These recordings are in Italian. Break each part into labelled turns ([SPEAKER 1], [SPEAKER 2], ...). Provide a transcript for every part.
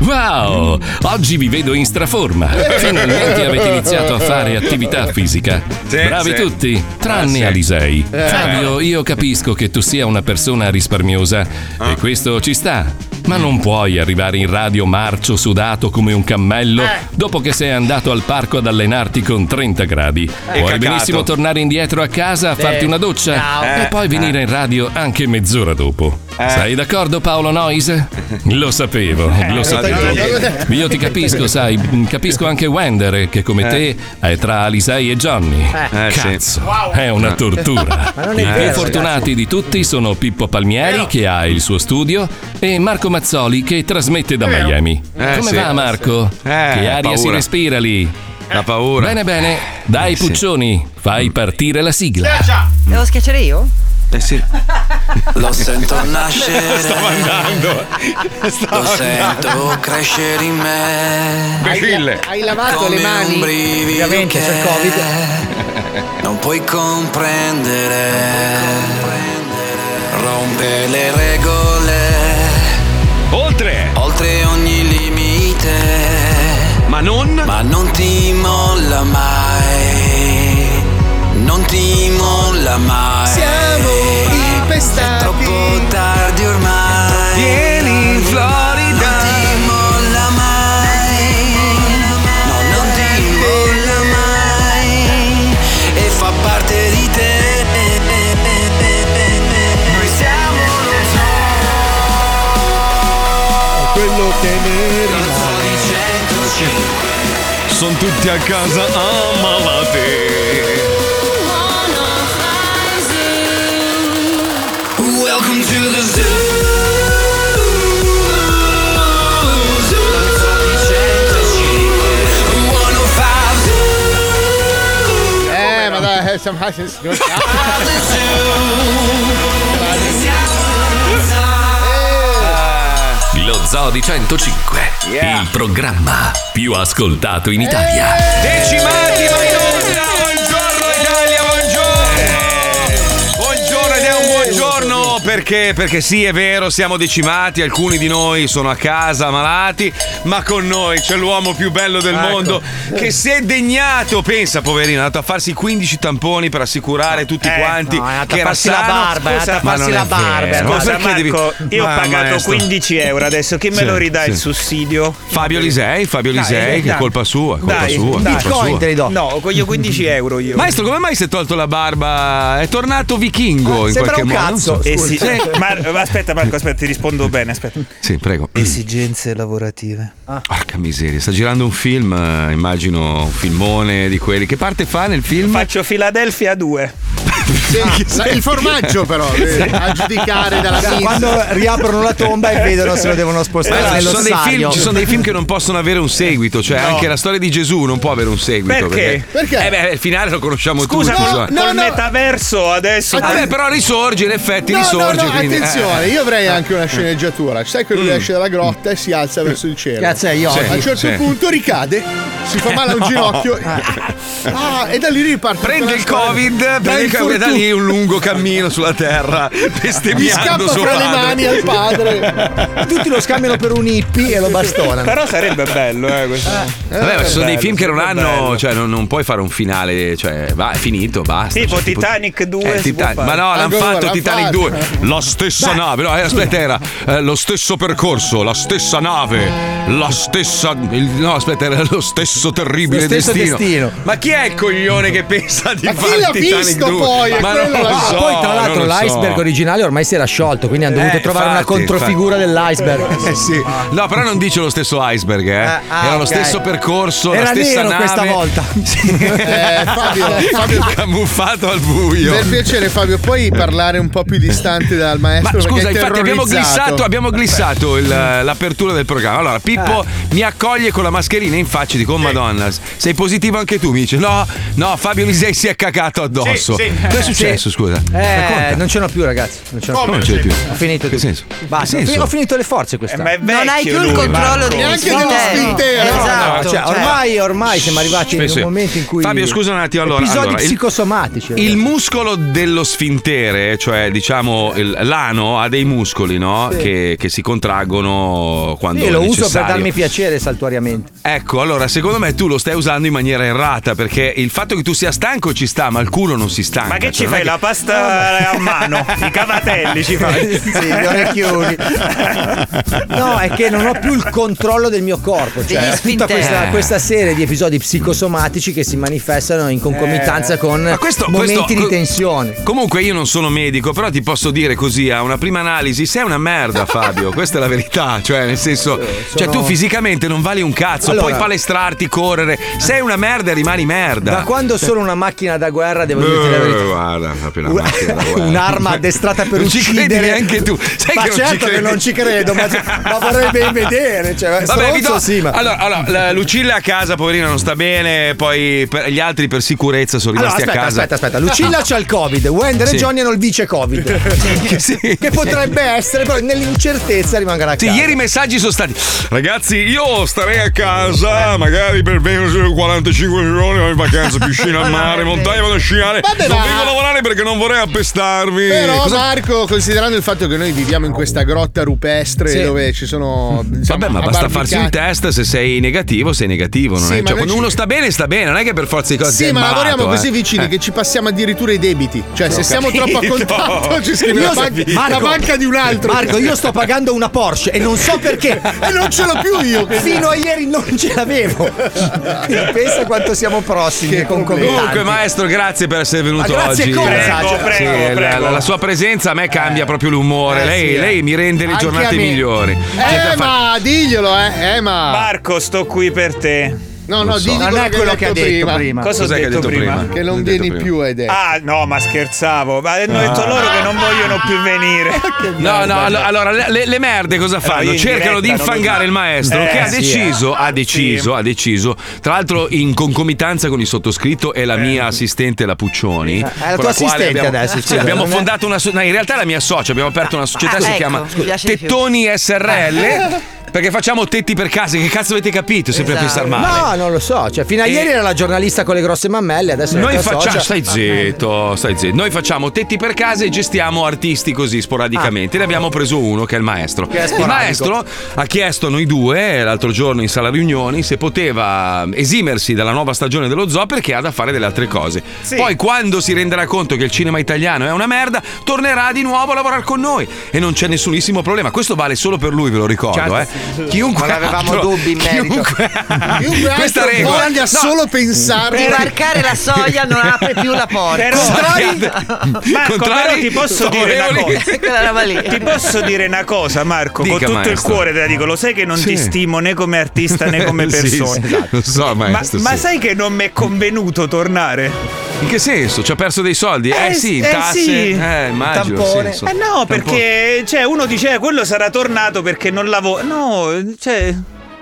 [SPEAKER 1] Wow, oggi vi vedo in straforma.
[SPEAKER 2] Eh.
[SPEAKER 1] Finalmente avete iniziato a fare attività fisica.
[SPEAKER 2] Sì,
[SPEAKER 1] Bravi
[SPEAKER 2] sì.
[SPEAKER 1] tutti, tranne
[SPEAKER 2] Ah, sì.
[SPEAKER 1] Alisei.
[SPEAKER 2] Eh.
[SPEAKER 1] Fabio, io capisco che tu sia una persona risparmiosa
[SPEAKER 2] Ah.
[SPEAKER 1] e questo ci sta. Ma non puoi arrivare in radio marcio sudato come un
[SPEAKER 2] Eh.
[SPEAKER 1] cammello dopo che sei andato al parco ad allenarti con 30 gradi.
[SPEAKER 2] E
[SPEAKER 1] Puoi
[SPEAKER 2] cacato.
[SPEAKER 1] benissimo tornare indietro a casa a
[SPEAKER 2] Sì.
[SPEAKER 1] farti una doccia
[SPEAKER 2] Eh, Ciao.
[SPEAKER 1] e
[SPEAKER 2] Eh,
[SPEAKER 1] poi venire in radio anche mezz'ora dopo. Sei d'accordo Paolo Noise? Lo sapevo, lo sapevo.
[SPEAKER 3] detto.
[SPEAKER 1] Io ti capisco, sai, mh, capisco anche Wender che come
[SPEAKER 3] Eh.
[SPEAKER 1] te è tra Alisei e Johnny.
[SPEAKER 3] Eh. Eh, sì.
[SPEAKER 1] Cazzo,
[SPEAKER 3] Wow.
[SPEAKER 1] è una tortura.
[SPEAKER 3] Ma non è
[SPEAKER 1] I più
[SPEAKER 3] vero,
[SPEAKER 1] fortunati di tutti sono Pippo Palmieri che ha il suo studio e Marco Mazzoli che trasmette da Miami.
[SPEAKER 2] Eh,
[SPEAKER 1] come
[SPEAKER 2] sì.
[SPEAKER 1] va Marco? che aria
[SPEAKER 2] paura.
[SPEAKER 1] si respira lì? La paura. Bene bene, dai Puccioni, fai partire la sigla.
[SPEAKER 4] Devo schiacciare io?
[SPEAKER 1] Eh sì.
[SPEAKER 5] Lo sento nascere.
[SPEAKER 1] Stavo andando.
[SPEAKER 5] Lo sento crescere in me.
[SPEAKER 2] Imbecille.
[SPEAKER 6] Hai lavato
[SPEAKER 5] Come
[SPEAKER 6] le mani?
[SPEAKER 5] un brivido
[SPEAKER 6] Ovviamente,
[SPEAKER 5] che
[SPEAKER 6] c'è il Covid.
[SPEAKER 5] Non puoi comprendere. Rompe le regole.
[SPEAKER 2] Oltre.
[SPEAKER 5] Oltre ogni limite.
[SPEAKER 2] Ma non.
[SPEAKER 5] Ma non ti molla mai. Non ti molla mai. Siamo impestati. È troppo tardi ormai. Vieni in Florida. Non ti molla mai. No, non ti molla mai. E fa parte di te. Noi siamo lo zoo. Quello che merita. Lo zoo di 105.
[SPEAKER 2] Sono tutti a casa ammalati.
[SPEAKER 5] Welcome to the zoo.
[SPEAKER 6] Eh, ma dai, eh, siamo quasi in scuola.
[SPEAKER 5] Eh,
[SPEAKER 1] Lo Zoo di 105, il programma più ascoltato in Italia.
[SPEAKER 2] Eh. Decimati Maionda,
[SPEAKER 7] Eh.
[SPEAKER 2] buongiorno Italia, buongiorno. Buongiorno ed è un buongiorno perché, perché sì è vero siamo decimati, alcuni di noi sono a casa malati, ma con noi c'è l'uomo più bello del
[SPEAKER 3] Ecco.
[SPEAKER 2] mondo
[SPEAKER 7] Eh.
[SPEAKER 2] che si è degnato, pensa poverino, è andato a farsi 15 tamponi per assicurare tutti
[SPEAKER 7] Eh,
[SPEAKER 2] quanti
[SPEAKER 7] no, è andato
[SPEAKER 2] che
[SPEAKER 7] a
[SPEAKER 2] era
[SPEAKER 7] farsi la
[SPEAKER 2] sano.
[SPEAKER 7] barba, è andato a
[SPEAKER 2] Ma
[SPEAKER 7] farsi
[SPEAKER 2] non
[SPEAKER 7] la
[SPEAKER 2] è
[SPEAKER 7] barba, guarda,
[SPEAKER 2] vero. Ma perché devi-
[SPEAKER 7] Marco, io ho
[SPEAKER 2] Ma,
[SPEAKER 7] pagato
[SPEAKER 2] maestro.
[SPEAKER 7] 15 euro adesso, chi me lo ridà il
[SPEAKER 2] sussidio? Fabio Lisei, Fabio Lisei,
[SPEAKER 7] Dai, eh,
[SPEAKER 2] che è
[SPEAKER 7] dai.
[SPEAKER 2] colpa sua, è colpa
[SPEAKER 7] Dai,
[SPEAKER 2] sua. è
[SPEAKER 7] dai.
[SPEAKER 2] colpa
[SPEAKER 7] Bitcoin
[SPEAKER 2] sua.
[SPEAKER 7] te li do. No, voglio 15 euro io.
[SPEAKER 2] Maestro, come mai si è tolto la barba? È tornato vichingo in
[SPEAKER 7] Eh, Sembra
[SPEAKER 2] qualche
[SPEAKER 7] un
[SPEAKER 2] modo.
[SPEAKER 7] cazzo.
[SPEAKER 2] non so.
[SPEAKER 7] Eh sì.
[SPEAKER 2] Sì.
[SPEAKER 7] Mar- aspetta, Marco, aspetta, ti rispondo bene. Aspetta. Ah.
[SPEAKER 2] Sì, prego.
[SPEAKER 7] Esigenze lavorative.
[SPEAKER 2] Porca miseria, sta girando un film, eh, immagino un filmone di quelli. Che parte fa nel film?
[SPEAKER 7] Faccio Philadelphia 2. Ah,
[SPEAKER 2] la- il formaggio, però, eh, a giudicare dalla
[SPEAKER 8] Cioè,
[SPEAKER 2] pizza.
[SPEAKER 8] Quando riaprono la tomba e vedono se lo devono spostare
[SPEAKER 2] Maestro, ci, sono dei
[SPEAKER 8] nell'ossario.
[SPEAKER 2] film, ci sono dei film che non possono avere un seguito, cioè
[SPEAKER 8] No.
[SPEAKER 2] anche la storia di Gesù non può avere un seguito.
[SPEAKER 7] Perché?
[SPEAKER 6] Perché?
[SPEAKER 2] Eh beh, il finale lo conosciamo
[SPEAKER 7] Scusa,
[SPEAKER 2] tutti.
[SPEAKER 7] col, col metaverso adesso.
[SPEAKER 2] Vabbè, però risorge, in effetti
[SPEAKER 6] No, no,
[SPEAKER 2] risorge.
[SPEAKER 6] no,
[SPEAKER 2] quindi, eh. Mm.
[SPEAKER 6] attenzione, io avrei anche una sceneggiatura. Sai che lui esce dalla grotta e si alza verso il cielo.
[SPEAKER 8] Grazie a Ioni.
[SPEAKER 6] A un certo
[SPEAKER 8] Sì.
[SPEAKER 6] punto ricade, si fa male a un
[SPEAKER 2] No.
[SPEAKER 6] ginocchio.
[SPEAKER 5] eh.
[SPEAKER 6] Ah, e da lì riparte.
[SPEAKER 2] Prende il
[SPEAKER 6] Da
[SPEAKER 2] covid, prende il covid, e da
[SPEAKER 6] infortuni.
[SPEAKER 2] lì un lungo cammino sulla terra,
[SPEAKER 6] Gli scappa
[SPEAKER 2] bestemmiando suo
[SPEAKER 6] fra le
[SPEAKER 2] padre.
[SPEAKER 6] mani al padre.
[SPEAKER 8] Tutti lo scambiano per un hippie e lo bastonano.
[SPEAKER 7] Però sarebbe bello, eh, questo.
[SPEAKER 2] Vabbè, ma ci sono dei film che non
[SPEAKER 7] sarebbe
[SPEAKER 2] hanno,
[SPEAKER 7] bello.
[SPEAKER 2] cioè non, non puoi fare un finale, cioè va, è finito, basta.
[SPEAKER 7] Tipo
[SPEAKER 2] Cioè,
[SPEAKER 7] Titanic 2
[SPEAKER 2] Eh,
[SPEAKER 7] si può
[SPEAKER 2] Titan-
[SPEAKER 7] fare.
[SPEAKER 2] ma no, l'hanno
[SPEAKER 7] Ancora,
[SPEAKER 2] fatto
[SPEAKER 7] l'hanno
[SPEAKER 2] Titanic
[SPEAKER 7] fatto.
[SPEAKER 2] 2. La stessa nave, no, eh, aspetta, era eh, lo stesso percorso, la stessa nave, la stessa. il- no, aspetta, era lo stesso terribile
[SPEAKER 8] Lo stesso destino.
[SPEAKER 2] Ma chi è il coglione che pensa di
[SPEAKER 8] Ma chi
[SPEAKER 2] fare
[SPEAKER 8] l'ha
[SPEAKER 2] il Titanic
[SPEAKER 8] visto
[SPEAKER 2] 2?
[SPEAKER 8] poi? È
[SPEAKER 2] Ma
[SPEAKER 8] quello
[SPEAKER 2] non
[SPEAKER 8] la-
[SPEAKER 2] lo so,
[SPEAKER 8] poi tra l'altro
[SPEAKER 2] non lo so.
[SPEAKER 8] l'iceberg originale ormai si era sciolto, quindi hanno dovuto
[SPEAKER 2] Eh,
[SPEAKER 8] trovare una
[SPEAKER 2] infatti,
[SPEAKER 8] controfigura dell'iceberg.
[SPEAKER 2] Eh sì. No, però non dice lo stesso iceberg, eh.
[SPEAKER 8] ah,
[SPEAKER 2] Era lo
[SPEAKER 8] ok.
[SPEAKER 2] stesso percorso, la
[SPEAKER 8] Era
[SPEAKER 2] stessa
[SPEAKER 8] nero
[SPEAKER 2] nave.
[SPEAKER 8] questa volta.
[SPEAKER 6] Eh, Fabio, Fabio,
[SPEAKER 2] camuffato al buio.
[SPEAKER 6] Per piacere, Fabio, puoi parlare un po' più distante dal
[SPEAKER 2] Ma
[SPEAKER 6] maestro?
[SPEAKER 2] scusa,
[SPEAKER 6] perché è
[SPEAKER 2] infatti abbiamo
[SPEAKER 6] terrorizzato.
[SPEAKER 2] glissato, abbiamo glissato il- l'apertura del programma. Allora, Pippo mi accoglie con la mascherina in faccia, dico, oh madonna, sei positivo anche tu? Mi dice, no, no, Fabio Lisei si è cacato addosso.
[SPEAKER 8] Sì, sì.
[SPEAKER 2] Cosa è successo,
[SPEAKER 8] Sì.
[SPEAKER 2] scusa?
[SPEAKER 8] Eh,
[SPEAKER 2] Racconta.
[SPEAKER 8] non ce n'ho più, ragazzi. Non ce n'ho
[SPEAKER 2] Come non ce n'è più?
[SPEAKER 8] Ho finito.
[SPEAKER 2] Che senso?
[SPEAKER 8] Basta,
[SPEAKER 2] Che senso?
[SPEAKER 8] ho finito le forze quest'anno.
[SPEAKER 7] ma è vecchio
[SPEAKER 4] Non hai più il controllo dello
[SPEAKER 6] Neanche dello
[SPEAKER 4] spintero.
[SPEAKER 6] spintero.
[SPEAKER 8] Esatto,
[SPEAKER 2] No,
[SPEAKER 8] cioè,
[SPEAKER 2] cioè-
[SPEAKER 8] ormai, ormai siamo arrivati in
[SPEAKER 2] Spesso-
[SPEAKER 8] un momento in cui.
[SPEAKER 2] Fabio, scusa un attimo, allora,
[SPEAKER 8] Episodi
[SPEAKER 2] allora, il-
[SPEAKER 8] psicosomatici.
[SPEAKER 2] Il muscolo dello sfintere, cioè diciamo il- l'ano ha dei muscoli no? che, che si contraggono quando
[SPEAKER 8] Io
[SPEAKER 2] è
[SPEAKER 8] lo uso per
[SPEAKER 2] necessario. contrario.
[SPEAKER 8] darmi piacere saltuariamente.
[SPEAKER 2] Ecco, allora, secondo me tu lo stai usando in maniera errata, perché il fatto che tu sia stanco ci sta, ma il culo non si stanca.
[SPEAKER 7] Ma che ci
[SPEAKER 2] Cioè, non è
[SPEAKER 7] fai? La pasta a mano, i cavatelli ci fai.
[SPEAKER 8] Sì, gli orecchioni. No, è che non ho più il controllo del mio corpo.
[SPEAKER 4] Degli
[SPEAKER 8] Cioè, tutta
[SPEAKER 4] sfinteri.
[SPEAKER 8] questa, questa serie di episodi psicosomatici che si manifestano in concomitanza con
[SPEAKER 2] Eh. questo-
[SPEAKER 8] momenti
[SPEAKER 2] questo-
[SPEAKER 8] di tensione.
[SPEAKER 2] Comunque io non sono medico, però ti posso dire così a una prima analisi, sei una merda Fabio, questa è la verità, cioè nel senso, cioè tu fisicamente non vali un cazzo,
[SPEAKER 8] Eh, Allora-
[SPEAKER 2] puoi palestrarti, correre, sei una merda e rimani merda.
[SPEAKER 8] Da quando sono una macchina da guerra, devo dirti la
[SPEAKER 2] Eh,
[SPEAKER 8] verità.
[SPEAKER 2] guarda, proprio una macchina da guerra.
[SPEAKER 8] Un'arma addestrata per
[SPEAKER 2] Eh. Non ci credi
[SPEAKER 8] uccidere.
[SPEAKER 2] neanche tu. Sai
[SPEAKER 8] ma
[SPEAKER 2] che non ci
[SPEAKER 8] certo che
[SPEAKER 2] credi.
[SPEAKER 8] non ci credo, ma, ma vorrei ben vedere. Cioè,
[SPEAKER 2] Vabbè,
[SPEAKER 8] stronzo
[SPEAKER 2] vi do-
[SPEAKER 8] sì, ma.
[SPEAKER 2] allora, allora, la Lucilla a casa, poverina, non sta bene. Poi per- gli altri, per sicurezza, sono
[SPEAKER 8] Allora,
[SPEAKER 2] rimasti
[SPEAKER 8] aspetta,
[SPEAKER 2] a casa.
[SPEAKER 8] aspetta, aspetta. Lucilla c'ha il Covid, Wender
[SPEAKER 2] Sì.
[SPEAKER 8] e Johnny hanno il vice Covid.
[SPEAKER 2] Che sì.
[SPEAKER 8] che potrebbe essere, però nell'incertezza rimangono a
[SPEAKER 2] Sì,
[SPEAKER 8] casa.
[SPEAKER 2] ieri i messaggi sono stati Ragazzi, io starei a casa
[SPEAKER 8] Eh.
[SPEAKER 2] Magari per 20 45 giorni Vado in vacanza, piscina, al mare, montagna, vado a sciare
[SPEAKER 6] Vabbè,
[SPEAKER 2] Non
[SPEAKER 6] va.
[SPEAKER 2] vengo a lavorare perché non vorrei appestarmi
[SPEAKER 6] Però
[SPEAKER 2] Cosa-
[SPEAKER 6] Marco, considerando il fatto che noi viviamo in questa grotta rupestre
[SPEAKER 8] Sì.
[SPEAKER 6] dove ci sono insomma,
[SPEAKER 2] Vabbè, ma basta farsi un
[SPEAKER 6] abbarbicati-
[SPEAKER 2] test se sei negativo, sei negativo. Non
[SPEAKER 6] Sì,
[SPEAKER 2] è- cioè,
[SPEAKER 6] ma noi
[SPEAKER 2] quando
[SPEAKER 6] ci-
[SPEAKER 2] uno sta bene, sta bene, non è che per forza di cose.
[SPEAKER 6] Sì,
[SPEAKER 2] sei
[SPEAKER 6] ma
[SPEAKER 2] malato,
[SPEAKER 6] lavoriamo così
[SPEAKER 2] eh.
[SPEAKER 6] vicini che ci passiamo addirittura i debiti. Cioè, se siamo troppo a contatto, ci scrive
[SPEAKER 8] Io
[SPEAKER 6] la,
[SPEAKER 8] so-
[SPEAKER 6] ban-
[SPEAKER 8] Marco-
[SPEAKER 6] la banca di un
[SPEAKER 2] eh,
[SPEAKER 6] altro.
[SPEAKER 8] Marco, io sto pagando una Porsche e non so perché.
[SPEAKER 6] E non ce l'ho più io. che-
[SPEAKER 8] Fino a ieri non ce l'avevo. E pensa quanto siamo prossimi e concomitanti.
[SPEAKER 2] Comunque, maestro, grazie per essere venuto
[SPEAKER 8] Ma grazie
[SPEAKER 2] oggi.
[SPEAKER 8] cosa?
[SPEAKER 2] Eh,
[SPEAKER 8] Prego,
[SPEAKER 2] sì,
[SPEAKER 7] prego,
[SPEAKER 2] la-
[SPEAKER 7] prego.
[SPEAKER 2] La, la sua presenza a me cambia proprio l'umore.
[SPEAKER 6] Eh,
[SPEAKER 2] lei,
[SPEAKER 6] sì, eh.
[SPEAKER 2] lei mi rende le
[SPEAKER 6] Anche
[SPEAKER 2] giornate
[SPEAKER 6] a me.
[SPEAKER 2] migliori. Cioè, Cerca
[SPEAKER 6] Eh,
[SPEAKER 2] di far-
[SPEAKER 6] ma diglielo, eh. Eh, ma.
[SPEAKER 7] Marco, sto qui per te.
[SPEAKER 6] No, no,
[SPEAKER 2] lo so.
[SPEAKER 6] digli
[SPEAKER 8] Non
[SPEAKER 6] quello
[SPEAKER 8] è quello che ha
[SPEAKER 6] hai
[SPEAKER 8] detto prima.
[SPEAKER 7] Cosa ho
[SPEAKER 2] Cos'è che
[SPEAKER 7] detto,
[SPEAKER 2] ha detto prima?
[SPEAKER 7] prima?
[SPEAKER 6] Che
[SPEAKER 2] L'ho
[SPEAKER 6] non
[SPEAKER 2] detto
[SPEAKER 6] vieni
[SPEAKER 2] prima.
[SPEAKER 6] più, hai detto.
[SPEAKER 7] Ah, no, ma scherzavo. Ma hanno detto loro che non vogliono più
[SPEAKER 6] Ah,
[SPEAKER 7] venire.
[SPEAKER 2] No, no, allo- allora le, le- le merde cosa fanno?
[SPEAKER 7] io in
[SPEAKER 2] Cercano di
[SPEAKER 7] diretta non lo
[SPEAKER 2] infangare
[SPEAKER 7] so.
[SPEAKER 2] il maestro
[SPEAKER 7] Eh,
[SPEAKER 2] che ha
[SPEAKER 7] sì,
[SPEAKER 2] deciso, ha deciso, ha deciso, tra l'altro in concomitanza con il sottoscritto e la mia assistente la Puccioni.
[SPEAKER 8] è la
[SPEAKER 2] con
[SPEAKER 8] tua
[SPEAKER 2] quale
[SPEAKER 8] assistente
[SPEAKER 2] abbiamo-
[SPEAKER 8] adesso,
[SPEAKER 2] sì,
[SPEAKER 8] scusa,
[SPEAKER 2] abbiamo
[SPEAKER 8] non è-
[SPEAKER 2] fondato una so- no, in realtà è la mia socia, abbiamo aperto una società
[SPEAKER 4] Ah,
[SPEAKER 2] si
[SPEAKER 4] ecco,
[SPEAKER 2] chiama
[SPEAKER 4] mi piace di più.
[SPEAKER 2] Tettoni SRL perché facciamo tetti per case, che cazzo avete capito? Sempre a
[SPEAKER 4] Esatto.
[SPEAKER 2] pensar male.
[SPEAKER 8] No, non lo so. Cioè, fino a
[SPEAKER 2] E-
[SPEAKER 8] ieri era la giornalista con le grosse mammelle, adesso è la
[SPEAKER 2] Noi
[SPEAKER 8] tua
[SPEAKER 2] facciamo,
[SPEAKER 8] socia.
[SPEAKER 2] stai zitto, stai zitto. Noi facciamo tetti per casa e gestiamo artisti così sporadicamente. Ne abbiamo preso uno che è il maestro.
[SPEAKER 8] Ah. è
[SPEAKER 2] il
[SPEAKER 8] sporadico.
[SPEAKER 2] maestro ha chiesto a noi due eh, l'altro giorno in sala riunioni se poteva mm, esimersi dalla nuova stagione dello zoo perché ha da fare delle altre cose.
[SPEAKER 7] Sì.
[SPEAKER 2] Poi quando si renderà conto che il cinema italiano è una merda, tornerà di nuovo a lavorare con noi e non c'è nessunissimo problema. Questo vale solo per lui, ve lo ricordo, eh. Chiunque
[SPEAKER 8] Certo. Non avevamo
[SPEAKER 2] altro-
[SPEAKER 8] dubbi in merito.
[SPEAKER 2] chiunque-
[SPEAKER 6] Chiunque
[SPEAKER 2] Questa
[SPEAKER 6] altro
[SPEAKER 2] regola
[SPEAKER 6] voglia
[SPEAKER 2] No,
[SPEAKER 6] solo pensare.
[SPEAKER 4] Per varcare la soglia non apre più la porta.
[SPEAKER 7] Però, Marco,
[SPEAKER 2] Contrari,
[SPEAKER 7] però ti posso dire una
[SPEAKER 2] favorevoli.
[SPEAKER 7] cosa.
[SPEAKER 4] Quella roba lì.
[SPEAKER 7] Ti posso dire una cosa, Marco?
[SPEAKER 2] Dica,
[SPEAKER 7] con tutto il
[SPEAKER 2] maestro.
[SPEAKER 7] cuore te la dico, lo sai che non
[SPEAKER 2] Sì.
[SPEAKER 7] ti stimo né come artista né come
[SPEAKER 2] Sì,
[SPEAKER 7] persona.
[SPEAKER 2] sì, Lo so,
[SPEAKER 7] Ma,
[SPEAKER 2] maestro.
[SPEAKER 7] ma
[SPEAKER 2] sì.
[SPEAKER 7] sai che non mi è convenuto tornare?
[SPEAKER 2] In che senso? Ci ha perso dei soldi? Eh,
[SPEAKER 7] Eh,
[SPEAKER 2] sì, in
[SPEAKER 7] eh,
[SPEAKER 2] tasse.
[SPEAKER 7] sì.
[SPEAKER 2] Eh, immagino.
[SPEAKER 8] Tampone.
[SPEAKER 2] sì,
[SPEAKER 7] Eh
[SPEAKER 2] insomma.
[SPEAKER 7] no,
[SPEAKER 2] Tampone.
[SPEAKER 7] perché cioè, uno diceva quello sarà tornato perché non lavora. No, cioè,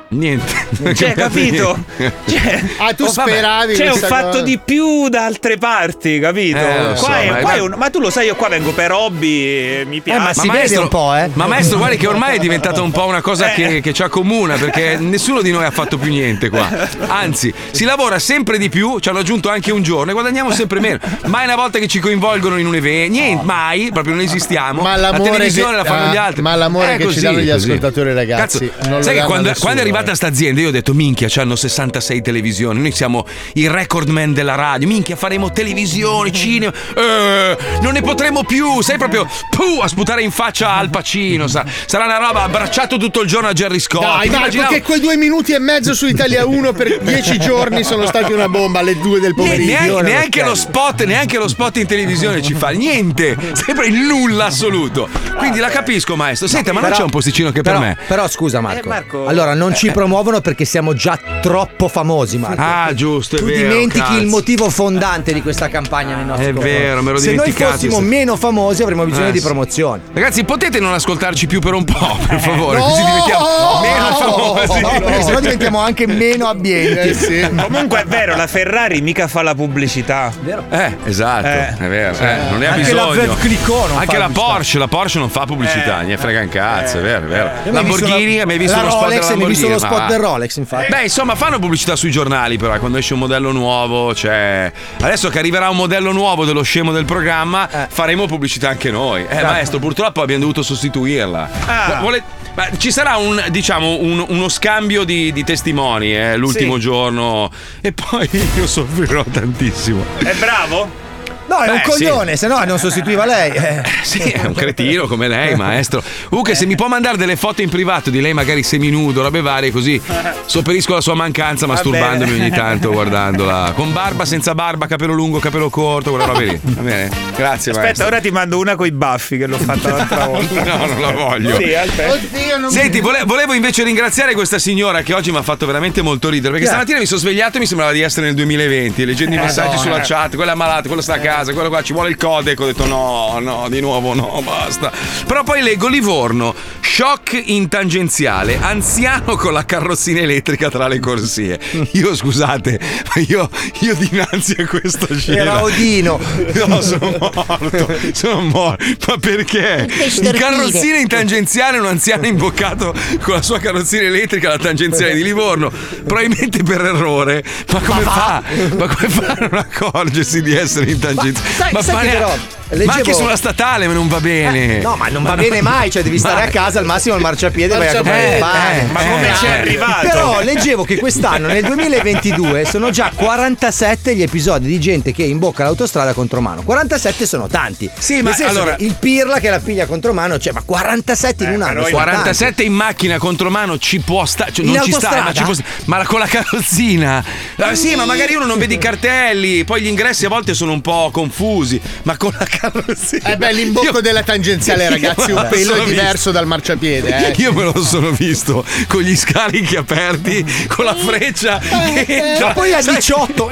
[SPEAKER 2] Niente.
[SPEAKER 7] cioè capito? Cioè,
[SPEAKER 6] Ah, tu
[SPEAKER 2] Oh, vabbè.
[SPEAKER 6] speravi.
[SPEAKER 7] cioè, ho
[SPEAKER 6] questa
[SPEAKER 7] fatto
[SPEAKER 6] cosa?
[SPEAKER 7] di più da altre parti, capito?
[SPEAKER 2] Eh, lo
[SPEAKER 7] Qua
[SPEAKER 2] so,
[SPEAKER 7] è-
[SPEAKER 2] ma-
[SPEAKER 7] qua è
[SPEAKER 2] ma-
[SPEAKER 7] un- ma tu lo sai, io qua vengo per hobby e
[SPEAKER 6] Eh,
[SPEAKER 7] mi piace.
[SPEAKER 8] Eh, ma si vede un po', eh.
[SPEAKER 2] Ma maestro, guardi che ormai è diventata un po' una cosa
[SPEAKER 7] Eh.
[SPEAKER 2] che, che ci accomuna perché nessuno di noi ha fatto più niente qua. Anzi, si lavora sempre di più, ci hanno aggiunto anche un giorno e guadagniamo sempre meno. Mai una volta che ci coinvolgono in un evento, niente, mai, proprio non esistiamo.
[SPEAKER 6] Ma
[SPEAKER 2] la
[SPEAKER 6] l'amore
[SPEAKER 2] televisione
[SPEAKER 6] che-
[SPEAKER 2] la fanno
[SPEAKER 6] ah,
[SPEAKER 2] gli altri.
[SPEAKER 6] ma l'amore
[SPEAKER 2] Eh,
[SPEAKER 6] che ci danno gli ascoltatori, ragazzi,
[SPEAKER 2] Cazzo,
[SPEAKER 6] non lo
[SPEAKER 2] sai che
[SPEAKER 6] danno a
[SPEAKER 2] quando,
[SPEAKER 6] nessuno,
[SPEAKER 2] quando è arrivata
[SPEAKER 6] eh.
[SPEAKER 2] sta azienda io ho detto minchia, hanno 66 televisioni, noi siamo i record man della radio, minchia faremo televisione, cinema, eh, non ne potremo più, sei proprio puh, a sputare in faccia al Pacino, sa- sarà una roba abbracciato tutto il giorno a Jerry Scott.
[SPEAKER 6] Dai, Marco,
[SPEAKER 2] Immaginavo-
[SPEAKER 6] che quei due minuti e mezzo su Italia 1 per dieci giorni sono stati una bomba alle due del
[SPEAKER 2] Ne-
[SPEAKER 6] pomeriggio.
[SPEAKER 2] neanche,
[SPEAKER 8] ora
[SPEAKER 2] neanche
[SPEAKER 8] lo
[SPEAKER 2] lo spot, neanche lo spot in televisione ci fa niente, sempre il nulla assoluto. Quindi la capisco, maestro. Senta, ma non
[SPEAKER 8] Però-
[SPEAKER 2] c'è un posticino che
[SPEAKER 8] però-
[SPEAKER 2] per me?
[SPEAKER 8] Però scusa Marco.
[SPEAKER 7] Eh, Marco-
[SPEAKER 8] Allora non ci promuovono perché siamo già troppo famosi, Marco.
[SPEAKER 2] Ah, giusto, è
[SPEAKER 8] tu
[SPEAKER 2] vero.
[SPEAKER 8] dimentichi
[SPEAKER 2] cazzo.
[SPEAKER 8] il motivo fondante di questa campagna nei nostri
[SPEAKER 2] È
[SPEAKER 8] confronti.
[SPEAKER 2] vero, me lo
[SPEAKER 8] Se noi
[SPEAKER 2] dimenticate,
[SPEAKER 8] fossimo
[SPEAKER 2] se-
[SPEAKER 8] meno famosi avremmo bisogno
[SPEAKER 2] Eh,
[SPEAKER 8] di
[SPEAKER 2] sì.
[SPEAKER 8] promozioni.
[SPEAKER 2] Ragazzi, potete non ascoltarci più per un po', per favore?
[SPEAKER 6] Eh. No!
[SPEAKER 2] Così diventiamo meno famosi.
[SPEAKER 8] No, Oh, perché sennò diventiamo anche meno
[SPEAKER 6] Eh,
[SPEAKER 8] ambienti.
[SPEAKER 6] sì.
[SPEAKER 7] Comunque è vero, la Ferrari mica fa la pubblicità.
[SPEAKER 2] Eh, esatto,
[SPEAKER 7] Eh.
[SPEAKER 2] è vero, eh, non ne ha
[SPEAKER 8] Cioè, Anche la
[SPEAKER 2] bisogno.
[SPEAKER 8] Verclicò non
[SPEAKER 2] Anche
[SPEAKER 8] fa
[SPEAKER 2] la
[SPEAKER 8] pubblicità.
[SPEAKER 2] Porsche, la Porsche non fa pubblicità,
[SPEAKER 7] Eh.
[SPEAKER 2] ne frega un cazzo, è vero, è vero.
[SPEAKER 8] Io mi hai visto
[SPEAKER 2] Lamborghini,
[SPEAKER 8] la-
[SPEAKER 2] mi hai visto
[SPEAKER 8] la
[SPEAKER 2] lo spot della
[SPEAKER 8] Rolex, mi hai visto
[SPEAKER 2] Lamborghini,
[SPEAKER 8] lo
[SPEAKER 2] Ah.
[SPEAKER 8] spot
[SPEAKER 2] ma-
[SPEAKER 8] del Rolex, infatti.
[SPEAKER 2] Beh, insomma, fanno pubblicità sui giornali, però, quando esce un modello nuovo, cioè. Adesso che arriverà un modello nuovo dello scemo del programma,
[SPEAKER 8] Eh. Esatto.
[SPEAKER 2] faremo pubblicità anche noi. Eh, maestro, purtroppo abbiamo dovuto sostituirla.
[SPEAKER 7] Ah.
[SPEAKER 2] Vuole- Ma ci sarà un, diciamo, un- uno scambio di, di testimoni eh, l'ultimo
[SPEAKER 7] Sì.
[SPEAKER 2] giorno e poi io soffrirò tantissimo.
[SPEAKER 7] È bravo?
[SPEAKER 8] No, è un
[SPEAKER 2] Beh, Eh, sì.
[SPEAKER 8] coglione, se no non sostituiva lei. eh.
[SPEAKER 2] Sì, è un cretino come lei, maestro. Comunque, se mi può mandare delle foto in privato di lei, magari seminudo, robe varie, così sopperisco la sua mancanza masturbandomi
[SPEAKER 7] bene.
[SPEAKER 2] ogni tanto, guardandola. Con barba, senza barba, capello lungo, capello corto, quella roba lì. Va bene. Grazie,
[SPEAKER 7] Aspetta,
[SPEAKER 2] maestro.
[SPEAKER 7] ora ti mando una coi baffi che l'ho fatta l'altra volta.
[SPEAKER 2] No, non la voglio.
[SPEAKER 7] Sì, aspetta.
[SPEAKER 6] Oddio, non
[SPEAKER 2] Senti, vole- volevo invece ringraziare questa signora che oggi mi ha fatto veramente molto ridere. Perché
[SPEAKER 8] Chi è?
[SPEAKER 2] stamattina mi sono svegliato e mi sembrava di essere nel 2020, leggendo
[SPEAKER 7] Eh,
[SPEAKER 2] i messaggi sulla chat, quello è malato, quello sta a casa, quello qua ci vuole il codec. Ho detto no, no, di nuovo no, basta. Però poi leggo Livorno, shock in tangenziale, anziano con la carrozzina elettrica tra le corsie. Io scusate, ma io, io dinanzi a questa scena.
[SPEAKER 8] Era Odino.
[SPEAKER 2] No, sono morto, sono morto. Ma perché? Un carrozzino in tangenziale, un anziano imboccato con la sua carrozzina elettrica alla tangenziale di Livorno. Probabilmente per errore. Ma come fa? Ma come fa a non accorgersi di essere in tangenziale?
[SPEAKER 8] sai- sai che
[SPEAKER 2] ne-
[SPEAKER 8] però leggevo- Eh,
[SPEAKER 2] ma anche sulla statale non va bene.
[SPEAKER 8] No, ma non va bene mai, cioè devi stare a casa al massimo al marciapiede e vai a comprare il pane. Eh,
[SPEAKER 7] Ma come ci è arrivato?
[SPEAKER 8] Però leggevo che quest'anno, nel 2022, sono già 47 gli episodi di gente che imbocca l'autostrada contro mano. 47 sono tanti.
[SPEAKER 2] Sì,
[SPEAKER 8] Nel
[SPEAKER 2] ma
[SPEAKER 8] senso
[SPEAKER 2] allora-
[SPEAKER 8] che il pirla che la piglia contro mano, cioè, ma 47 in un anno. sono
[SPEAKER 2] 47 in macchina contro mano ci può stare, cioè
[SPEAKER 8] In
[SPEAKER 2] non ci sta,
[SPEAKER 8] autostrada?
[SPEAKER 2] ma, ci può sta- ma la- con la carrozzina. Ah, sì, ma magari uno non vede i cartelli, poi gli ingressi a volte sono un po' confusi, ma con la carrozzina.
[SPEAKER 6] Eh beh, l'imbocco
[SPEAKER 2] Io-
[SPEAKER 6] della tangenziale, ragazzi,
[SPEAKER 2] Io-
[SPEAKER 6] un pelo
[SPEAKER 2] sono
[SPEAKER 6] è diverso dal marciapiede. Eh.
[SPEAKER 2] Io me lo sono visto con gli scarichi aperti, con la freccia che entra.
[SPEAKER 8] Ma Eh, poi a
[SPEAKER 2] Sai-
[SPEAKER 8] 18.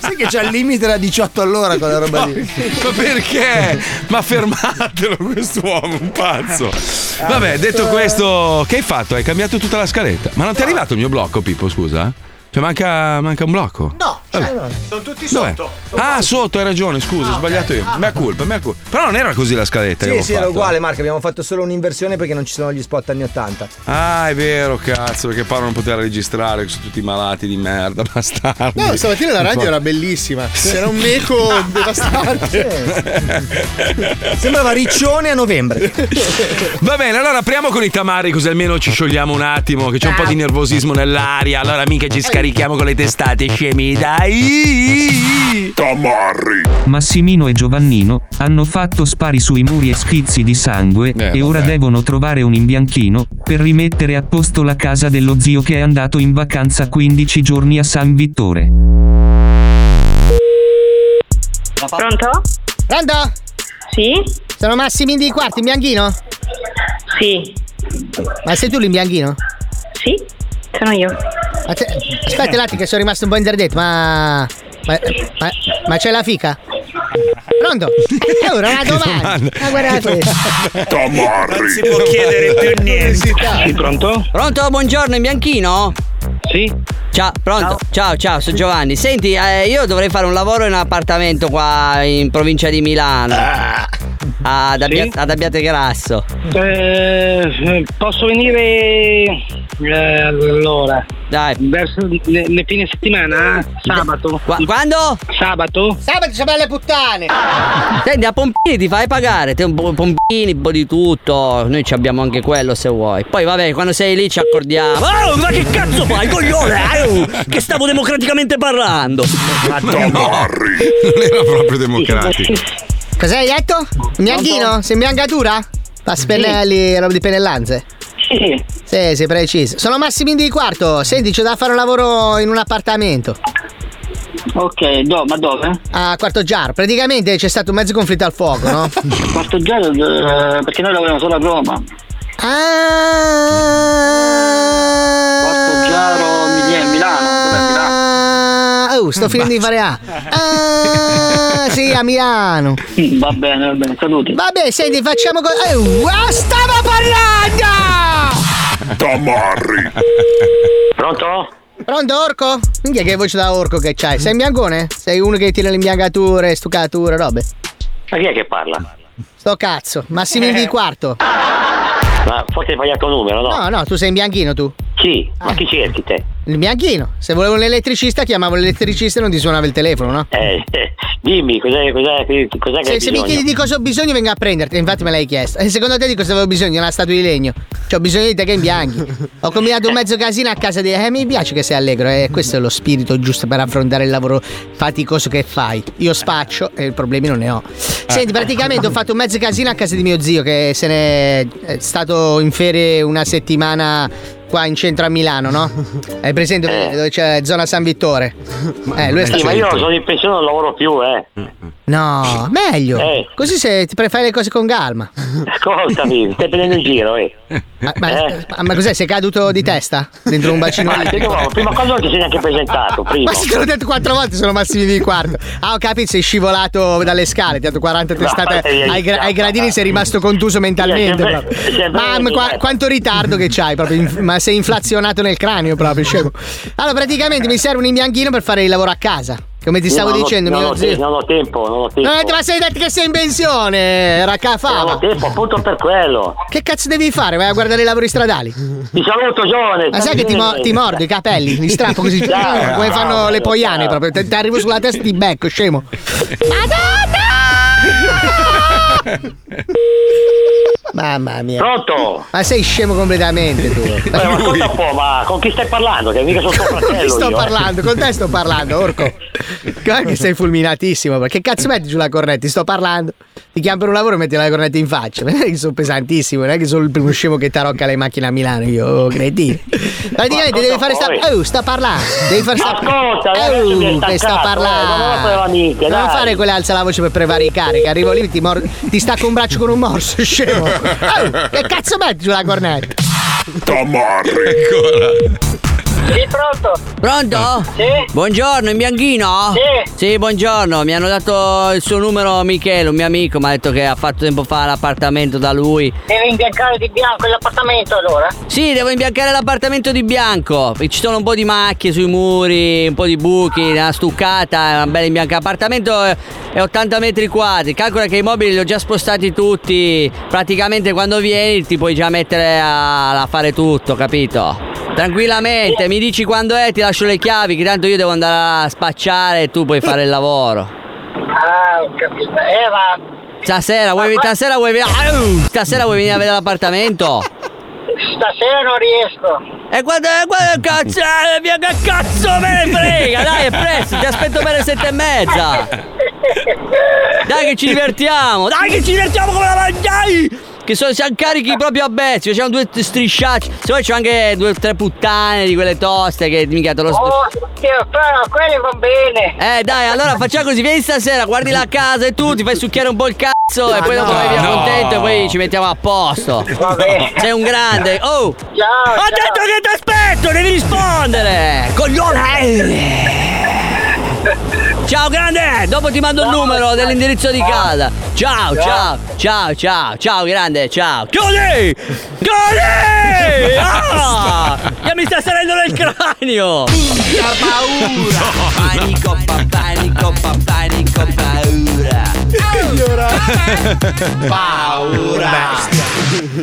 [SPEAKER 8] Sai che c'è il limite da 18 all'ora quella roba lì.
[SPEAKER 2] Ma perché? Ma fermatelo quest'uomo, un pazzo. Vabbè, detto questo, che hai fatto? Hai cambiato tutta la scaletta. Ma non ti è arrivato il mio blocco, Pippo, scusa? Cioè, manca, manca un blocco?
[SPEAKER 8] No,
[SPEAKER 2] Vabbè.
[SPEAKER 8] allora,
[SPEAKER 7] Sono tutti
[SPEAKER 2] Dov'è? Ah, sotto, hai ragione,
[SPEAKER 6] Ah,
[SPEAKER 2] scusa, ho sbagliato io. Mea colpa, mea colpa. Però non era così la scaletta. che
[SPEAKER 8] sì,
[SPEAKER 2] avevo
[SPEAKER 8] sì, era
[SPEAKER 2] fatto. eh.
[SPEAKER 8] uguale, Marco. Abbiamo fatto solo un'inversione perché non ci sono gli spot anni 80.
[SPEAKER 2] Ah, è vero, cazzo, perché Paolo non poteva registrare, sono tutti malati di merda, bastardi.
[SPEAKER 6] No, stamattina la radio era bellissima. C'era un eco devastante.
[SPEAKER 8] Sembrava Riccione a novembre.
[SPEAKER 2] Va bene, allora apriamo con i tamari così almeno ci sciogliamo un attimo, che c'è un po'
[SPEAKER 6] Ah.
[SPEAKER 2] di nervosismo nell'aria. Allora mica ci scarichiamo con le testate, scemi, dai!
[SPEAKER 3] Massimino e Giovannino hanno fatto spari sui muri e schizzi di sangue
[SPEAKER 1] Eh,
[SPEAKER 3] e ora
[SPEAKER 1] vabbè.
[SPEAKER 3] devono trovare un imbianchino per rimettere a posto la casa dello zio che è andato in vacanza 15 giorni a San Vittore.
[SPEAKER 9] Pronto?
[SPEAKER 10] Pronto?
[SPEAKER 9] Sì?
[SPEAKER 10] Sono Massimi di quarti, in bianchino?
[SPEAKER 9] Sì.
[SPEAKER 10] Ma sei tu l'imbianchino?
[SPEAKER 9] Sì? Sono io.
[SPEAKER 10] Ma te- Aspetta un attimo che sono rimasto un po' interdetto, ma... Ma, ma- ma c'è la fica? Pronto? E ora una domanda. Ma guarda questa.
[SPEAKER 7] Non si può chiedere più niente.
[SPEAKER 9] Sì, pronto?
[SPEAKER 11] Pronto, buongiorno, in bianchino?
[SPEAKER 9] Sì?
[SPEAKER 11] Ciao, pronto? Ciao, ciao, sono Giovanni. Senti, eh, io dovrei fare un lavoro in un appartamento qua in provincia di Milano. Ad, Abbia-
[SPEAKER 9] Sì?
[SPEAKER 11] ad Abbiate Grasso.
[SPEAKER 9] Eh, posso venire... eh, allora...
[SPEAKER 11] Dai.
[SPEAKER 9] Verso le, le fine settimana? Sabato?
[SPEAKER 11] Qua- quando?
[SPEAKER 9] Sabato?
[SPEAKER 10] Sabato c'è belle puttane.
[SPEAKER 11] Senti, a Pompini ti fai pagare. Te un po' Pompini, un po' di tutto. Noi ci abbiamo anche quello se vuoi. Poi vabbè, quando sei lì ci accordiamo. Oh, ma che cazzo fai, coglione? Oh, che stavo democraticamente parlando.
[SPEAKER 2] Non era proprio democratico.
[SPEAKER 10] Cos'hai hai detto? Un bianchino? Sei in biancatura? Paspelli, roba di pennellanze.
[SPEAKER 9] Sì.
[SPEAKER 10] Sì, sei preciso. Sono Massimi di quarto. Senti, c'è da fare un lavoro in un appartamento.
[SPEAKER 9] Ok, do, ma dove?
[SPEAKER 10] A quarto giar. Praticamente c'è stato un mezzo conflitto al fuoco, no?
[SPEAKER 9] Quarto già eh, perché noi lavoriamo solo a Roma.
[SPEAKER 10] Porto
[SPEAKER 9] Giaro, Mil- Milano,
[SPEAKER 10] Oh, sto finendo di fare A. Ah, sì, a Milano.
[SPEAKER 9] Mm, Va bene, va bene, saluti.
[SPEAKER 10] Vabbè, senti, facciamo eh, così. stavo parlando!
[SPEAKER 9] Pronto?
[SPEAKER 10] Pronto, Orco? Minchia, che voce da Orco che c'hai? Sei in biancone? Sei uno che tira le imbiancature, stucature, robe.
[SPEAKER 9] Ma chi è Eh. che parla?
[SPEAKER 10] Sto cazzo, Massimino di quarto.
[SPEAKER 9] Ma forse hai sbagliato numero,
[SPEAKER 10] No, no, tu sei in bianchino tu.
[SPEAKER 9] Sì,
[SPEAKER 10] Ah.
[SPEAKER 9] ma chi cerchi te?
[SPEAKER 10] Il bianchino. Se volevo un elettricista, chiamavo l'elettricista e non ti suonava il telefono, no?
[SPEAKER 9] Eh, eh, dimmi, cos'è, cos'è, cos'è che
[SPEAKER 10] Cioè, Se,
[SPEAKER 9] hai
[SPEAKER 10] se mi
[SPEAKER 9] bisogno?
[SPEAKER 10] chiedi di cosa ho bisogno, vengo a prenderti. Infatti, me l'hai chiesto. E secondo te di cosa avevo bisogno? Di Una statua di legno. Cioè, ho bisogno di te che imbianchi. ho combinato un mezzo casino a casa di. Eh, mi piace che sei allegro. E questo è lo spirito giusto per affrontare il lavoro faticoso che fai. Io spaccio e problemi non ne ho.
[SPEAKER 9] Eh.
[SPEAKER 10] Senti, praticamente ho fatto un mezzo casino a casa di mio zio, che se n'è è stato in ferie una settimana. Qua in centro a Milano, no? Hai presente dove c'è zona San Vittore? Eh, lui è
[SPEAKER 9] sì,
[SPEAKER 10] stato.
[SPEAKER 9] Eh. ma io sono in pensione non lavoro più, eh.
[SPEAKER 10] No, meglio.
[SPEAKER 9] Eh.
[SPEAKER 10] Così se ti fai le cose con calma.
[SPEAKER 9] Ascoltami, mi stai prendendo in giro, eh.
[SPEAKER 10] Ma, ma- ma cos'è? Sei caduto di testa Ah, dentro un bacino
[SPEAKER 9] Ma,
[SPEAKER 10] di
[SPEAKER 9] no, prima cosa non ti sei neanche presentato, prima.
[SPEAKER 10] Ma sì, te l'ho detto quattro volte, sono massimi di quarto. Ah, ho capito, sei scivolato dalle scale, ti ha dato 40 testate
[SPEAKER 9] Ma- eh,
[SPEAKER 10] ai, gra- ai gradini, sei rimasto contuso mentalmente.
[SPEAKER 9] sempre-
[SPEAKER 10] proprio.
[SPEAKER 9] sempre
[SPEAKER 10] Ma ma
[SPEAKER 9] eh.
[SPEAKER 10] qua- quanto ritardo che c'hai, proprio, inf- ma sei inflazionato nel cranio proprio, scemo. Allora, praticamente mi serve un imbianchino per fare il lavoro a casa. Come ti
[SPEAKER 9] Io
[SPEAKER 10] stavo
[SPEAKER 9] non ho-
[SPEAKER 10] dicendo,
[SPEAKER 9] non
[SPEAKER 10] mio
[SPEAKER 9] ho,
[SPEAKER 10] zio.
[SPEAKER 9] te- non ho tempo, non ho tempo.
[SPEAKER 10] Non è- ma sei detto che sei in pensione,
[SPEAKER 9] non ho
[SPEAKER 10] raccafava.
[SPEAKER 9] tempo, appunto per quello.
[SPEAKER 10] Che cazzo devi fare? Vai a guardare i lavori stradali?
[SPEAKER 9] Ti saluto, giovane.
[SPEAKER 10] Ma sai che ti,
[SPEAKER 9] eh,
[SPEAKER 10] mo- ti mordo i capelli, li strappo così
[SPEAKER 9] Ciao.
[SPEAKER 10] come fanno le poiane
[SPEAKER 9] Ciao.
[SPEAKER 10] proprio. Te- Ti arrivo sulla testa di becco, scemo. Mamma mia.
[SPEAKER 9] Pronto?
[SPEAKER 10] Ma sei scemo completamente tu.
[SPEAKER 9] Eh, ma ascolta un po', ma con chi stai parlando? Che mica sono tuo
[SPEAKER 10] Con
[SPEAKER 9] fratello
[SPEAKER 10] chi sto
[SPEAKER 9] io, eh.
[SPEAKER 10] parlando? Con te sto parlando, Orco. Guarda che sei fulminatissimo. Perché cazzo metti giù la cornetta? Ti sto parlando. Ti chiamo per un lavoro e metti la cornetta in faccia. Non è che sono pesantissimo, non è che sono il primo scemo che tarocca le macchine a Milano. Io oh, credi. Praticamente devi fare sta. Oh, sta parlando. Devi fare sta.
[SPEAKER 9] Ascolta, adesso mi hai
[SPEAKER 10] Oh, che sta
[SPEAKER 9] staccato, eh, non me lo fai
[SPEAKER 10] parlando.
[SPEAKER 9] la minchia,
[SPEAKER 10] Non
[SPEAKER 9] dai.
[SPEAKER 10] fare quella alza la voce per prevaricare. Che arrivo lì ti, mor- ti stacco un braccio con un morso, scemo. Oh, che cazzo metti giù la cornetta?
[SPEAKER 12] Sì, pronto?
[SPEAKER 11] Pronto?
[SPEAKER 12] Sì.
[SPEAKER 11] Buongiorno, in bianchino?
[SPEAKER 12] Sì.
[SPEAKER 11] buongiorno. Mi hanno dato il suo numero Michele, un mio amico, mi ha detto che ha fatto tempo fa l'appartamento da lui.
[SPEAKER 12] Deve imbiancare di bianco l'appartamento allora?
[SPEAKER 11] Sì, devo imbiancare l'appartamento di bianco. Ci sono un po' di macchie sui muri, un po' di buchi, una stuccata, è una bella imbianca. L'appartamento è è 80 metri quadri. Calcola che i mobili li ho già spostati tutti. Praticamente quando vieni ti puoi già mettere a, a fare tutto, capito? Tranquillamente, mi dici quando è, ti lascio le chiavi, che tanto io devo andare a spacciare e tu puoi fare il lavoro.
[SPEAKER 12] Ah, ho capito. Eh, ma
[SPEAKER 11] Stasera vuoi, stasera vuoi, Au! stasera vuoi venire a vedere l'appartamento?
[SPEAKER 12] stasera non riesco.
[SPEAKER 11] E Eh, guarda, guarda cazzo, eh, via che cazzo me ne frega, dai è presto, ti aspetto per le sette e mezza. Dai che ci divertiamo, dai che ci divertiamo come la mangiai! Che sono, siamo carichi proprio a bezzi, facciamo due strisciacci, se vuoi c'ho anche due o tre puttane di quelle toste che mica te lo
[SPEAKER 12] Oh, Dio, però quelli va bene.
[SPEAKER 11] Eh dai, allora facciamo così, vieni stasera, guardi la casa e tu ti fai succhiare un po' il cazzo e poi dopo vai via
[SPEAKER 12] No.
[SPEAKER 11] contento e poi ci mettiamo a posto.
[SPEAKER 12] bene.
[SPEAKER 11] Sei un grande. Oh!
[SPEAKER 12] Ciao,
[SPEAKER 11] Ho
[SPEAKER 12] ciao.
[SPEAKER 11] detto che ti aspetto, devi rispondere! Coglione! Ciao grande, dopo ti mando il numero dell'indirizzo di casa. Ciao, ciao, ciao, ciao, ciao grande, ciao. Chiudi! Chiudi! Ah! Che mi sta salendo nel cranio!
[SPEAKER 5] La paura! Panico, pa- panico, pa- panico, paura! Paura!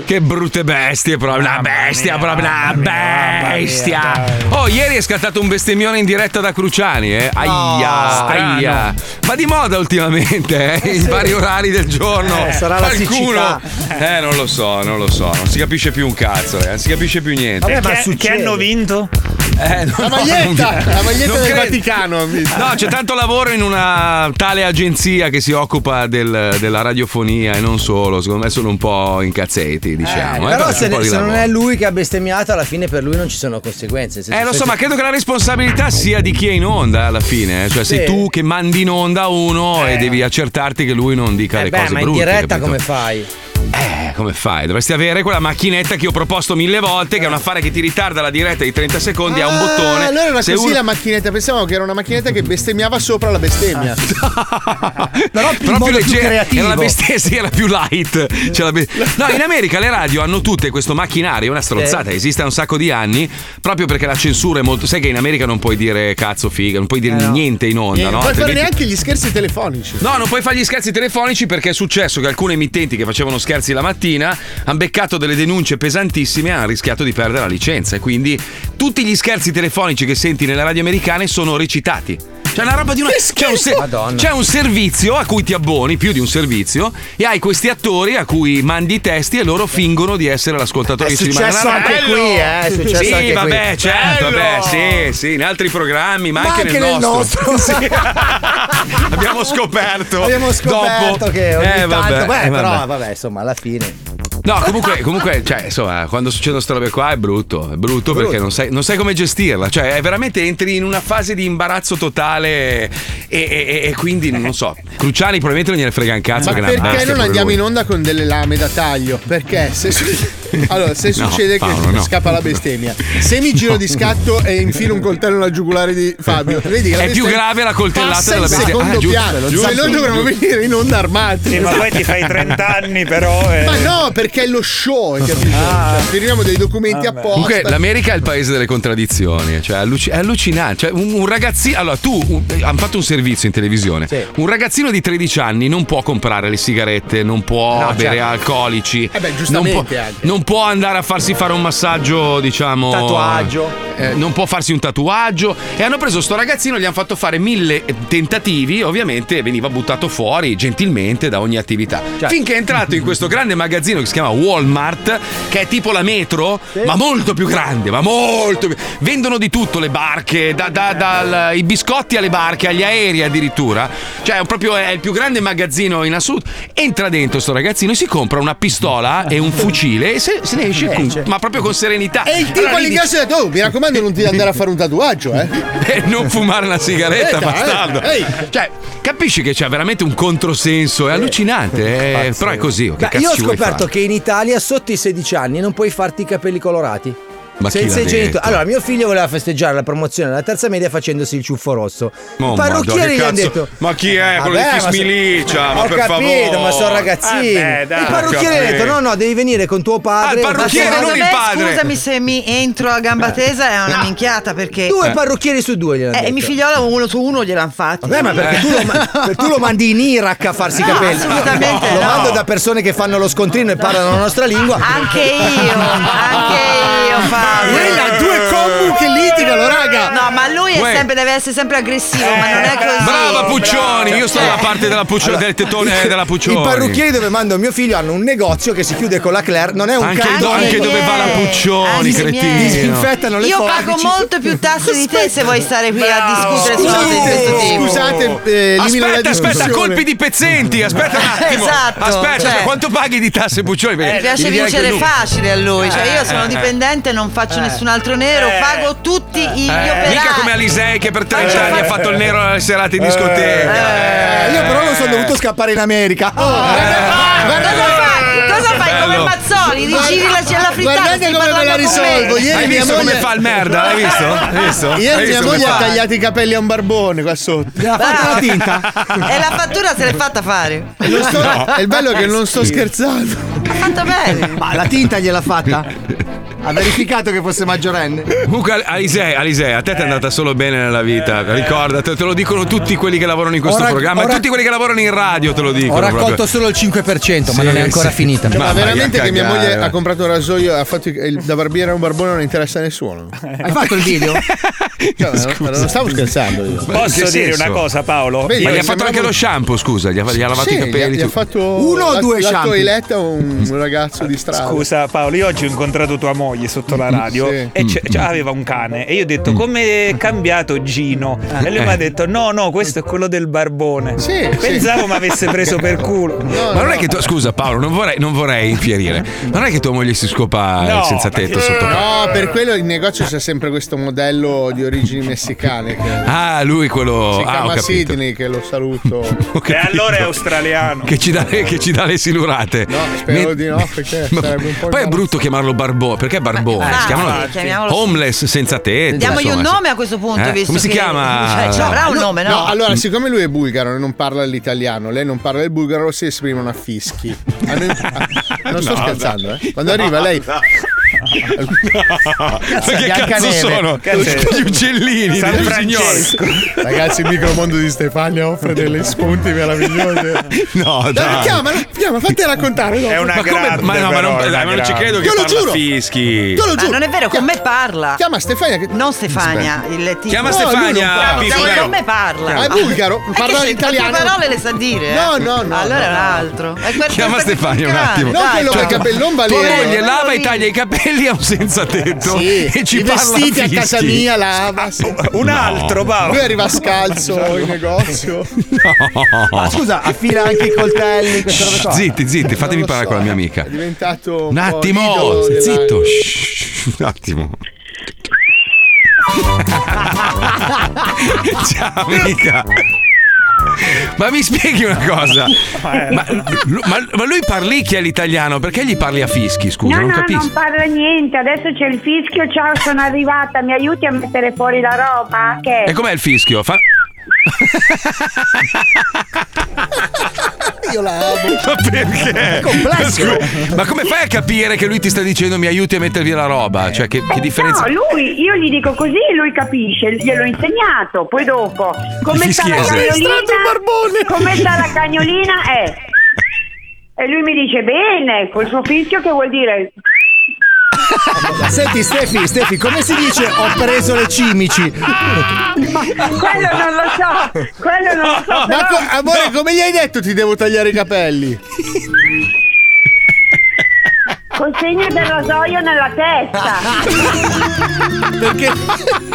[SPEAKER 2] Che brutte bestie, proprio una bestia, proprio una bestia. Oh, ieri è scattato un bestemmione in diretta da Cruciani, eh. Aia,
[SPEAKER 8] strano.
[SPEAKER 2] aia. Ma di moda ultimamente, eh,
[SPEAKER 8] Eh,
[SPEAKER 2] in
[SPEAKER 8] sì.
[SPEAKER 2] vari orari del giorno.
[SPEAKER 8] Eh, sarà la
[SPEAKER 2] Qualcuno. Eh, non lo so, non lo so. Non si capisce più un cazzo, eh. Non si capisce più niente.
[SPEAKER 7] Perché- che hanno vinto?
[SPEAKER 2] Eh, no,
[SPEAKER 7] La
[SPEAKER 2] no,
[SPEAKER 7] maglietta,
[SPEAKER 2] non-
[SPEAKER 7] la maglietta
[SPEAKER 2] non
[SPEAKER 7] del
[SPEAKER 2] credo.
[SPEAKER 7] Vaticano,
[SPEAKER 2] No, c'è tanto lavoro in una tale agenzia che si occupa del- della radiofonia e non solo. Secondo me sono un po' incazzetti, diciamo. eh,
[SPEAKER 8] Però
[SPEAKER 2] un
[SPEAKER 8] se,
[SPEAKER 2] po' di
[SPEAKER 8] se non
[SPEAKER 2] lavoro.
[SPEAKER 8] è lui che ha bestemmiato, alla fine per lui non ci sono conseguenze. Se-
[SPEAKER 2] Eh lo
[SPEAKER 8] se-
[SPEAKER 2] so, ma credo che la responsabilità sia di chi è in onda alla fine. eh. Cioè, sei
[SPEAKER 8] Sì. Eh.
[SPEAKER 2] tu che mandi in onda uno e devi accertarti che lui non dica le
[SPEAKER 8] Beh,
[SPEAKER 2] cose
[SPEAKER 8] ma in
[SPEAKER 2] brutte.
[SPEAKER 8] diretta
[SPEAKER 2] capito?
[SPEAKER 8] come fai?
[SPEAKER 2] Eh, come fai? Dovresti avere quella macchinetta che io ho proposto mille volte, che è un affare che ti ritarda la diretta di 30 secondi, ha un bottone.
[SPEAKER 6] Ah, allora era
[SPEAKER 2] Se
[SPEAKER 6] così
[SPEAKER 2] uno-
[SPEAKER 6] la macchinetta. Pensavamo che era una macchinetta che bestemmiava sopra la bestemmia.
[SPEAKER 2] Però
[SPEAKER 6] più- in modo più creativo.
[SPEAKER 2] Era la bestia, sì, era più light. C'è la be- No, in America le radio hanno tutte questo macchinario, una strozzata, esiste da un sacco di anni, proprio perché la censura è molto. Sai che in America non puoi dire cazzo figa, non puoi dire niente in onda,
[SPEAKER 6] Eh, non
[SPEAKER 2] no?
[SPEAKER 6] puoi fare
[SPEAKER 2] Altrimenti-
[SPEAKER 6] neanche gli scherzi telefonici.
[SPEAKER 2] No, non puoi fare gli scherzi telefonici perché è successo che alcune emittenti che facevano scherzi la mattina, hanno beccato delle denunce pesantissime e hanno rischiato di perdere la licenza. E quindi tutti gli scherzi telefonici che senti nelle radio americane sono recitati.
[SPEAKER 11] Cioè,
[SPEAKER 2] C'è una roba di una. C'è un, ser- c'è un servizio a cui ti abboni, più di un servizio, e hai questi attori a cui mandi i testi e loro fingono di essere l'ascoltatore
[SPEAKER 13] È
[SPEAKER 2] di cinema.
[SPEAKER 13] successo
[SPEAKER 2] Bello!
[SPEAKER 13] anche qui, eh, è successo
[SPEAKER 2] sì,
[SPEAKER 13] anche qui.
[SPEAKER 2] vabbè, certo,
[SPEAKER 13] Bello!
[SPEAKER 2] vabbè, sì, sì, in altri programmi, ma,
[SPEAKER 13] Ma anche nel
[SPEAKER 2] Sì. Abbiamo scoperto.
[SPEAKER 8] Abbiamo scoperto
[SPEAKER 2] dopo.
[SPEAKER 8] che ogni
[SPEAKER 2] Eh, vabbè,
[SPEAKER 8] tanto, beh,
[SPEAKER 2] eh,
[SPEAKER 8] però
[SPEAKER 2] vabbè.
[SPEAKER 8] vabbè, insomma, alla fine.
[SPEAKER 2] No, comunque, comunque, cioè, insomma, quando succedono queste robe qua è brutto. È brutto perché non sai, non sai come gestirla. Cioè, è veramente entri in una fase di imbarazzo totale. E, e- e- e quindi non so. Cruciani probabilmente non gliene frega un cazzo.
[SPEAKER 6] Ma
[SPEAKER 2] che ne
[SPEAKER 6] perché
[SPEAKER 2] ha basta
[SPEAKER 6] non
[SPEAKER 2] pure
[SPEAKER 6] andiamo
[SPEAKER 2] lui.
[SPEAKER 6] in onda con delle lame da taglio? Perché se, allora, se
[SPEAKER 2] No,
[SPEAKER 6] succede
[SPEAKER 2] Paolo,
[SPEAKER 6] che
[SPEAKER 2] no.
[SPEAKER 6] scappa la bestemmia, se mi giro di scatto e infilo un coltello nella giugulare di Fabio, vedi che la
[SPEAKER 2] È più
[SPEAKER 6] bestemmia
[SPEAKER 2] grave la coltellata
[SPEAKER 6] passa
[SPEAKER 2] della
[SPEAKER 6] in
[SPEAKER 2] bestemmia.
[SPEAKER 6] secondo
[SPEAKER 2] Ah, giusto,
[SPEAKER 6] piano.
[SPEAKER 2] giusto,
[SPEAKER 6] Se noi dovremmo
[SPEAKER 2] giusto.
[SPEAKER 6] venire in onda armati.
[SPEAKER 7] Sì, ma poi ti fai 30 anni, però. eh. Ah.
[SPEAKER 6] Ma no, perché è lo show, hai capito? Cioè, firmiamo dei documenti apposta.
[SPEAKER 2] Comunque l'America è il paese delle contraddizioni, cioè è alluci- è allucinante. Cioè, un, un ragazzino, allora tu un- hanno fatto un servizio in televisione. Un ragazzino di 13 anni non può comprare le sigarette, non può
[SPEAKER 6] No,
[SPEAKER 2] bere
[SPEAKER 6] certo.
[SPEAKER 2] alcolici,
[SPEAKER 6] Eh beh,
[SPEAKER 2] non, può,
[SPEAKER 6] giustamente anche.
[SPEAKER 2] non può andare a farsi fare un massaggio, diciamo.
[SPEAKER 6] Tatuaggio.
[SPEAKER 2] eh, non può farsi un tatuaggio. E hanno preso sto ragazzino, gli hanno fatto fare mille tentativi, ovviamente veniva buttato fuori gentilmente da ogni attività.
[SPEAKER 6] Cioè,
[SPEAKER 2] Finché è entrato in questo grande magazzino che si chiama Walmart, che è tipo la metro, ma molto più grande, ma molto più. Vendono di tutto le barche, da- da- dal- i biscotti alle barche, agli aerei addirittura. Cioè, è proprio è il più grande magazzino in assoluto. Entra dentro sto ragazzino e si compra una pistola e un fucile e se, se ne esce, con- ma proprio con serenità.
[SPEAKER 6] E il tipo
[SPEAKER 2] Allora, lì dici-
[SPEAKER 6] all'ingresso ha detto: Oh, mi raccomando, non ti andare a fare un tatuaggio, eh.
[SPEAKER 2] e non fumare una sigaretta,
[SPEAKER 6] Eh, dai,
[SPEAKER 2] bastardo.
[SPEAKER 6] ehi. Eh,
[SPEAKER 2] Cioè, capisci che c'è veramente un controsenso, è allucinante, eh, però è così. Che
[SPEAKER 8] Ma
[SPEAKER 2] cazzo
[SPEAKER 8] io ho
[SPEAKER 2] ci vuoi
[SPEAKER 8] scoperto
[SPEAKER 2] fare?
[SPEAKER 8] che in Italia sotto i 16 anni non puoi farti i capelli colorati.
[SPEAKER 2] Ma chi l'ha
[SPEAKER 8] i genitori-
[SPEAKER 2] detto?
[SPEAKER 8] Allora, mio figlio voleva festeggiare la promozione alla terza media facendosi il ciuffo rosso.
[SPEAKER 2] Oh,
[SPEAKER 8] I parrucchieri gli
[SPEAKER 2] Madonna,
[SPEAKER 8] hanno
[SPEAKER 2] che
[SPEAKER 8] detto:
[SPEAKER 2] cazzo- Ma chi è? Quello
[SPEAKER 8] "Vabbè,
[SPEAKER 2] di
[SPEAKER 8] ma so-
[SPEAKER 2] Fismilicia? Ma
[SPEAKER 8] Ho
[SPEAKER 2] per
[SPEAKER 8] capito,
[SPEAKER 2] favore.
[SPEAKER 8] ma sono ragazzini.
[SPEAKER 2] Vabbè, dai,
[SPEAKER 8] il parrucchiere
[SPEAKER 2] ho
[SPEAKER 8] ha detto:
[SPEAKER 2] capito.
[SPEAKER 8] No, no, devi venire con tuo padre.
[SPEAKER 2] Ah, il parrucchiere,
[SPEAKER 8] Ma-
[SPEAKER 2] non il padre.
[SPEAKER 14] Scusami se mi entro a gamba tesa, è una
[SPEAKER 8] No.
[SPEAKER 14] minchiata perché.
[SPEAKER 6] Eh.
[SPEAKER 8] Due parrucchieri su due gliel'hanno
[SPEAKER 14] Eh, e
[SPEAKER 8] detto.
[SPEAKER 14] mi figliola uno su uno gliel'hanno fatto.
[SPEAKER 8] Vabbè, Eh, ma perché tu lo, ma- tu lo mandi in Iraq a farsi i
[SPEAKER 14] No,
[SPEAKER 8] capelli?
[SPEAKER 14] assolutamente
[SPEAKER 8] Lo
[SPEAKER 14] no.
[SPEAKER 8] mando da persone che fanno lo scontrino e parlano la nostra lingua.
[SPEAKER 14] Anche io, anche io, Fabio.
[SPEAKER 8] Quella, due combu che litigano, raga.
[SPEAKER 14] No, ma lui è
[SPEAKER 2] Uè.
[SPEAKER 14] sempre, deve essere sempre aggressivo, ma non
[SPEAKER 6] Eh,
[SPEAKER 14] è così.
[SPEAKER 2] Brava Puccioni, io sto dalla parte della Puccioni, del tetone eh, della Puccioni.
[SPEAKER 8] I parrucchieri dove mando mio figlio hanno un negozio che si chiude con la Claire, non è un
[SPEAKER 2] Anche,
[SPEAKER 8] cazzo.
[SPEAKER 2] do- anche dove va la Puccioni, cretino.
[SPEAKER 8] Disinfettano le
[SPEAKER 14] Io
[SPEAKER 8] forbici.
[SPEAKER 14] pago molto più tasse di te se vuoi stare qui a discutere su cose di questo tipo.
[SPEAKER 6] Scusate, eh, elimino la
[SPEAKER 2] aspetta, aspetta,
[SPEAKER 6] discussione.
[SPEAKER 2] colpi di pezzenti, aspetta un attimo.
[SPEAKER 14] Esatto,
[SPEAKER 2] aspetta,
[SPEAKER 14] cioè- Eh,
[SPEAKER 2] quanto paghi di tasse Puccioni?
[SPEAKER 14] Mi piace
[SPEAKER 2] Devi dire
[SPEAKER 14] vincere
[SPEAKER 2] anche lui.
[SPEAKER 14] facile a lui, cioè io sono
[SPEAKER 2] Eh, eh,
[SPEAKER 14] dipendente, non faccio
[SPEAKER 2] Eh.
[SPEAKER 14] nessun altro nero, pago tutti i- gli
[SPEAKER 2] Eh, mica
[SPEAKER 14] operai.
[SPEAKER 2] come Alisei che per 30 anni ha fatto il nero alle serate in discoteca.
[SPEAKER 8] Eh, io però non sono dovuto scappare in America. Oh, eh.
[SPEAKER 14] Cosa fai come
[SPEAKER 2] Bello.
[SPEAKER 14] Mazzoli? Rigiri la, la frittata
[SPEAKER 6] Guardate
[SPEAKER 14] stai
[SPEAKER 6] come me la
[SPEAKER 14] parlando con me.
[SPEAKER 6] risolvo. Ieri
[SPEAKER 2] Hai
[SPEAKER 6] mia
[SPEAKER 2] visto
[SPEAKER 6] moglie-
[SPEAKER 2] come fa il merda? L'hai visto? Hai visto? Hai
[SPEAKER 6] Ieri
[SPEAKER 2] visto
[SPEAKER 6] mia
[SPEAKER 2] come
[SPEAKER 6] moglie
[SPEAKER 2] fa?
[SPEAKER 6] ha tagliato i capelli a un barbone qua sotto.
[SPEAKER 14] fatto la E la fattura se l'è fatta fare.
[SPEAKER 6] Non sto- Eh,
[SPEAKER 14] No.
[SPEAKER 6] È il bello che non sto scherzando.
[SPEAKER 14] Ha fatto bene.
[SPEAKER 10] Ma la tinta gliel'ha fatta? Ha verificato che fosse maggiorenne?
[SPEAKER 2] Comunque Al- Alisei, Alisei, a te ti è andata solo bene nella vita,
[SPEAKER 14] Eh.
[SPEAKER 2] ricordatelo, te lo dicono tutti quelli che lavorano in questo
[SPEAKER 8] Ho rac-
[SPEAKER 2] programma, e
[SPEAKER 8] ho rac-
[SPEAKER 2] tutti quelli che lavorano in radio te lo dicono.
[SPEAKER 8] Ho raccolto
[SPEAKER 2] proprio.
[SPEAKER 8] solo il 5%, ma
[SPEAKER 2] Sì,
[SPEAKER 8] non è ancora
[SPEAKER 2] sì.
[SPEAKER 8] finita.
[SPEAKER 2] Cioè,
[SPEAKER 6] Ma
[SPEAKER 2] vai
[SPEAKER 6] veramente
[SPEAKER 2] a
[SPEAKER 6] che mia
[SPEAKER 2] cagare,
[SPEAKER 6] moglie
[SPEAKER 2] va.
[SPEAKER 6] ha comprato un rasoio ha fatto il- da barbiere a un barbone non interessa a nessuno. Hai
[SPEAKER 10] fatto il video?
[SPEAKER 6] ma non stavo scherzando io.
[SPEAKER 2] Ma in che
[SPEAKER 7] Posso dire
[SPEAKER 2] senso?
[SPEAKER 7] una cosa, Paolo?
[SPEAKER 6] Vedi,
[SPEAKER 2] Ma gli ha
[SPEAKER 6] mi
[SPEAKER 2] fatto
[SPEAKER 6] sembrava-
[SPEAKER 2] anche lo shampoo, scusa, gli ha, gli ha lavato
[SPEAKER 6] Sì,
[SPEAKER 2] i capelli.
[SPEAKER 6] gli ha
[SPEAKER 2] tu-
[SPEAKER 6] fatto
[SPEAKER 7] Uno o
[SPEAKER 6] la-
[SPEAKER 7] due
[SPEAKER 6] la
[SPEAKER 7] shampoo?
[SPEAKER 6] toiletta a un, un ragazzo di strada. Mm,
[SPEAKER 7] Scusa Paolo, io oggi ho incontrato tua moglie sotto la radio
[SPEAKER 6] Sì.
[SPEAKER 7] e c'è-
[SPEAKER 2] Mm.
[SPEAKER 7] c'è- aveva un cane e io ho detto come è cambiato Gino
[SPEAKER 2] Ah.
[SPEAKER 7] e lui mi ha
[SPEAKER 2] Eh.
[SPEAKER 7] detto no no questo è quello del barbone
[SPEAKER 6] Sì,
[SPEAKER 7] pensavo
[SPEAKER 2] sì.
[SPEAKER 7] mi avesse preso per culo
[SPEAKER 2] ma non è che tu, scusa Paolo, non vorrei, non vorrei infierire, ma non è che tua moglie si scopa il senza tetto sotto
[SPEAKER 6] No, per quello il negozio c'è sempre questo modello di origini messicane. Che
[SPEAKER 2] Ah, lui quello.
[SPEAKER 6] si
[SPEAKER 2] ah, ho
[SPEAKER 6] chiama
[SPEAKER 2] capito.
[SPEAKER 6] Sidney, che lo saluto.
[SPEAKER 7] e allora è australiano
[SPEAKER 2] Che ci dà, che ci dà le silurate. No,
[SPEAKER 6] Spero di no, perché
[SPEAKER 2] Ma-
[SPEAKER 6] sarebbe un po'.
[SPEAKER 2] Poi è brutto chiamarlo Barbone, perché Barbone?
[SPEAKER 14] Ma-
[SPEAKER 2] si chiamano
[SPEAKER 14] sì, chiamiamolo-
[SPEAKER 2] homeless senza tetto.
[SPEAKER 14] Diamogli un
[SPEAKER 2] insomma.
[SPEAKER 14] nome a questo punto,
[SPEAKER 2] Eh,
[SPEAKER 14] visto
[SPEAKER 2] come si
[SPEAKER 14] che-
[SPEAKER 2] chiama?
[SPEAKER 14] Cioè, ci avrà un
[SPEAKER 6] Lui-
[SPEAKER 14] nome, no?
[SPEAKER 6] allora, siccome lui è bulgaro e non parla l'italiano, lei non parla il bulgaro, si esprimono a fischi. A noi- a- non sto
[SPEAKER 2] No,
[SPEAKER 6] scherzando, eh. Quando arriva lei.
[SPEAKER 2] Ma che cazzo sono? Gli uccellini
[SPEAKER 6] San
[SPEAKER 2] del
[SPEAKER 6] Francesco.
[SPEAKER 2] signore.
[SPEAKER 6] Ragazzi, il micromondo di Stefania offre delle spunti meravigliose.
[SPEAKER 2] No, dai.
[SPEAKER 6] Chiama, chiama, fatti raccontare. dopo.
[SPEAKER 2] ma come- ma no, ma non, dai, ma non ci credo che
[SPEAKER 6] Te lo
[SPEAKER 2] parla
[SPEAKER 6] giuro.
[SPEAKER 2] fischi.
[SPEAKER 6] Te lo giuro.
[SPEAKER 14] non è vero, con me parla.
[SPEAKER 6] Chiama Stefania.
[SPEAKER 14] Non Stefania,
[SPEAKER 6] Aspetta.
[SPEAKER 14] il tipo.
[SPEAKER 6] Chiama No, Stefania, lui non parla. Pippo,
[SPEAKER 14] Dai,
[SPEAKER 6] dai.
[SPEAKER 14] con me parla.
[SPEAKER 6] Ah, è bulgaro,
[SPEAKER 14] Eh,
[SPEAKER 6] parla
[SPEAKER 14] che se-
[SPEAKER 6] italiano.
[SPEAKER 14] Le tue parole le sa dire. eh.
[SPEAKER 6] No, no, no,
[SPEAKER 14] Allora è un
[SPEAKER 6] no, no.
[SPEAKER 14] altro. Eh, guarda-
[SPEAKER 2] Chiama
[SPEAKER 14] guarda-
[SPEAKER 2] Stefania un attimo.
[SPEAKER 14] Dai,
[SPEAKER 2] Cioè,
[SPEAKER 14] ciao.
[SPEAKER 2] Tua moglie lava e taglia i capelli a un senza tetto.
[SPEAKER 6] Sì,
[SPEAKER 2] E ci
[SPEAKER 6] i
[SPEAKER 2] parla
[SPEAKER 6] vestiti a
[SPEAKER 2] fischi. Ah, oh,
[SPEAKER 6] casa mia lava.
[SPEAKER 2] un No. altro, Paolo.
[SPEAKER 6] Lui arriva scalzo in negozio.
[SPEAKER 2] No.
[SPEAKER 6] Ma
[SPEAKER 8] Scusa, affila anche i coltelli, questa roba
[SPEAKER 2] Shh,
[SPEAKER 8] qua.
[SPEAKER 2] Zitti, zitti, fatemi parlare con la mia amica.
[SPEAKER 6] È diventato
[SPEAKER 2] Un
[SPEAKER 6] po'
[SPEAKER 2] attimo,
[SPEAKER 6] l'idolo della-
[SPEAKER 2] zitto. shh, Un attimo. Ciao amica. Ma mi spieghi una cosa? Ma, lu- ma- ma lui parlicchia l'italiano, perché gli parli a fischi? Scusa,
[SPEAKER 13] no,
[SPEAKER 2] non
[SPEAKER 13] no,
[SPEAKER 2] capisco.
[SPEAKER 13] non parla niente. Adesso c'è il fischio. Ciao, sono arrivata. Mi aiuti a mettere fuori la roba? Che
[SPEAKER 2] E com'è il fischio? Fa...
[SPEAKER 6] Io la amo.
[SPEAKER 2] Ma perché?
[SPEAKER 6] È complesso.
[SPEAKER 2] Ma scusa, Ma come fai a capire che lui ti sta dicendo mi aiuti a mettervi la roba? Cioè, che, che differenza?
[SPEAKER 13] No, lui, io gli dico così e lui capisce, gliel'ho insegnato. Poi dopo, come
[SPEAKER 2] Il
[SPEAKER 13] sta la
[SPEAKER 2] fischiese.
[SPEAKER 13] cagnolina? Come sta la cagnolina? Eh. E lui mi dice bene, col suo fischio che vuol dire?
[SPEAKER 8] Senti Stefi, Stefi, come si dice ho preso le cimici?
[SPEAKER 13] Ma quello non lo so, quello non lo so.
[SPEAKER 6] Ma
[SPEAKER 13] però-
[SPEAKER 6] co- amore, come gli hai detto ti devo tagliare i capelli?
[SPEAKER 13] Col segno del rasoio nella testa.
[SPEAKER 15] Perché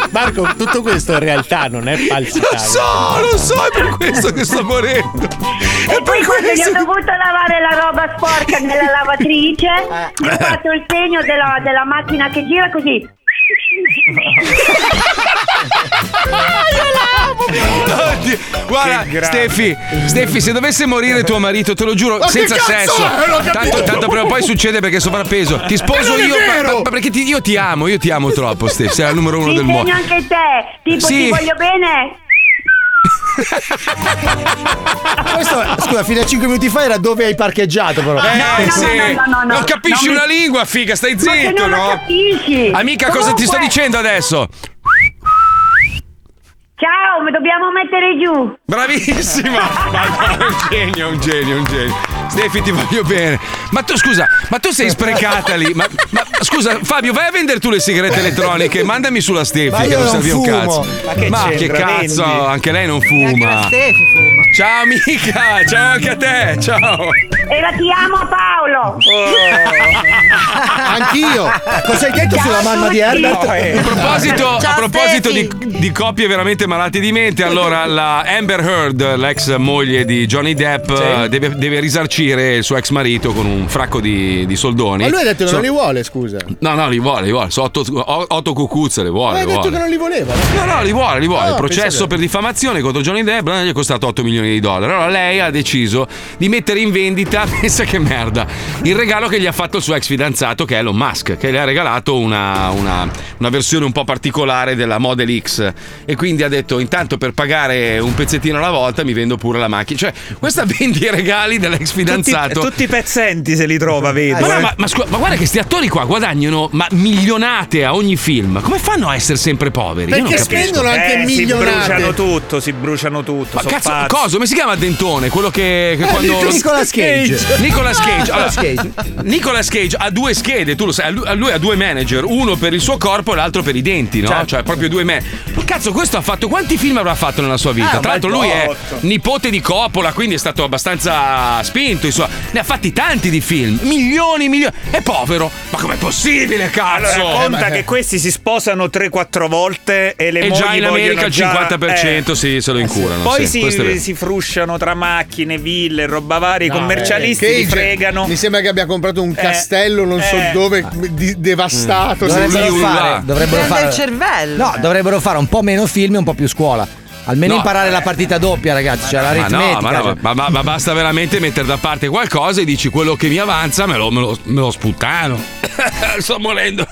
[SPEAKER 15] Marco, tutto questo in realtà non è falsità.
[SPEAKER 2] Lo
[SPEAKER 6] eh.
[SPEAKER 2] so, lo so, è per questo che sto morendo.
[SPEAKER 13] E poi quando gli ho dovuto lavare la roba sporca nella lavatrice,
[SPEAKER 2] Eh.
[SPEAKER 13] mi ho fatto il segno della, della macchina che gira così.
[SPEAKER 2] Oddio, Guarda, Steffi, Steffi, se dovesse morire tuo marito, te lo giuro,
[SPEAKER 5] Ma che
[SPEAKER 2] senza
[SPEAKER 5] cazzo
[SPEAKER 2] sesso.
[SPEAKER 5] è? Non ho capito.
[SPEAKER 2] Tanto, tanto prima o poi succede perché è sovrappeso. Ti sposo
[SPEAKER 13] Ma Eh, non è
[SPEAKER 2] io.
[SPEAKER 13] vero!
[SPEAKER 2] perché ti- io ti amo, io ti amo troppo, Steffi. Sei la numero uno
[SPEAKER 13] Ti
[SPEAKER 2] del
[SPEAKER 13] segno
[SPEAKER 2] mondo.
[SPEAKER 13] anche te, tipo
[SPEAKER 2] Sì.
[SPEAKER 13] ti voglio bene.
[SPEAKER 8] Questo, scusa, fino a 5 minuti fa era dove hai parcheggiato però.
[SPEAKER 2] Eh, sì. Non capisci
[SPEAKER 8] No,
[SPEAKER 2] una
[SPEAKER 8] mi-
[SPEAKER 2] lingua, figa, stai
[SPEAKER 8] Ma che
[SPEAKER 2] zitto,
[SPEAKER 8] non la
[SPEAKER 2] no?
[SPEAKER 13] capisci.
[SPEAKER 2] Amica, cosa ti sto
[SPEAKER 13] Comunque-
[SPEAKER 2] dicendo adesso?
[SPEAKER 13] Ciao, mi dobbiamo mettere giù.
[SPEAKER 2] Bravissima! Ma no, è un genio, è un genio, è un genio. Steffi, ti voglio bene. Ma tu, scusa, ma tu sei sprecata lì. Ma, ma- scusa, Fabio, vai a vendere tu le sigarette elettroniche. Mandami sulla
[SPEAKER 5] Ma
[SPEAKER 2] Steffi,
[SPEAKER 5] io
[SPEAKER 2] che non
[SPEAKER 5] non
[SPEAKER 2] serve un
[SPEAKER 5] fumo.
[SPEAKER 2] cazzo.
[SPEAKER 5] Ma che c'entra,
[SPEAKER 2] cazzo,
[SPEAKER 5] vendi?
[SPEAKER 2] anche lei non
[SPEAKER 5] Neanche la
[SPEAKER 2] fuma.
[SPEAKER 13] Stefi fuma.
[SPEAKER 2] Ciao, amica, ciao anche a te, ciao.
[SPEAKER 13] E la ti amo Paolo.
[SPEAKER 8] Oh. Anch'io. Ah, Cosa hai detto
[SPEAKER 13] Ciao
[SPEAKER 8] sulla
[SPEAKER 13] a
[SPEAKER 8] mamma di
[SPEAKER 13] tutti.
[SPEAKER 8] Herbert?
[SPEAKER 6] Eh.
[SPEAKER 2] A eh. proposito, a proposito di, di coppie veramente malate di mente, allora la Amber Heard, l'ex moglie di Johnny Depp, eh, deve, deve risarcire il suo ex marito con un fracco di, di soldoni.
[SPEAKER 6] Ma lui ha detto che
[SPEAKER 2] So-
[SPEAKER 6] non li vuole, scusa. Ma
[SPEAKER 2] No, no, li vuole, li vuole. Sono otto, o- otto cucuzze, le vuole.
[SPEAKER 6] hai
[SPEAKER 2] le
[SPEAKER 6] detto
[SPEAKER 2] vuole.
[SPEAKER 6] che non li voleva.
[SPEAKER 2] No, no, li vuole, li vuole.
[SPEAKER 6] Ah,
[SPEAKER 2] il
[SPEAKER 6] pensavo-
[SPEAKER 2] processo per diffamazione contro Johnny Depp eh, gli è costato 8 milioni di dollari. Allora lei ha deciso di mettere in vendita, pensa che merda, il regalo che gli ha fatto il suo ex fidanzato che è Elon Musk, che le ha regalato una, una- una versione un po' particolare della Model X. E quindi ha detto, intanto per pagare un pezzettino alla volta mi vendo pure la macchina. Cioè, questa vendi i regali dell'ex fidanzato.
[SPEAKER 7] Tutti, tutti i pezzenti se li trova, vedo.
[SPEAKER 2] Ma, no,
[SPEAKER 7] eh.
[SPEAKER 2] ma- ma scu- ma guarda che questi attori qua guadagnano ma milionate a ogni film. Come fanno a essere sempre poveri? Io non capisco.
[SPEAKER 7] Eh, Si bruciano tutto, si bruciano tutto.
[SPEAKER 2] Ma
[SPEAKER 7] son
[SPEAKER 2] cazzo,
[SPEAKER 7] pazzi.
[SPEAKER 2] cosa? Come si chiama Dentone? Quello che, che
[SPEAKER 7] Eh,
[SPEAKER 2] quando.
[SPEAKER 7] Nicolas Nicolas Cage. Cage.
[SPEAKER 2] Nicolas Cage. Allora,
[SPEAKER 7] Nicolas Cage.
[SPEAKER 2] Nicolas Cage ha due schede, tu lo sai. Lui, lui ha due manager, uno per il suo corpo e l'altro per i denti, no?
[SPEAKER 5] Certo.
[SPEAKER 2] Cioè, proprio due manager. Cazzo, questo ha fatto. Quanti film avrà fatto nella sua
[SPEAKER 5] Ah,
[SPEAKER 2] vita?
[SPEAKER 5] un
[SPEAKER 2] Tra l'altro,
[SPEAKER 5] bel
[SPEAKER 2] lui è
[SPEAKER 5] botto.
[SPEAKER 2] nipote di Coppola, quindi è stato abbastanza spinto. Insomma, ne ha fatti tanti di film, milioni, milioni. È povero. Ma com'è possibile, cazzo? Eh,
[SPEAKER 7] Allora,
[SPEAKER 6] Eh,
[SPEAKER 7] conta che questi si sposano 3-4 volte e le
[SPEAKER 2] E
[SPEAKER 7] mogli
[SPEAKER 2] già in America
[SPEAKER 7] vogliono
[SPEAKER 2] il
[SPEAKER 7] già-
[SPEAKER 2] 50%
[SPEAKER 7] eh.
[SPEAKER 2] sì, se lo incurano.
[SPEAKER 7] Poi
[SPEAKER 2] Ah, sì, questo è
[SPEAKER 7] si,
[SPEAKER 2] vero.
[SPEAKER 7] si frusciano tra macchine, ville, roba varia. I
[SPEAKER 6] No,
[SPEAKER 7] commercialisti
[SPEAKER 6] eh,
[SPEAKER 7] li
[SPEAKER 6] Cage,
[SPEAKER 7] fregano.
[SPEAKER 6] Mi sembra che abbia comprato un
[SPEAKER 7] Eh,
[SPEAKER 6] castello, non so
[SPEAKER 7] eh.
[SPEAKER 6] dove, di- devastato. senza-
[SPEAKER 8] Mm. Dovrebbero fare, dovrebbero
[SPEAKER 14] Prende
[SPEAKER 8] fare
[SPEAKER 14] il cervello.
[SPEAKER 8] No, dovrebbero fare un po' meno film e un po' più scuola. Almeno
[SPEAKER 2] No,
[SPEAKER 8] imparare la partita doppia, ragazzi. Cioè
[SPEAKER 2] Ma
[SPEAKER 8] l'aritmetica.
[SPEAKER 2] no, ma, no,
[SPEAKER 8] cioè.
[SPEAKER 2] ma- ma- ma basta veramente mettere da parte qualcosa e dici quello che mi avanza me lo, me lo- me lo sputtano. Sto morendo.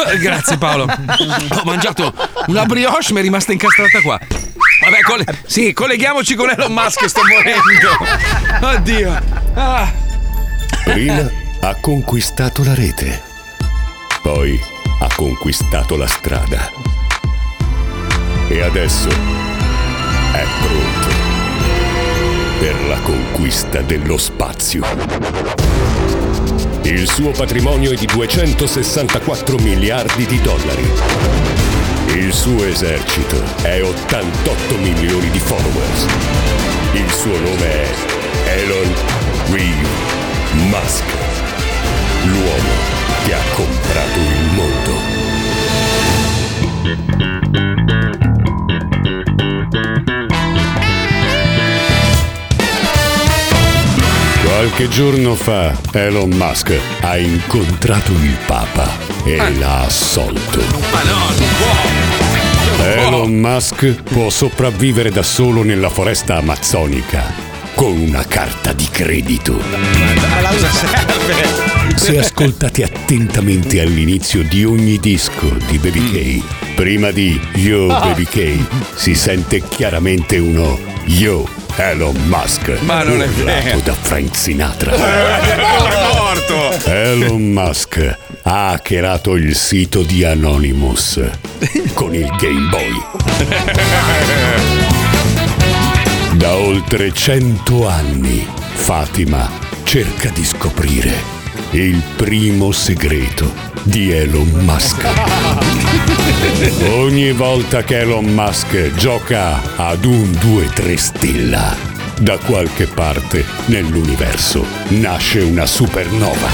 [SPEAKER 2] Grazie Paolo. Ho mangiato una brioche, mi è rimasta incastrata qua. Vabbè, coll- sì, colleghiamoci con Elon Musk, sto morendo. Oddio. Ah.
[SPEAKER 16] Rina ha conquistato la rete. Poi ha conquistato la strada. E adesso è pronto per la conquista dello spazio. Il suo patrimonio è di 264 miliardi di dollari. Il suo esercito è 88 milioni di followers. Il suo nome è Elon Reeve Musk. L'uomo che ha comprato il mondo. Qualche giorno fa Elon Musk ha incontrato il Papa e l'ha assolto.
[SPEAKER 2] Ma no, non può.
[SPEAKER 16] Elon Musk può sopravvivere da solo nella foresta amazzonica con una carta di credito.
[SPEAKER 2] Cosa serve?
[SPEAKER 16] Se ascoltate attentamente all'inizio di ogni disco di Baby K, prima di Yo
[SPEAKER 2] Mm. Ah.
[SPEAKER 16] Baby K, si sente chiaramente uno Yo Elon Musk.
[SPEAKER 2] Ma non è
[SPEAKER 16] urlato
[SPEAKER 2] vero. Certo.
[SPEAKER 16] da Frank Sinatra.
[SPEAKER 2] È morto.
[SPEAKER 16] Elon Musk ha hackerato il sito di Anonymous con il Game Boy. Da oltre 100 anni Fatima cerca di scoprire il primo segreto di Elon Musk. Ogni volta che Elon Musk gioca ad un 2-3 stella, da qualche parte nell'universo nasce una supernova.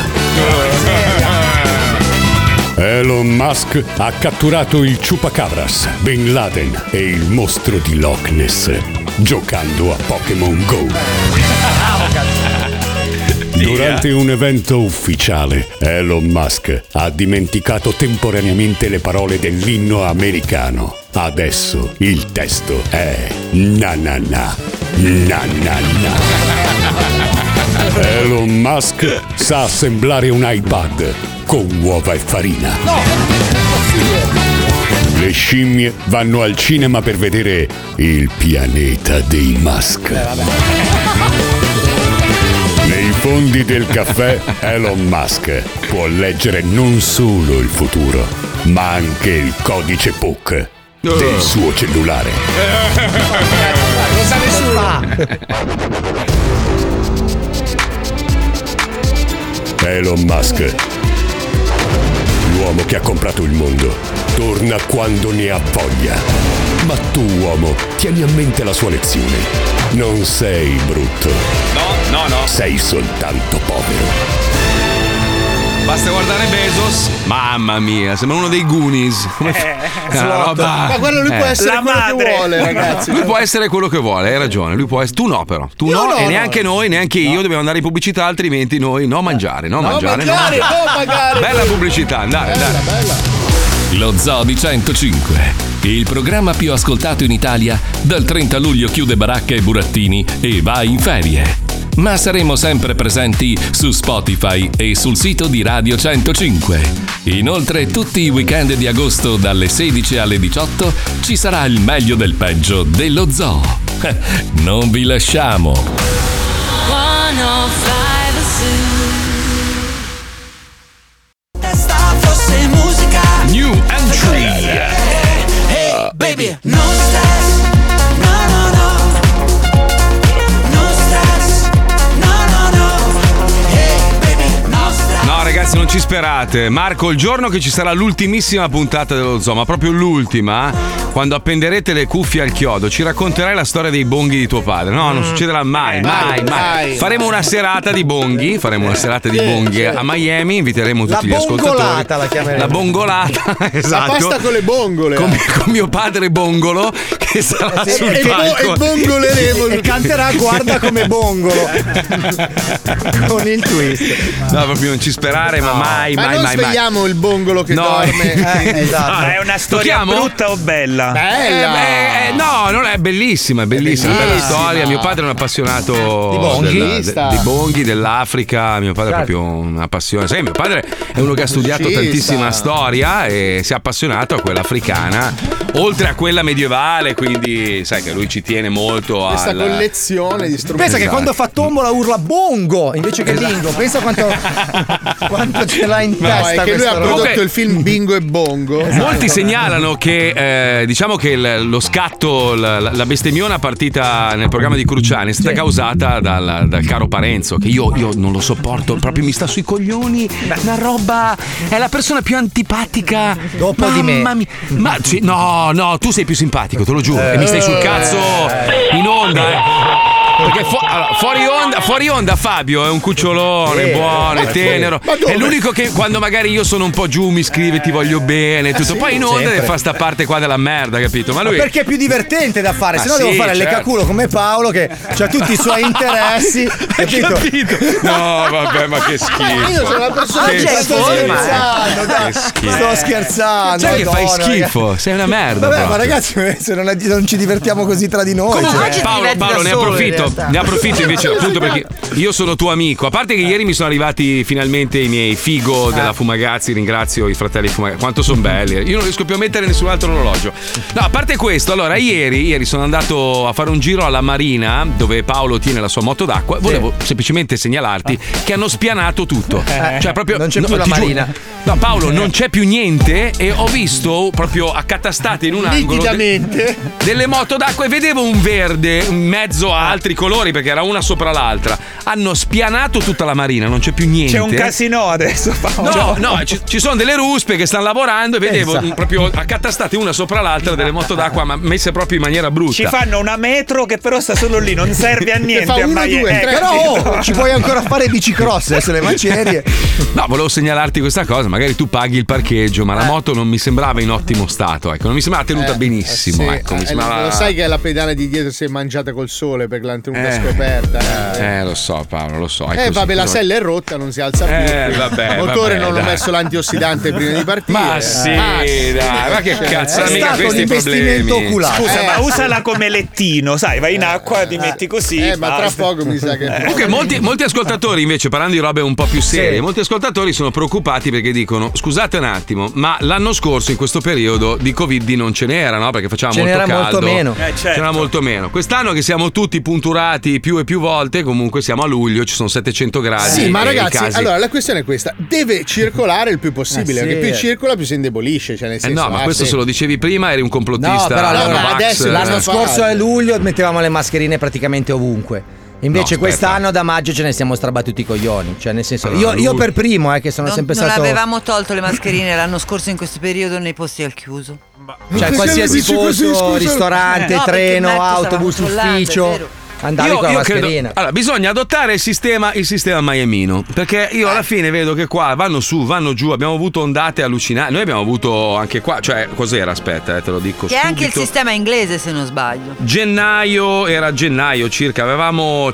[SPEAKER 16] Elon Musk ha catturato il Chupacabras, Bin Laden e il mostro di Loch Ness giocando a Pokémon Go. Durante un evento ufficiale, Elon Musk ha dimenticato temporaneamente le parole dell'inno americano. Adesso il testo è na na na, na na na. Elon Musk sa assemblare un iPad con uova e farina. Le scimmie vanno al cinema per vedere il pianeta dei Musk. Nei fondi del caffè Elon Musk può leggere non solo il futuro, ma anche il codice POC
[SPEAKER 7] Oh.
[SPEAKER 16] del suo cellulare.
[SPEAKER 2] Non sa nessuno.
[SPEAKER 16] Elon Musk, l'uomo che ha comprato il mondo, torna quando ne ha voglia. Ma tu, uomo, tieni a mente la sua lezione. Non sei brutto.
[SPEAKER 2] No, no, no.
[SPEAKER 16] Sei soltanto povero.
[SPEAKER 2] Basta guardare Bezos. Mamma mia, sembra uno dei Goonies. Come fa- È una roba-
[SPEAKER 6] Ma guarda, lui può essere
[SPEAKER 2] Eh, La
[SPEAKER 6] quello che
[SPEAKER 2] madre.
[SPEAKER 6] vuole, ragazzi.
[SPEAKER 2] Lui può essere quello che vuole, hai ragione. Lui può essere- Tu no, però. Tu
[SPEAKER 6] Io
[SPEAKER 2] no,
[SPEAKER 6] no,
[SPEAKER 2] e
[SPEAKER 6] no.
[SPEAKER 2] neanche noi, neanche io dobbiamo andare in pubblicità, altrimenti noi no mangiare, no,
[SPEAKER 6] No
[SPEAKER 2] mangiare,
[SPEAKER 6] mangiare,
[SPEAKER 2] no mangiare.
[SPEAKER 6] no mangiare.
[SPEAKER 2] Bella pubblicità, andare, andare.
[SPEAKER 1] Lo Zoo di 105, il programma più ascoltato in Italia, dal 30 luglio chiude baracca e burattini e va in ferie. Ma saremo sempre presenti su Spotify e sul sito di Radio 105. Inoltre tutti i weekend di agosto dalle 16 alle 18 ci sarà il meglio del peggio dello zoo. Non vi lasciamo!
[SPEAKER 5] 105 Su. Testa fosse musica.
[SPEAKER 2] New entry. Uh,
[SPEAKER 5] Hey, baby, non stress. No, no, no. Non stress. No, no, no. Hey, baby, non stress.
[SPEAKER 2] No, ragazzi, non ci sperate. Marco, il giorno che ci sarà l'ultimissima puntata dello zoo, ma proprio l'ultima, quando appenderete le cuffie al chiodo, ci racconterai la storia dei bonghi di tuo padre. No,
[SPEAKER 6] Mm.
[SPEAKER 2] non succederà
[SPEAKER 6] Eh,
[SPEAKER 2] mai, mai, mai.
[SPEAKER 6] mai.
[SPEAKER 2] Faremo una serata di bonghi, faremo una serata di
[SPEAKER 6] Sì,
[SPEAKER 2] bonghi
[SPEAKER 6] sì.
[SPEAKER 2] a Miami, inviteremo
[SPEAKER 6] Eh, certo. La
[SPEAKER 2] tutti gli ascoltatori.
[SPEAKER 6] bongolata la chiameremo.
[SPEAKER 2] La bongolata,
[SPEAKER 6] La
[SPEAKER 2] esatto.
[SPEAKER 6] pasta con le bongole. Eh
[SPEAKER 2] Con, con mio padre Bongolo che sarà
[SPEAKER 6] Sì,
[SPEAKER 2] sul
[SPEAKER 6] e bo-
[SPEAKER 2] palco
[SPEAKER 6] e bongoleremo.
[SPEAKER 8] e canterà guarda come bongolo con il twist
[SPEAKER 2] No, proprio non ci sperare, ma mai,
[SPEAKER 6] Ma
[SPEAKER 2] mai,
[SPEAKER 6] non
[SPEAKER 2] mai, mai.
[SPEAKER 6] svegliamo il bongolo che
[SPEAKER 2] No.
[SPEAKER 6] dorme. Eh, esatto.
[SPEAKER 7] Ma è una storia
[SPEAKER 2] Tocchiamo?
[SPEAKER 7] brutta o bella?
[SPEAKER 6] Bella.
[SPEAKER 2] Eh, eh, no, non è bellissima, è bellissima, è bella
[SPEAKER 6] bellissima.
[SPEAKER 2] storia. Mio padre è un appassionato
[SPEAKER 6] Di bonghi?
[SPEAKER 2] de- di bonghi, dell'Africa. Mio padre è proprio una passione. Sai, mio padre è uno che ha studiato
[SPEAKER 6] Musicista.
[SPEAKER 2] tantissima storia e si è appassionato a quella africana, oltre a quella medievale, quindi sai che lui ci tiene molto a.
[SPEAKER 6] Questa collezione di strumenti.
[SPEAKER 8] Pensa che quando fa
[SPEAKER 2] Esatto.
[SPEAKER 8] tombola urla bongo invece che lingo. Pensa quanto, quanto ce l'ha in
[SPEAKER 6] No,
[SPEAKER 8] testa.
[SPEAKER 6] è che lui
[SPEAKER 8] questa
[SPEAKER 6] ha
[SPEAKER 8] roba.
[SPEAKER 6] prodotto
[SPEAKER 2] Ok.
[SPEAKER 6] il film Bingo e Bongo.
[SPEAKER 2] Molti
[SPEAKER 8] Esatto.
[SPEAKER 2] segnalano che eh, diciamo che il- lo scatto, la, la- la bestemmiona partita nel programma di Cruciani è stata causata dal, dal caro Parenzo, che io, io non lo sopporto, proprio mi sta sui coglioni. Una roba. È la persona più antipatica.
[SPEAKER 8] Dopo di me.
[SPEAKER 2] Mamma mia. Ma sì, no, no, tu sei più simpatico, te lo giuro. E mi stai
[SPEAKER 8] Eh.
[SPEAKER 2] sul cazzo in onda, eh. Perché fu- allora, fuori, onda, fuori onda Fabio è un cucciolone,
[SPEAKER 16] Sì.
[SPEAKER 2] buono, è
[SPEAKER 16] Ma
[SPEAKER 2] tenero.
[SPEAKER 16] dove?
[SPEAKER 2] È l'unico che quando magari io sono un po' giù mi scrive ti voglio bene, e tutto.
[SPEAKER 8] Eh Sì,
[SPEAKER 2] Poi in onda
[SPEAKER 8] sempre.
[SPEAKER 2] fa sta parte qua della merda, capito? Ma
[SPEAKER 8] Ma
[SPEAKER 2] lui...
[SPEAKER 8] perché è più divertente da fare,
[SPEAKER 2] Ma
[SPEAKER 8] se no
[SPEAKER 2] sì,
[SPEAKER 8] devo fare
[SPEAKER 2] certo.
[SPEAKER 8] le caculo come Paolo che ha tutti i suoi interessi. capito?
[SPEAKER 2] No, vabbè, ma che schifo.
[SPEAKER 6] Io sono una persona
[SPEAKER 8] Che
[SPEAKER 6] che sto
[SPEAKER 8] schifo.
[SPEAKER 6] scherzando, dai.
[SPEAKER 2] Che schifo.
[SPEAKER 8] Sto scherzando.
[SPEAKER 2] Eh. Sai che
[SPEAKER 8] Madonna,
[SPEAKER 2] fai schifo,
[SPEAKER 8] ragazzi.
[SPEAKER 2] sei una merda.
[SPEAKER 8] Vabbè, ma
[SPEAKER 2] proprio.
[SPEAKER 8] ragazzi, eh, se non, non ci divertiamo così tra di noi.
[SPEAKER 2] Comunque,
[SPEAKER 8] cioè.
[SPEAKER 2] Paolo, Paolo, ne approfitto, ne approfitto invece appunto perché io sono tuo amico. A parte che ieri mi sono arrivati finalmente i miei figo
[SPEAKER 8] Eh.
[SPEAKER 2] della Fumagazzi, ringrazio i fratelli Fumagazzi, quanto sono belli. Io non riesco più a mettere nessun altro orologio. No, a parte questo, allora ieri, ieri sono andato a fare un giro alla marina dove Paolo tiene la sua moto d'acqua. Volevo semplicemente segnalarti che hanno spianato tutto.
[SPEAKER 8] Ah. Eh.
[SPEAKER 2] Cioè proprio
[SPEAKER 8] Non c'è più la
[SPEAKER 2] ti giuro-
[SPEAKER 8] marina. Eh.
[SPEAKER 2] No, Paolo, non c'è più niente e ho visto proprio accatastate in un angolo de- delle moto d'acqua e vedevo un verde in mezzo a altri colori perché era una sopra l'altra. Hanno spianato tutta la marina, non c'è più niente.
[SPEAKER 7] C'è un casino adesso,
[SPEAKER 2] No,
[SPEAKER 7] Paolo.
[SPEAKER 2] no, ci, ci sono delle ruspe che stanno lavorando e vedevo
[SPEAKER 7] Pensa.
[SPEAKER 2] mm, proprio accatastate una sopra l'altra delle moto d'acqua, ma messe proprio in maniera brutta.
[SPEAKER 7] Ci fanno una metro che però sta solo lì, non serve a niente. a mai- eh,
[SPEAKER 8] Però
[SPEAKER 7] capito?
[SPEAKER 8] oh, ci puoi ancora fare bicicross
[SPEAKER 6] eh,
[SPEAKER 8] adesso le macerie.
[SPEAKER 2] No, volevo segnalarti questa cosa, magari tu paghi il parcheggio, ma la moto non mi sembrava in ottimo stato, ecco, non mi sembrava tenuta
[SPEAKER 6] Eh,
[SPEAKER 2] benissimo,
[SPEAKER 6] Sì,
[SPEAKER 2] ecco, mi
[SPEAKER 6] eh,
[SPEAKER 2] sembrava
[SPEAKER 6] Lo sai che la pedana di dietro si è mangiata col sole perché l'hanno tenuta
[SPEAKER 2] Eh.
[SPEAKER 6] scoperta. eh.
[SPEAKER 2] Eh, lo so Paolo, lo so. è
[SPEAKER 6] Eh,
[SPEAKER 2] così,
[SPEAKER 6] vabbè, la
[SPEAKER 2] bisogna-
[SPEAKER 6] sella è rotta, non si alza più.
[SPEAKER 2] Eh, vabbè,
[SPEAKER 6] Il motore
[SPEAKER 2] vabbè,
[SPEAKER 6] non ho
[SPEAKER 2] dai.
[SPEAKER 6] messo l'antiossidante prima di partire. Eh,
[SPEAKER 2] Ma sì, dai, ma che cazzo,
[SPEAKER 7] È
[SPEAKER 2] mica
[SPEAKER 7] stato
[SPEAKER 2] questi
[SPEAKER 7] un investimento
[SPEAKER 2] problemi.
[SPEAKER 7] oculare. Scusa,
[SPEAKER 2] Eh,
[SPEAKER 7] ma
[SPEAKER 2] sì.
[SPEAKER 7] usala come lettino, sai, vai in acqua, ti metti così.
[SPEAKER 6] Eh, ma tra
[SPEAKER 7] basta. Eh.
[SPEAKER 6] poco mi sa che.
[SPEAKER 2] Comunque, molti, molti ascoltatori, invece, parlando di robe un po' più serie,
[SPEAKER 6] Sì.
[SPEAKER 2] molti ascoltatori sono preoccupati perché dicono: scusate un attimo, ma l'anno scorso, in questo periodo, di Covid non ce n'era, no? Perché faceva
[SPEAKER 8] Ce
[SPEAKER 2] molto
[SPEAKER 8] n'era
[SPEAKER 2] caldo.
[SPEAKER 8] molto meno. Eh,
[SPEAKER 2] Ce n'era molto meno. Quest'anno che siamo tutti punturati più e più volte, comunque siamo a luglio, ci sono 700 gradi.
[SPEAKER 6] Sì, ma
[SPEAKER 2] e i
[SPEAKER 6] ragazzi,
[SPEAKER 2] casi-
[SPEAKER 6] allora la questione è questa: deve circolare il più possibile.
[SPEAKER 2] Eh, sì.
[SPEAKER 6] Perché più circola, più si indebolisce. Cioè, nel
[SPEAKER 2] Eh
[SPEAKER 6] senso,
[SPEAKER 2] no, ma
[SPEAKER 6] ah,
[SPEAKER 2] questo
[SPEAKER 6] sì.
[SPEAKER 2] se lo dicevi prima, eri un complottista.
[SPEAKER 8] No, però
[SPEAKER 2] no,
[SPEAKER 8] allora,
[SPEAKER 2] vax,
[SPEAKER 8] adesso,
[SPEAKER 2] eh.
[SPEAKER 8] l'anno scorso a luglio mettevamo le mascherine praticamente ovunque. Invece
[SPEAKER 2] No, aspetta.
[SPEAKER 8] quest'anno da maggio ce ne siamo strabattuti i coglioni. Cioè, nel senso,
[SPEAKER 2] Allora,
[SPEAKER 8] io, io
[SPEAKER 2] lui-
[SPEAKER 8] per primo, eh, che sono
[SPEAKER 14] Non,
[SPEAKER 8] sempre
[SPEAKER 14] non
[SPEAKER 8] stato.
[SPEAKER 14] avevamo tolto le mascherine l'anno scorso in questo periodo nei posti al chiuso. Eh,
[SPEAKER 8] Cioè, qualsiasi posto, ristorante,
[SPEAKER 14] No, perché
[SPEAKER 8] treno,
[SPEAKER 14] Marco stava
[SPEAKER 8] autobus,
[SPEAKER 14] controllando, è
[SPEAKER 8] ufficio.
[SPEAKER 14] vero.
[SPEAKER 8] Andavi
[SPEAKER 2] Io-
[SPEAKER 8] con la
[SPEAKER 2] io credo-
[SPEAKER 8] mascherina.
[SPEAKER 2] allora, bisogna adottare il sistema, il sistema Miamino. Perché io
[SPEAKER 8] Eh.
[SPEAKER 2] alla fine vedo che qua vanno su, vanno giù. Abbiamo avuto ondate allucinanti. Noi abbiamo avuto anche qua. Cioè, cos'era? Aspetta, eh, te lo dico.
[SPEAKER 14] Che è anche il
[SPEAKER 2] subito.
[SPEAKER 14] sistema inglese, se non sbaglio.
[SPEAKER 2] Gennaio era gennaio circa, avevamo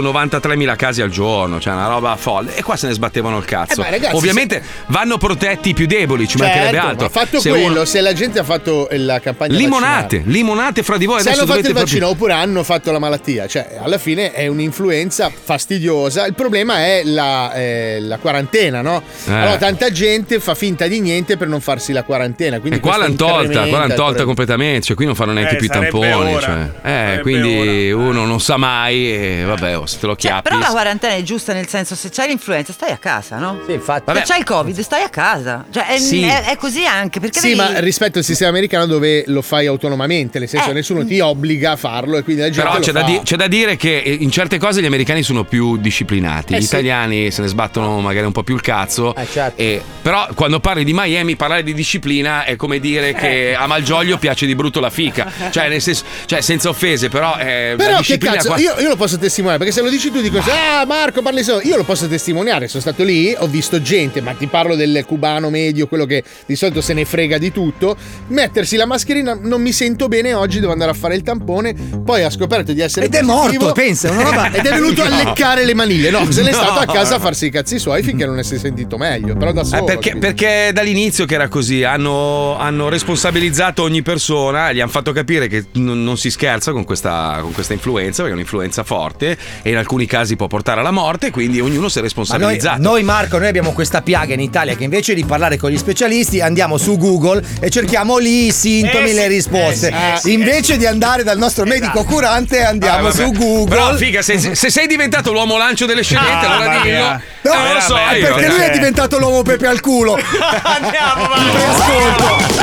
[SPEAKER 2] 193.000 casi al giorno, cioè una roba folle. E qua se ne sbattevano il cazzo.
[SPEAKER 6] Eh, ma ragazzi,
[SPEAKER 2] Ovviamente vanno protetti i più deboli, ci mancherebbe
[SPEAKER 6] Certo,
[SPEAKER 2] altro.
[SPEAKER 6] Ma fatto
[SPEAKER 2] Se
[SPEAKER 6] quello,
[SPEAKER 2] uno-
[SPEAKER 6] se la gente ha fatto eh, la campagna
[SPEAKER 2] Limonate,
[SPEAKER 6] vaccinale.
[SPEAKER 2] limonate fra di voi.
[SPEAKER 6] Se
[SPEAKER 2] adesso
[SPEAKER 6] hanno fatto
[SPEAKER 2] dovete
[SPEAKER 6] il
[SPEAKER 2] proprio-
[SPEAKER 6] vaccino oppure hanno fatto la malattia, cioè alla fine è un'influenza fastidiosa. Il problema è la, eh, la quarantena, no?
[SPEAKER 2] Eh.
[SPEAKER 6] Allora, tanta gente fa finta di niente per non farsi la quarantena. Quindi
[SPEAKER 2] E qua l'hanno tolta, qua l'hanno tolta completamente, cioè qui non fanno neanche
[SPEAKER 6] Eh,
[SPEAKER 2] più i
[SPEAKER 6] sarebbe
[SPEAKER 2] tamponi.
[SPEAKER 6] ora.
[SPEAKER 2] cioè. Eh,
[SPEAKER 6] Sarebbe
[SPEAKER 2] quindi uno non sa mai, e vabbè, oh, se te lo chiappi.
[SPEAKER 14] Però la quarantena è giusta nel senso, se c'hai l'influenza stai a casa, no? Sì,
[SPEAKER 8] infatti.
[SPEAKER 14] Se c'hai il covid stai a casa. Cioè, è,
[SPEAKER 6] Sì.
[SPEAKER 14] è- è così anche, perché
[SPEAKER 6] Sì,
[SPEAKER 14] devi- Eh.
[SPEAKER 6] ma rispetto al sistema americano dove lo fai autonomamente, nel senso nessuno ti obbliga a farlo e quindi la gente
[SPEAKER 2] Però
[SPEAKER 6] lo
[SPEAKER 2] c'è da,
[SPEAKER 6] fa.
[SPEAKER 2] di- c'è da dire che eh, in certe cose gli americani sono più disciplinati,
[SPEAKER 6] Eh
[SPEAKER 2] gli
[SPEAKER 6] sì.
[SPEAKER 2] italiani se ne sbattono magari un po' più il cazzo.
[SPEAKER 10] Eh, certo.
[SPEAKER 2] e- però quando parli di Miami, parlare di disciplina è come dire che a Malgioglio piace di brutto la fica. Cioè, nel senso, cioè senza offese, però. eh, la
[SPEAKER 6] Però che
[SPEAKER 2] disciplina
[SPEAKER 6] cazzo,
[SPEAKER 2] qua-
[SPEAKER 6] io, io lo posso testimoniare perché se lo dici tu dico ah Marco parli solo, io lo posso testimoniare, sono stato lì, ho visto gente, ma ti parlo del cubano medio, quello che di solito se ne frega di tutto, mettersi la mascherina non mi sento bene oggi, devo andare a fare il tampone, poi ha scoperto di essere
[SPEAKER 8] Ed è morto, pensa, una roba-
[SPEAKER 6] Ed è venuto a
[SPEAKER 8] No.
[SPEAKER 6] leccare le maniglie. No, se n'è
[SPEAKER 2] No.
[SPEAKER 6] stato a casa a farsi i cazzi suoi finché non si è sentito meglio. Però da
[SPEAKER 2] Eh,
[SPEAKER 6] solo.
[SPEAKER 2] perché, perché dall'inizio che era così, hanno, hanno responsabilizzato ogni persona, gli hanno fatto capire che non, non si scherza con questa, con questa influenza, perché è un'influenza forte e in alcuni casi può portare alla morte, quindi ognuno si è
[SPEAKER 8] Ma noi,
[SPEAKER 2] responsabilizzato.
[SPEAKER 8] noi, Marco, noi abbiamo questa piaga in Italia che invece di parlare con gli specialisti andiamo su Google e cerchiamo lì i sintomi
[SPEAKER 2] Eh sì,
[SPEAKER 8] e le risposte.
[SPEAKER 2] eh sì, eh
[SPEAKER 8] invece di andare dal nostro medico curante andiamo
[SPEAKER 2] Ah, vabbè.
[SPEAKER 8] su Google.
[SPEAKER 2] Però, figa, se, se sei diventato l'uomo lancio delle scelte,
[SPEAKER 8] Ah,
[SPEAKER 2] allora
[SPEAKER 8] mamma
[SPEAKER 2] dillo.
[SPEAKER 8] mia.
[SPEAKER 2] Eh,
[SPEAKER 8] No,
[SPEAKER 2] non lo so.
[SPEAKER 8] è
[SPEAKER 2] io.
[SPEAKER 8] perché lui è diventato l'uomo pepe al culo.
[SPEAKER 2] Andiamo, vai.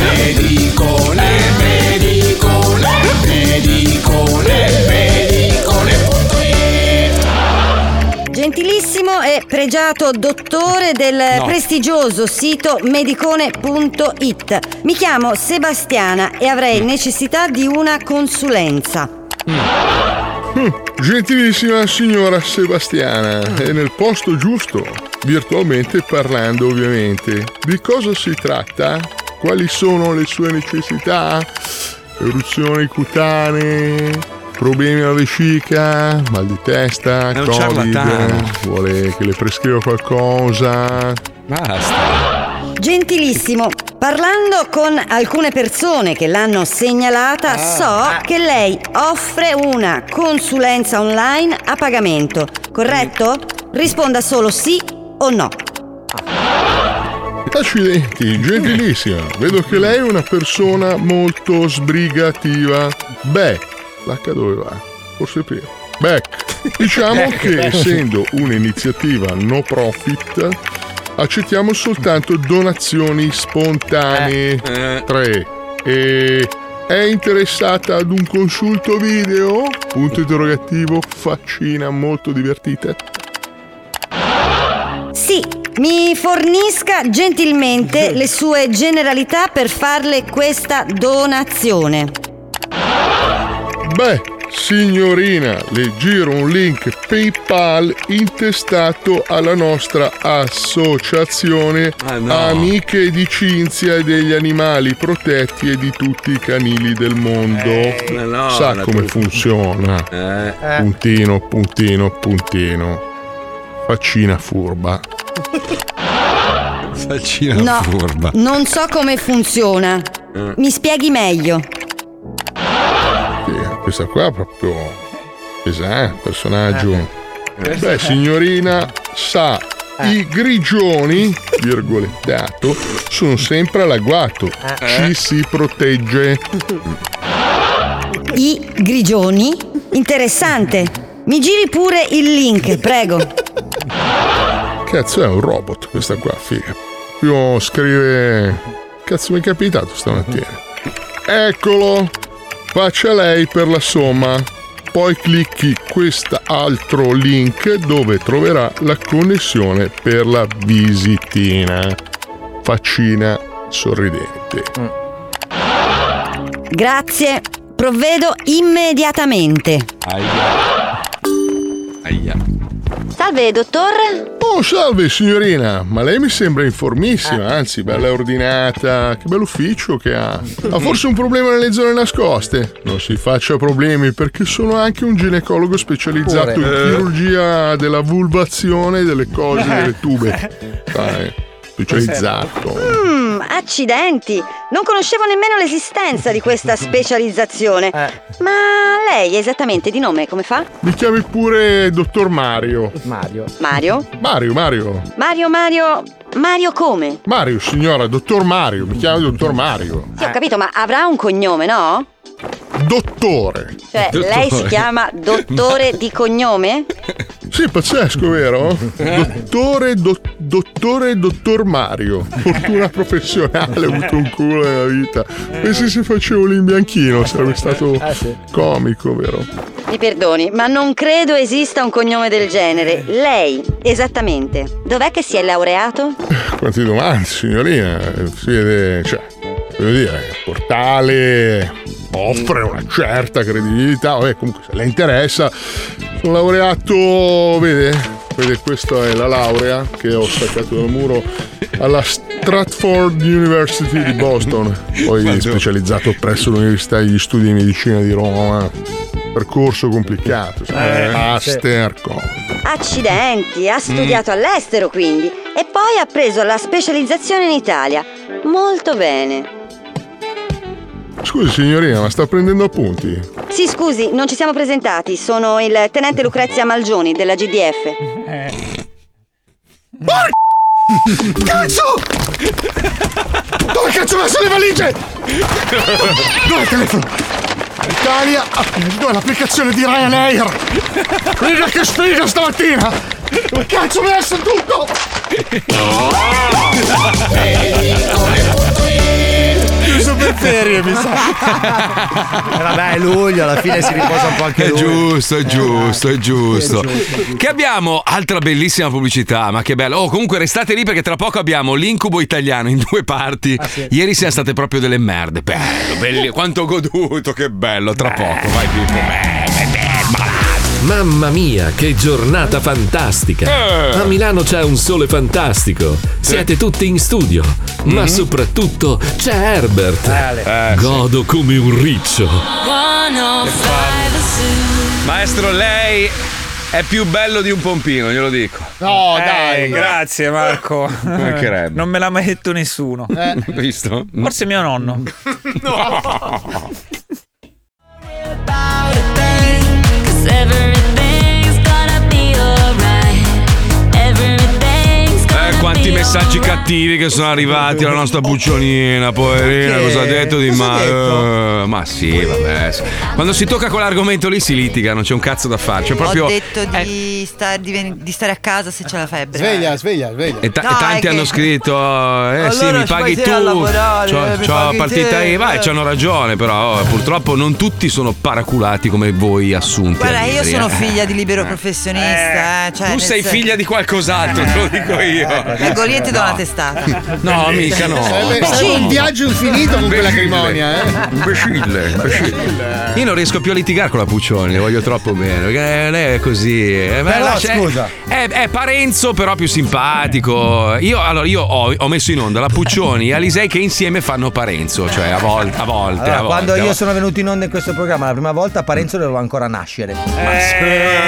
[SPEAKER 5] Medicole, medicole, medicole, medicole.it
[SPEAKER 17] Gentilissimo e pregiato dottore del
[SPEAKER 5] No.
[SPEAKER 17] prestigioso sito medicone.it. Mi chiamo Sebastiana e
[SPEAKER 1] Mm.
[SPEAKER 17] avrei necessità di una consulenza.
[SPEAKER 18] Gentilissima signora Sebastiana, è nel posto giusto, virtualmente parlando ovviamente. Di cosa si tratta? Quali sono le sue necessità? Eruzioni cutanee, problemi alla vescica, mal di testa,
[SPEAKER 2] È un
[SPEAKER 18] covid,
[SPEAKER 2] ciarlatano.
[SPEAKER 18] vuole che le prescriva qualcosa?
[SPEAKER 2] Basta.
[SPEAKER 17] Gentilissimo, parlando con alcune persone che l'hanno
[SPEAKER 1] Ah.
[SPEAKER 17] segnalata, so che lei offre una consulenza online a pagamento, corretto?
[SPEAKER 1] Mm.
[SPEAKER 17] Risponda solo sì o no.
[SPEAKER 18] Accidenti, gentilissima. Vedo che lei è una persona molto sbrigativa. Beh, l'H dove va? Forse prima. Beck, diciamo
[SPEAKER 19] Beck,
[SPEAKER 18] che
[SPEAKER 19] Beck.
[SPEAKER 18] essendo un'iniziativa no profit, accettiamo soltanto donazioni spontanee.
[SPEAKER 19] Eh,
[SPEAKER 18] 3. E è interessata ad un consulto video? Punto interrogativo, faccina molto divertita.
[SPEAKER 17] Sì, mi fornisca gentilmente le sue generalità per farle questa donazione.
[SPEAKER 18] Beh, signorina, le giro un link PayPal intestato alla nostra associazione
[SPEAKER 2] Ah,
[SPEAKER 18] Amiche di Cinzia e degli animali protetti e di tutti i canili del mondo.
[SPEAKER 2] Eh, ma no,
[SPEAKER 18] Sa
[SPEAKER 2] la
[SPEAKER 18] come
[SPEAKER 2] truffa.
[SPEAKER 18] funziona.
[SPEAKER 2] Eh.
[SPEAKER 18] Puntino, puntino, puntino. Faccina furba.
[SPEAKER 2] Faccina
[SPEAKER 17] no, non so come funziona.
[SPEAKER 18] Eh.
[SPEAKER 17] Mi spieghi meglio.
[SPEAKER 18] Sì, questa qua è proprio pesante, personaggio. Beh, signorina, sa, i grigioni, virgolettato, sono sempre all'agguato. Ci si protegge.
[SPEAKER 17] I grigioni? Interessante. Mi giri pure il link, prego.
[SPEAKER 18] Cazzo, è un robot questa qua, figa. Proprio scrive... Cazzo, mi è capitato stamattina. Eccolo! Faccia lei per la somma. Poi clicchi quest'altro link dove troverà la connessione per la visitina. Faccina sorridente.
[SPEAKER 17] Grazie. Provvedo immediatamente.
[SPEAKER 18] Aia. Aia.
[SPEAKER 17] Salve, dottore.
[SPEAKER 18] Oh, salve signorina, ma lei mi sembra informissima,
[SPEAKER 17] Ah.
[SPEAKER 18] anzi, bella ordinata, che bell'ufficio che ha. Ha
[SPEAKER 17] Mm.
[SPEAKER 18] forse un problema nelle zone nascoste? Non si faccia problemi perché sono anche un ginecologo specializzato in
[SPEAKER 19] Pure. Eh.
[SPEAKER 18] chirurgia della vulvazione e delle cose, delle tube. Dai, specializzato.
[SPEAKER 17] Mmm, accidenti. Non conoscevo nemmeno l'esistenza di questa specializzazione. Ma lei esattamente di nome come fa?
[SPEAKER 18] Mi chiami pure dottor Mario. Mario.
[SPEAKER 17] Mario?
[SPEAKER 18] Mario, Mario.
[SPEAKER 17] Mario, Mario. Mario come?
[SPEAKER 18] Mario, signora, dottor Mario, mi chiami dottor Mario.
[SPEAKER 17] Sì, ho capito, ma avrà un cognome, no?
[SPEAKER 18] Dottore.
[SPEAKER 17] Cioè, lei si chiama dottore di cognome?
[SPEAKER 18] Sì, pazzesco, vero? Dottore, do- dottore, dottor Mario. Fortuna professionale, ho avuto un culo nella vita. Pensi se facevo l'imbianchino, sarebbe stato comico, vero?
[SPEAKER 17] Mi perdoni, ma non credo esista un cognome del genere. Lei, esattamente. Dov'è che si è laureato?
[SPEAKER 18] Quante domande, signorina. Si vede, cioè, voglio dire, il portale offre una certa credibilità. Vabbè, comunque, se le interessa, sono laureato, vede? Vede, questa è la laurea che ho staccato dal muro alla Stratford University di Boston, poi specializzato presso l'Università degli Studi di Medicina di Roma. percorso complicato. sai,
[SPEAKER 17] Eh, sì.
[SPEAKER 18] Mastercom.
[SPEAKER 17] Accidenti, ha studiato
[SPEAKER 18] Mm.
[SPEAKER 17] all'estero quindi e poi ha preso la specializzazione in Italia. Molto bene.
[SPEAKER 18] Scusi signorina, ma sta prendendo appunti?
[SPEAKER 17] Sì, scusi, non ci siamo presentati, sono il tenente Lucrezia Malgioni della GDF.
[SPEAKER 18] Eh.
[SPEAKER 5] Cazzo!
[SPEAKER 18] Dove cazzo ho messo le valigie?
[SPEAKER 5] Dove è il telefono? Italia, no, l'applicazione di Ryanair! Guarda che sfiga stamattina! Dove Cazzo ho messo tutto!
[SPEAKER 15] Chiuso per ferie, mi sa.
[SPEAKER 8] Eh, vabbè, è luglio, alla fine si riposa un po' anche
[SPEAKER 2] È
[SPEAKER 8] lui. Eh,
[SPEAKER 2] giusto, è giusto, è giusto.
[SPEAKER 8] È giusto.
[SPEAKER 2] Che abbiamo altra bellissima pubblicità, ma che bello. Oh, comunque restate lì perché tra poco abbiamo l'incubo italiano in due parti.
[SPEAKER 5] Ah,
[SPEAKER 2] Ieri siamo state proprio delle merde. Bello, bello. Quanto ho goduto, che bello. Tra poco, vai Pippo.
[SPEAKER 7] Eh,
[SPEAKER 2] Bello, bello.
[SPEAKER 19] Mamma mia, che giornata fantastica!
[SPEAKER 2] Eh.
[SPEAKER 19] A Milano c'è un sole fantastico. Siete tutti in studio,
[SPEAKER 1] Mm-hmm.
[SPEAKER 19] ma soprattutto c'è Herbert.
[SPEAKER 1] Eh,
[SPEAKER 19] Godo come un riccio.
[SPEAKER 2] Maestro, lei è più bello di un pompino, glielo dico.
[SPEAKER 6] No,
[SPEAKER 7] Eh,
[SPEAKER 6] dai.
[SPEAKER 7] Grazie Marco.
[SPEAKER 2] mancherebbe.
[SPEAKER 7] Non me l'ha mai detto nessuno.
[SPEAKER 6] Eh.
[SPEAKER 2] Visto?
[SPEAKER 7] Forse mio nonno.
[SPEAKER 2] No.
[SPEAKER 5] Cause everything's gonna be alright. Everything's
[SPEAKER 2] Eh, quanti messaggi cattivi che sono arrivati alla nostra buccionina, poverina,
[SPEAKER 5] Perché?
[SPEAKER 2] cosa ha detto di
[SPEAKER 5] Cosa ha
[SPEAKER 2] male?
[SPEAKER 5] detto?
[SPEAKER 2] Eh, ma sì, vabbè. Quando si tocca quell'argomento lì si litiga, non c'è un cazzo da fare. Cioè, proprio. eh,
[SPEAKER 14] Ho detto di, star- di ven- di stare a casa se c'è la febbre.
[SPEAKER 6] Sveglia, sveglia, sveglia.
[SPEAKER 2] E, ta-
[SPEAKER 14] No,
[SPEAKER 2] e tanti
[SPEAKER 14] è che-
[SPEAKER 2] hanno scritto, eh sì,
[SPEAKER 14] Allora
[SPEAKER 2] mi
[SPEAKER 14] ci
[SPEAKER 2] paghi
[SPEAKER 14] vai
[SPEAKER 2] tu,
[SPEAKER 14] te a lavorare,
[SPEAKER 2] c'ho,
[SPEAKER 14] eh, mi
[SPEAKER 2] c'ho la
[SPEAKER 14] paghi
[SPEAKER 2] partita
[SPEAKER 14] te,
[SPEAKER 2] IVA e
[SPEAKER 14] eh.
[SPEAKER 2] c'hanno ragione però, oh, purtroppo non tutti sono paraculati come voi assunti.
[SPEAKER 14] Guarda,
[SPEAKER 2] a
[SPEAKER 14] io
[SPEAKER 2] Libri,
[SPEAKER 14] sono
[SPEAKER 2] eh.
[SPEAKER 14] figlia di libero professionista. eh, cioè,
[SPEAKER 2] Tu
[SPEAKER 14] nel
[SPEAKER 2] sei
[SPEAKER 14] senso-
[SPEAKER 2] figlia di qualcos'altro, te lo dico io.
[SPEAKER 14] La Goliette dà una testata.
[SPEAKER 2] No, mica no.
[SPEAKER 6] Sarebbe,
[SPEAKER 2] No.
[SPEAKER 6] sarebbe un viaggio infinito con quella crimonia, eh.
[SPEAKER 2] Imbecille, imbecille. Io non riesco più a litigare con la Puccioni, le voglio troppo bene. Perché lei è così. eh, ma
[SPEAKER 8] Però,
[SPEAKER 2] lascia-
[SPEAKER 8] scusa.
[SPEAKER 2] È, è Eh, Parenzo, però più simpatico. Io, allora, io ho, ho messo in onda la Puccioni e Alisei che insieme fanno Parenzo. Cioè, a volte, a volte.
[SPEAKER 8] Allora,
[SPEAKER 2] a volte,
[SPEAKER 8] quando
[SPEAKER 2] a
[SPEAKER 8] io
[SPEAKER 2] volte.
[SPEAKER 8] sono venuto in onda in questo programma la prima volta, Parenzo dovevo ancora nascere.
[SPEAKER 2] Eh.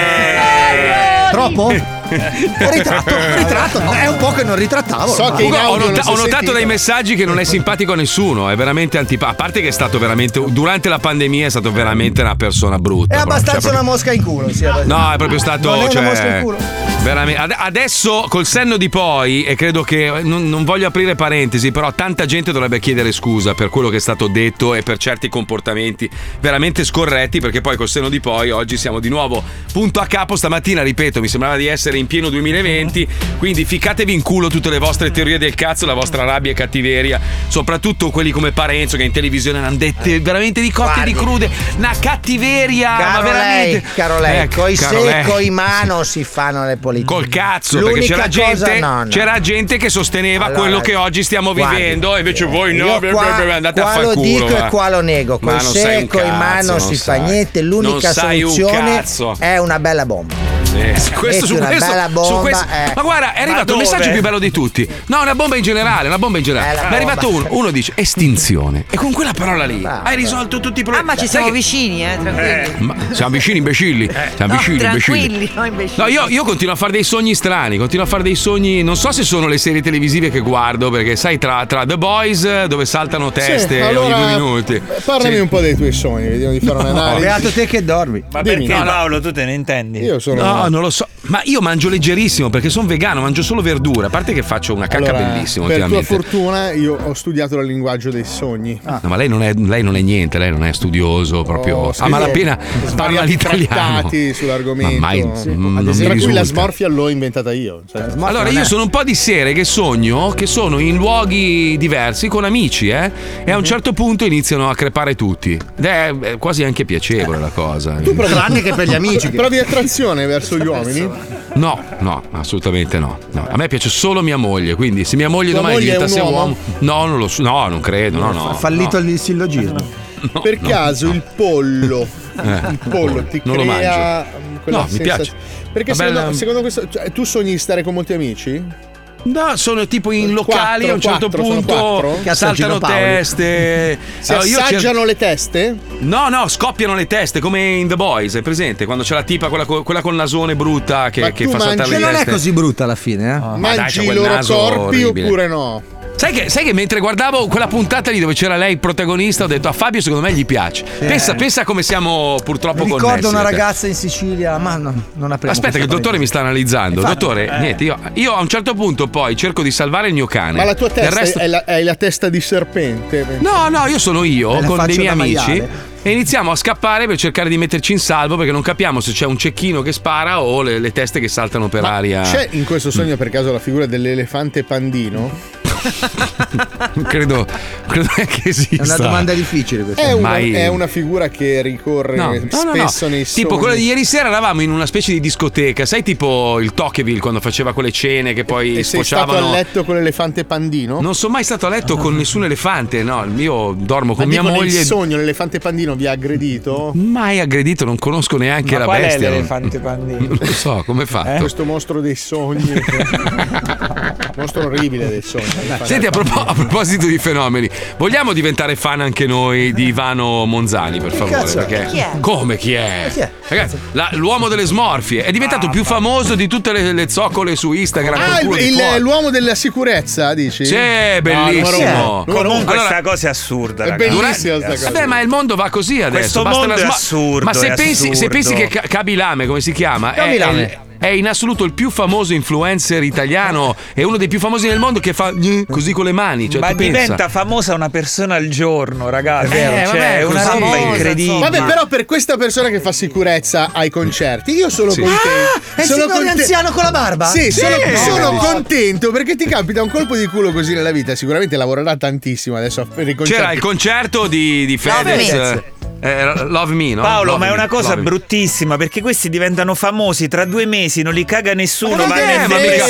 [SPEAKER 8] Troppo? Eh. Ritratto, ritratto. È un po' che non ritrattavo.
[SPEAKER 6] Ah, So che in
[SPEAKER 2] Comunque, Ah, ho,
[SPEAKER 6] audio
[SPEAKER 2] nota-
[SPEAKER 6] non si
[SPEAKER 2] ho notato
[SPEAKER 6] sentiva.
[SPEAKER 2] dai messaggi che non è simpatico a nessuno, è veramente antipatico. A parte che è stato veramente. Durante la pandemia è stato veramente una persona brutta.
[SPEAKER 8] È
[SPEAKER 2] proprio.
[SPEAKER 8] abbastanza
[SPEAKER 2] Cioè,
[SPEAKER 8] una mosca in culo. sì, adesso.
[SPEAKER 2] No, è proprio stato.
[SPEAKER 8] Non è una
[SPEAKER 2] cioè,
[SPEAKER 8] mosca in culo.
[SPEAKER 2] veramente- ad- adesso col senno di poi, e credo che non, non voglio aprire parentesi, però tanta gente dovrebbe chiedere scusa per quello che è stato detto e per certi comportamenti veramente scorretti, perché poi col senno di poi oggi siamo di nuovo punto a capo. Stamattina, ripeto, mi sembrava di essere in pieno 2020, quindi ficcatevi in culo tutte le vostre teorie del cazzo, la vostra rabbia e cattiveria, soprattutto quelli come Parenzo che in televisione ne hanno dette veramente di cotte e di crude, una cattiveria, ma
[SPEAKER 8] Caro
[SPEAKER 2] veramente.
[SPEAKER 8] lei, caro lei,
[SPEAKER 2] Eh,
[SPEAKER 8] coi
[SPEAKER 2] caro
[SPEAKER 8] se
[SPEAKER 2] lei.
[SPEAKER 8] coi mano si fanno le politiche. Col
[SPEAKER 2] cazzo, perché c'era gente,
[SPEAKER 8] no, no.
[SPEAKER 2] c'era gente che sosteneva
[SPEAKER 8] Allora,
[SPEAKER 2] quello che oggi stiamo
[SPEAKER 8] guardi,
[SPEAKER 2] vivendo, e invece voi no,
[SPEAKER 8] Io
[SPEAKER 2] beh,
[SPEAKER 8] qua,
[SPEAKER 2] beh, beh, andate
[SPEAKER 8] qua
[SPEAKER 2] a far
[SPEAKER 8] lo
[SPEAKER 2] culo.
[SPEAKER 8] dico
[SPEAKER 2] va.
[SPEAKER 8] e qua lo nego.
[SPEAKER 2] Ma
[SPEAKER 8] Col
[SPEAKER 2] non sai un
[SPEAKER 8] secco in
[SPEAKER 2] cazzo,
[SPEAKER 8] mano
[SPEAKER 2] non
[SPEAKER 8] si fa
[SPEAKER 2] sai.
[SPEAKER 8] niente. L'unica
[SPEAKER 2] Non sai un
[SPEAKER 8] soluzione
[SPEAKER 2] cazzo.
[SPEAKER 8] è una bella bomba.
[SPEAKER 2] Sì, su
[SPEAKER 8] Metti
[SPEAKER 2] questo, su
[SPEAKER 8] una
[SPEAKER 2] questo,
[SPEAKER 8] bella
[SPEAKER 2] su
[SPEAKER 8] bomba,
[SPEAKER 2] questo.
[SPEAKER 8] eh.
[SPEAKER 2] Ma guarda, è
[SPEAKER 8] Ma
[SPEAKER 2] arrivato il
[SPEAKER 8] dove?
[SPEAKER 2] messaggio più bello di tutti. No, una bomba in generale, una bomba in
[SPEAKER 8] Eh,
[SPEAKER 2] generale.
[SPEAKER 8] la
[SPEAKER 2] Ne è
[SPEAKER 8] bomba.
[SPEAKER 2] arrivato uno, uno dice estinzione. E con quella parola lì hai risolto tutti i problemi.
[SPEAKER 14] Ah, ma ci
[SPEAKER 2] Sai
[SPEAKER 14] siamo
[SPEAKER 2] che-
[SPEAKER 14] vicini, eh, tranquilli.
[SPEAKER 2] Ma siamo vicini imbecilli. Eh.
[SPEAKER 8] Eh.
[SPEAKER 2] Siamo
[SPEAKER 14] No,
[SPEAKER 2] vicini imbecilli.
[SPEAKER 14] tranquilli, no, imbecilli.
[SPEAKER 2] No, io, io continuo a fare dei sogni strani, continuo a fare dei sogni. Non so se sono le serie televisive che guardo, perché sai, tra, tra The Boys, eh, dove saltano teste
[SPEAKER 6] allora,
[SPEAKER 2] ogni due minuti.
[SPEAKER 6] Parlami
[SPEAKER 2] Sì.
[SPEAKER 6] un po' dei tuoi sogni, vediamo di fare un'analisi.
[SPEAKER 8] Beato te che dormi.
[SPEAKER 7] Ma
[SPEAKER 6] Dimmi.
[SPEAKER 7] perché
[SPEAKER 6] No, no.
[SPEAKER 7] Paolo tu te ne intendi?
[SPEAKER 6] Io sono.
[SPEAKER 2] No, non lo so. Ma io mangio leggerissimo perché sono vegano, mangio solo verdura. A parte che faccio una cacca
[SPEAKER 6] Allora,
[SPEAKER 2] bellissima
[SPEAKER 6] per tua
[SPEAKER 2] ultimamente.
[SPEAKER 6] fortuna io ho studiato il linguaggio dei sogni.
[SPEAKER 2] No, ma lei non, è, lei non è niente, lei non è studioso proprio.
[SPEAKER 6] Ho
[SPEAKER 2] a
[SPEAKER 6] scritto
[SPEAKER 2] malapena
[SPEAKER 6] Oh, svariati
[SPEAKER 2] parla l'italiano.
[SPEAKER 6] trattati sull'argomento.
[SPEAKER 2] Ma mai-
[SPEAKER 6] Sì.
[SPEAKER 2] mm, non mi
[SPEAKER 6] tra cui la
[SPEAKER 2] risulta.
[SPEAKER 6] smorfia l'ho inventata io. Cioè,
[SPEAKER 2] Allora, io sono un po' di sere che sogno che sono in luoghi diversi con amici, eh? E a un certo punto iniziano a crepare tutti. Ed è è quasi anche piacevole la cosa.
[SPEAKER 6] Provi attrazione verso gli uomini?
[SPEAKER 2] No, no, assolutamente no. no. A me piace solo mia moglie, quindi se mia moglie
[SPEAKER 6] Tua
[SPEAKER 2] domani
[SPEAKER 6] moglie è
[SPEAKER 2] diventasse
[SPEAKER 6] un
[SPEAKER 2] uomo.
[SPEAKER 6] uomo?
[SPEAKER 2] No, non lo so, no, non credo, no, no.
[SPEAKER 8] Fa- Fallito il sillogismo.
[SPEAKER 2] no,
[SPEAKER 6] per
[SPEAKER 2] no,
[SPEAKER 6] caso
[SPEAKER 2] no.
[SPEAKER 6] il pollo,
[SPEAKER 2] Eh,
[SPEAKER 6] il pollo ti
[SPEAKER 2] non lo
[SPEAKER 6] crea mm,
[SPEAKER 2] mangio.
[SPEAKER 6] quella
[SPEAKER 2] No, mi
[SPEAKER 6] sensazione-
[SPEAKER 2] piace.
[SPEAKER 6] Perché
[SPEAKER 2] Una
[SPEAKER 6] secondo,
[SPEAKER 2] bella-
[SPEAKER 6] secondo questo, cioè, tu sogni di stare con molti amici?
[SPEAKER 2] No, sono tipo in locali a un certo
[SPEAKER 6] quattro, sono
[SPEAKER 2] punto
[SPEAKER 6] quattro?
[SPEAKER 2] saltano
[SPEAKER 6] Cazzo, Gino Paoli.
[SPEAKER 2] teste.
[SPEAKER 6] Si
[SPEAKER 2] Allora, io Eh, cer-
[SPEAKER 6] assaggiano le teste?
[SPEAKER 2] No, no, scoppiano le teste come in The Boys, è presente? Quando c'è la tipa, quella, co- quella col nasone brutta
[SPEAKER 8] Ma
[SPEAKER 2] che, che
[SPEAKER 8] tu
[SPEAKER 2] fa saltare
[SPEAKER 8] mangi-
[SPEAKER 2] le
[SPEAKER 8] Che non
[SPEAKER 2] teste.
[SPEAKER 8] è così brutta alla fine, eh?
[SPEAKER 2] Ma dai, c'ha quel naso orribile.
[SPEAKER 6] no?
[SPEAKER 2] Sai che, sai che mentre guardavo quella puntata lì dove c'era lei protagonista, ho detto a Fabio secondo me gli piace. Pensa, pensa come siamo purtroppo
[SPEAKER 8] Mi
[SPEAKER 2] connessi.
[SPEAKER 8] ricordo una
[SPEAKER 2] io e te.
[SPEAKER 8] ragazza in Sicilia, ma no, non apriamo
[SPEAKER 2] Aspetta, che il
[SPEAKER 8] questa
[SPEAKER 2] dottore mi sta analizzando.
[SPEAKER 8] Infatti,
[SPEAKER 2] dottore,
[SPEAKER 8] eh.
[SPEAKER 2] niente, io, io a un certo punto poi cerco di salvare il mio cane.
[SPEAKER 6] Ma la tua
[SPEAKER 2] Del
[SPEAKER 6] testa
[SPEAKER 2] resto-
[SPEAKER 6] è, la, è la testa di serpente? penso.
[SPEAKER 2] No, no, io sono io
[SPEAKER 6] È la
[SPEAKER 2] con dei
[SPEAKER 6] faccia
[SPEAKER 2] miei
[SPEAKER 6] da
[SPEAKER 2] amici.
[SPEAKER 6] maiale.
[SPEAKER 2] E iniziamo a scappare per cercare di metterci in salvo perché non capiamo se c'è un cecchino che spara o le, le teste che saltano per aria.
[SPEAKER 6] C'è in questo sogno per caso la figura dell'elefante pandino?
[SPEAKER 2] Credo, credo che esista.
[SPEAKER 8] difficile
[SPEAKER 6] È una,
[SPEAKER 2] Mai-
[SPEAKER 6] è una figura che ricorre
[SPEAKER 2] No, no, no, no.
[SPEAKER 6] spesso nei sogni.
[SPEAKER 2] Tipo quello di ieri sera eravamo in una specie di discoteca, sai tipo il Tocqueville quando faceva quelle cene che poi
[SPEAKER 6] E sei stato
[SPEAKER 2] sfociavano.
[SPEAKER 6] a letto con l'elefante pandino?
[SPEAKER 2] Non sono mai stato a letto con nessun elefante, no, io dormo
[SPEAKER 6] Ma
[SPEAKER 2] con mia
[SPEAKER 6] dico,
[SPEAKER 2] moglie.
[SPEAKER 6] nel sogno l'elefante pandino vi ha aggredito?
[SPEAKER 2] Mai aggredito, non conosco neanche
[SPEAKER 6] Ma
[SPEAKER 2] la
[SPEAKER 6] qual è
[SPEAKER 2] bestia. non-
[SPEAKER 6] l'elefante Eh?
[SPEAKER 2] non, lo so, come è fatto.
[SPEAKER 6] Questo mostro dei sogni. mostro orribile dei sogni.
[SPEAKER 2] Senti, a, propos- a proposito di fenomeni, vogliamo diventare fan anche noi di Ivano Monzani, per favore?
[SPEAKER 6] cazzo è?
[SPEAKER 2] Perché-
[SPEAKER 6] Chi è?
[SPEAKER 2] Come chi è?
[SPEAKER 6] Chi è?
[SPEAKER 2] Ragazzi, la- l'uomo delle smorfie è diventato più famoso di tutte le, le zoccole su Instagram. col
[SPEAKER 6] Ah,
[SPEAKER 2] culo di
[SPEAKER 6] il-
[SPEAKER 2] fuori.
[SPEAKER 6] l'uomo della sicurezza, dici?
[SPEAKER 2] Sì, bellissimo.
[SPEAKER 7] Comunque
[SPEAKER 2] Allora-
[SPEAKER 7] sta cosa è assurda,
[SPEAKER 6] È
[SPEAKER 7] ragazzi.
[SPEAKER 6] bellissima sta
[SPEAKER 7] Assurda.
[SPEAKER 6] cosa.
[SPEAKER 2] Oh. Vabbè, ma il mondo va così adesso.
[SPEAKER 7] Questo
[SPEAKER 2] basta
[SPEAKER 7] mondo
[SPEAKER 2] una
[SPEAKER 7] è
[SPEAKER 2] sma-
[SPEAKER 7] assurdo,
[SPEAKER 2] Ma se,
[SPEAKER 7] è
[SPEAKER 2] pensi, se
[SPEAKER 7] assurdo.
[SPEAKER 2] pensi che Ca- Cabilame, come si chiama? è-
[SPEAKER 7] Cabilame.
[SPEAKER 2] È, è in assoluto il più famoso influencer italiano. È uno dei più famosi nel mondo che fa gn- così con le mani. Cioè,
[SPEAKER 7] Ma
[SPEAKER 2] tu pensa.
[SPEAKER 7] diventa famosa una persona al giorno, ragazzi.
[SPEAKER 2] Eh,
[SPEAKER 7] Cioè,
[SPEAKER 2] vabbè,
[SPEAKER 7] è una
[SPEAKER 2] così.
[SPEAKER 7] roba
[SPEAKER 2] Famosa,
[SPEAKER 7] incredibile.
[SPEAKER 6] Vabbè, però per questa persona che fa sicurezza ai concerti, io sono
[SPEAKER 7] Sì.
[SPEAKER 6] contento.
[SPEAKER 8] Ah, è il
[SPEAKER 6] sono
[SPEAKER 8] signore anziano con la barba?
[SPEAKER 6] Sì,
[SPEAKER 8] Sì.
[SPEAKER 6] sono,
[SPEAKER 8] No,
[SPEAKER 6] sono
[SPEAKER 8] no.
[SPEAKER 6] contento perché ti capita un colpo di culo così nella vita. Sicuramente lavorerà tantissimo adesso per i concerti.
[SPEAKER 2] C'era il concerto di, di
[SPEAKER 6] Love
[SPEAKER 2] Fedez.
[SPEAKER 6] Me.
[SPEAKER 2] eh, Love Me, no?
[SPEAKER 7] Paolo,
[SPEAKER 2] Love
[SPEAKER 7] ma è
[SPEAKER 2] Me,
[SPEAKER 7] una cosa
[SPEAKER 2] Love Me.
[SPEAKER 7] bruttissima perché questi diventano famosi tra due mesi, non li caga nessuno,
[SPEAKER 2] Ma
[SPEAKER 7] ma
[SPEAKER 2] che
[SPEAKER 7] è
[SPEAKER 2] ma mica-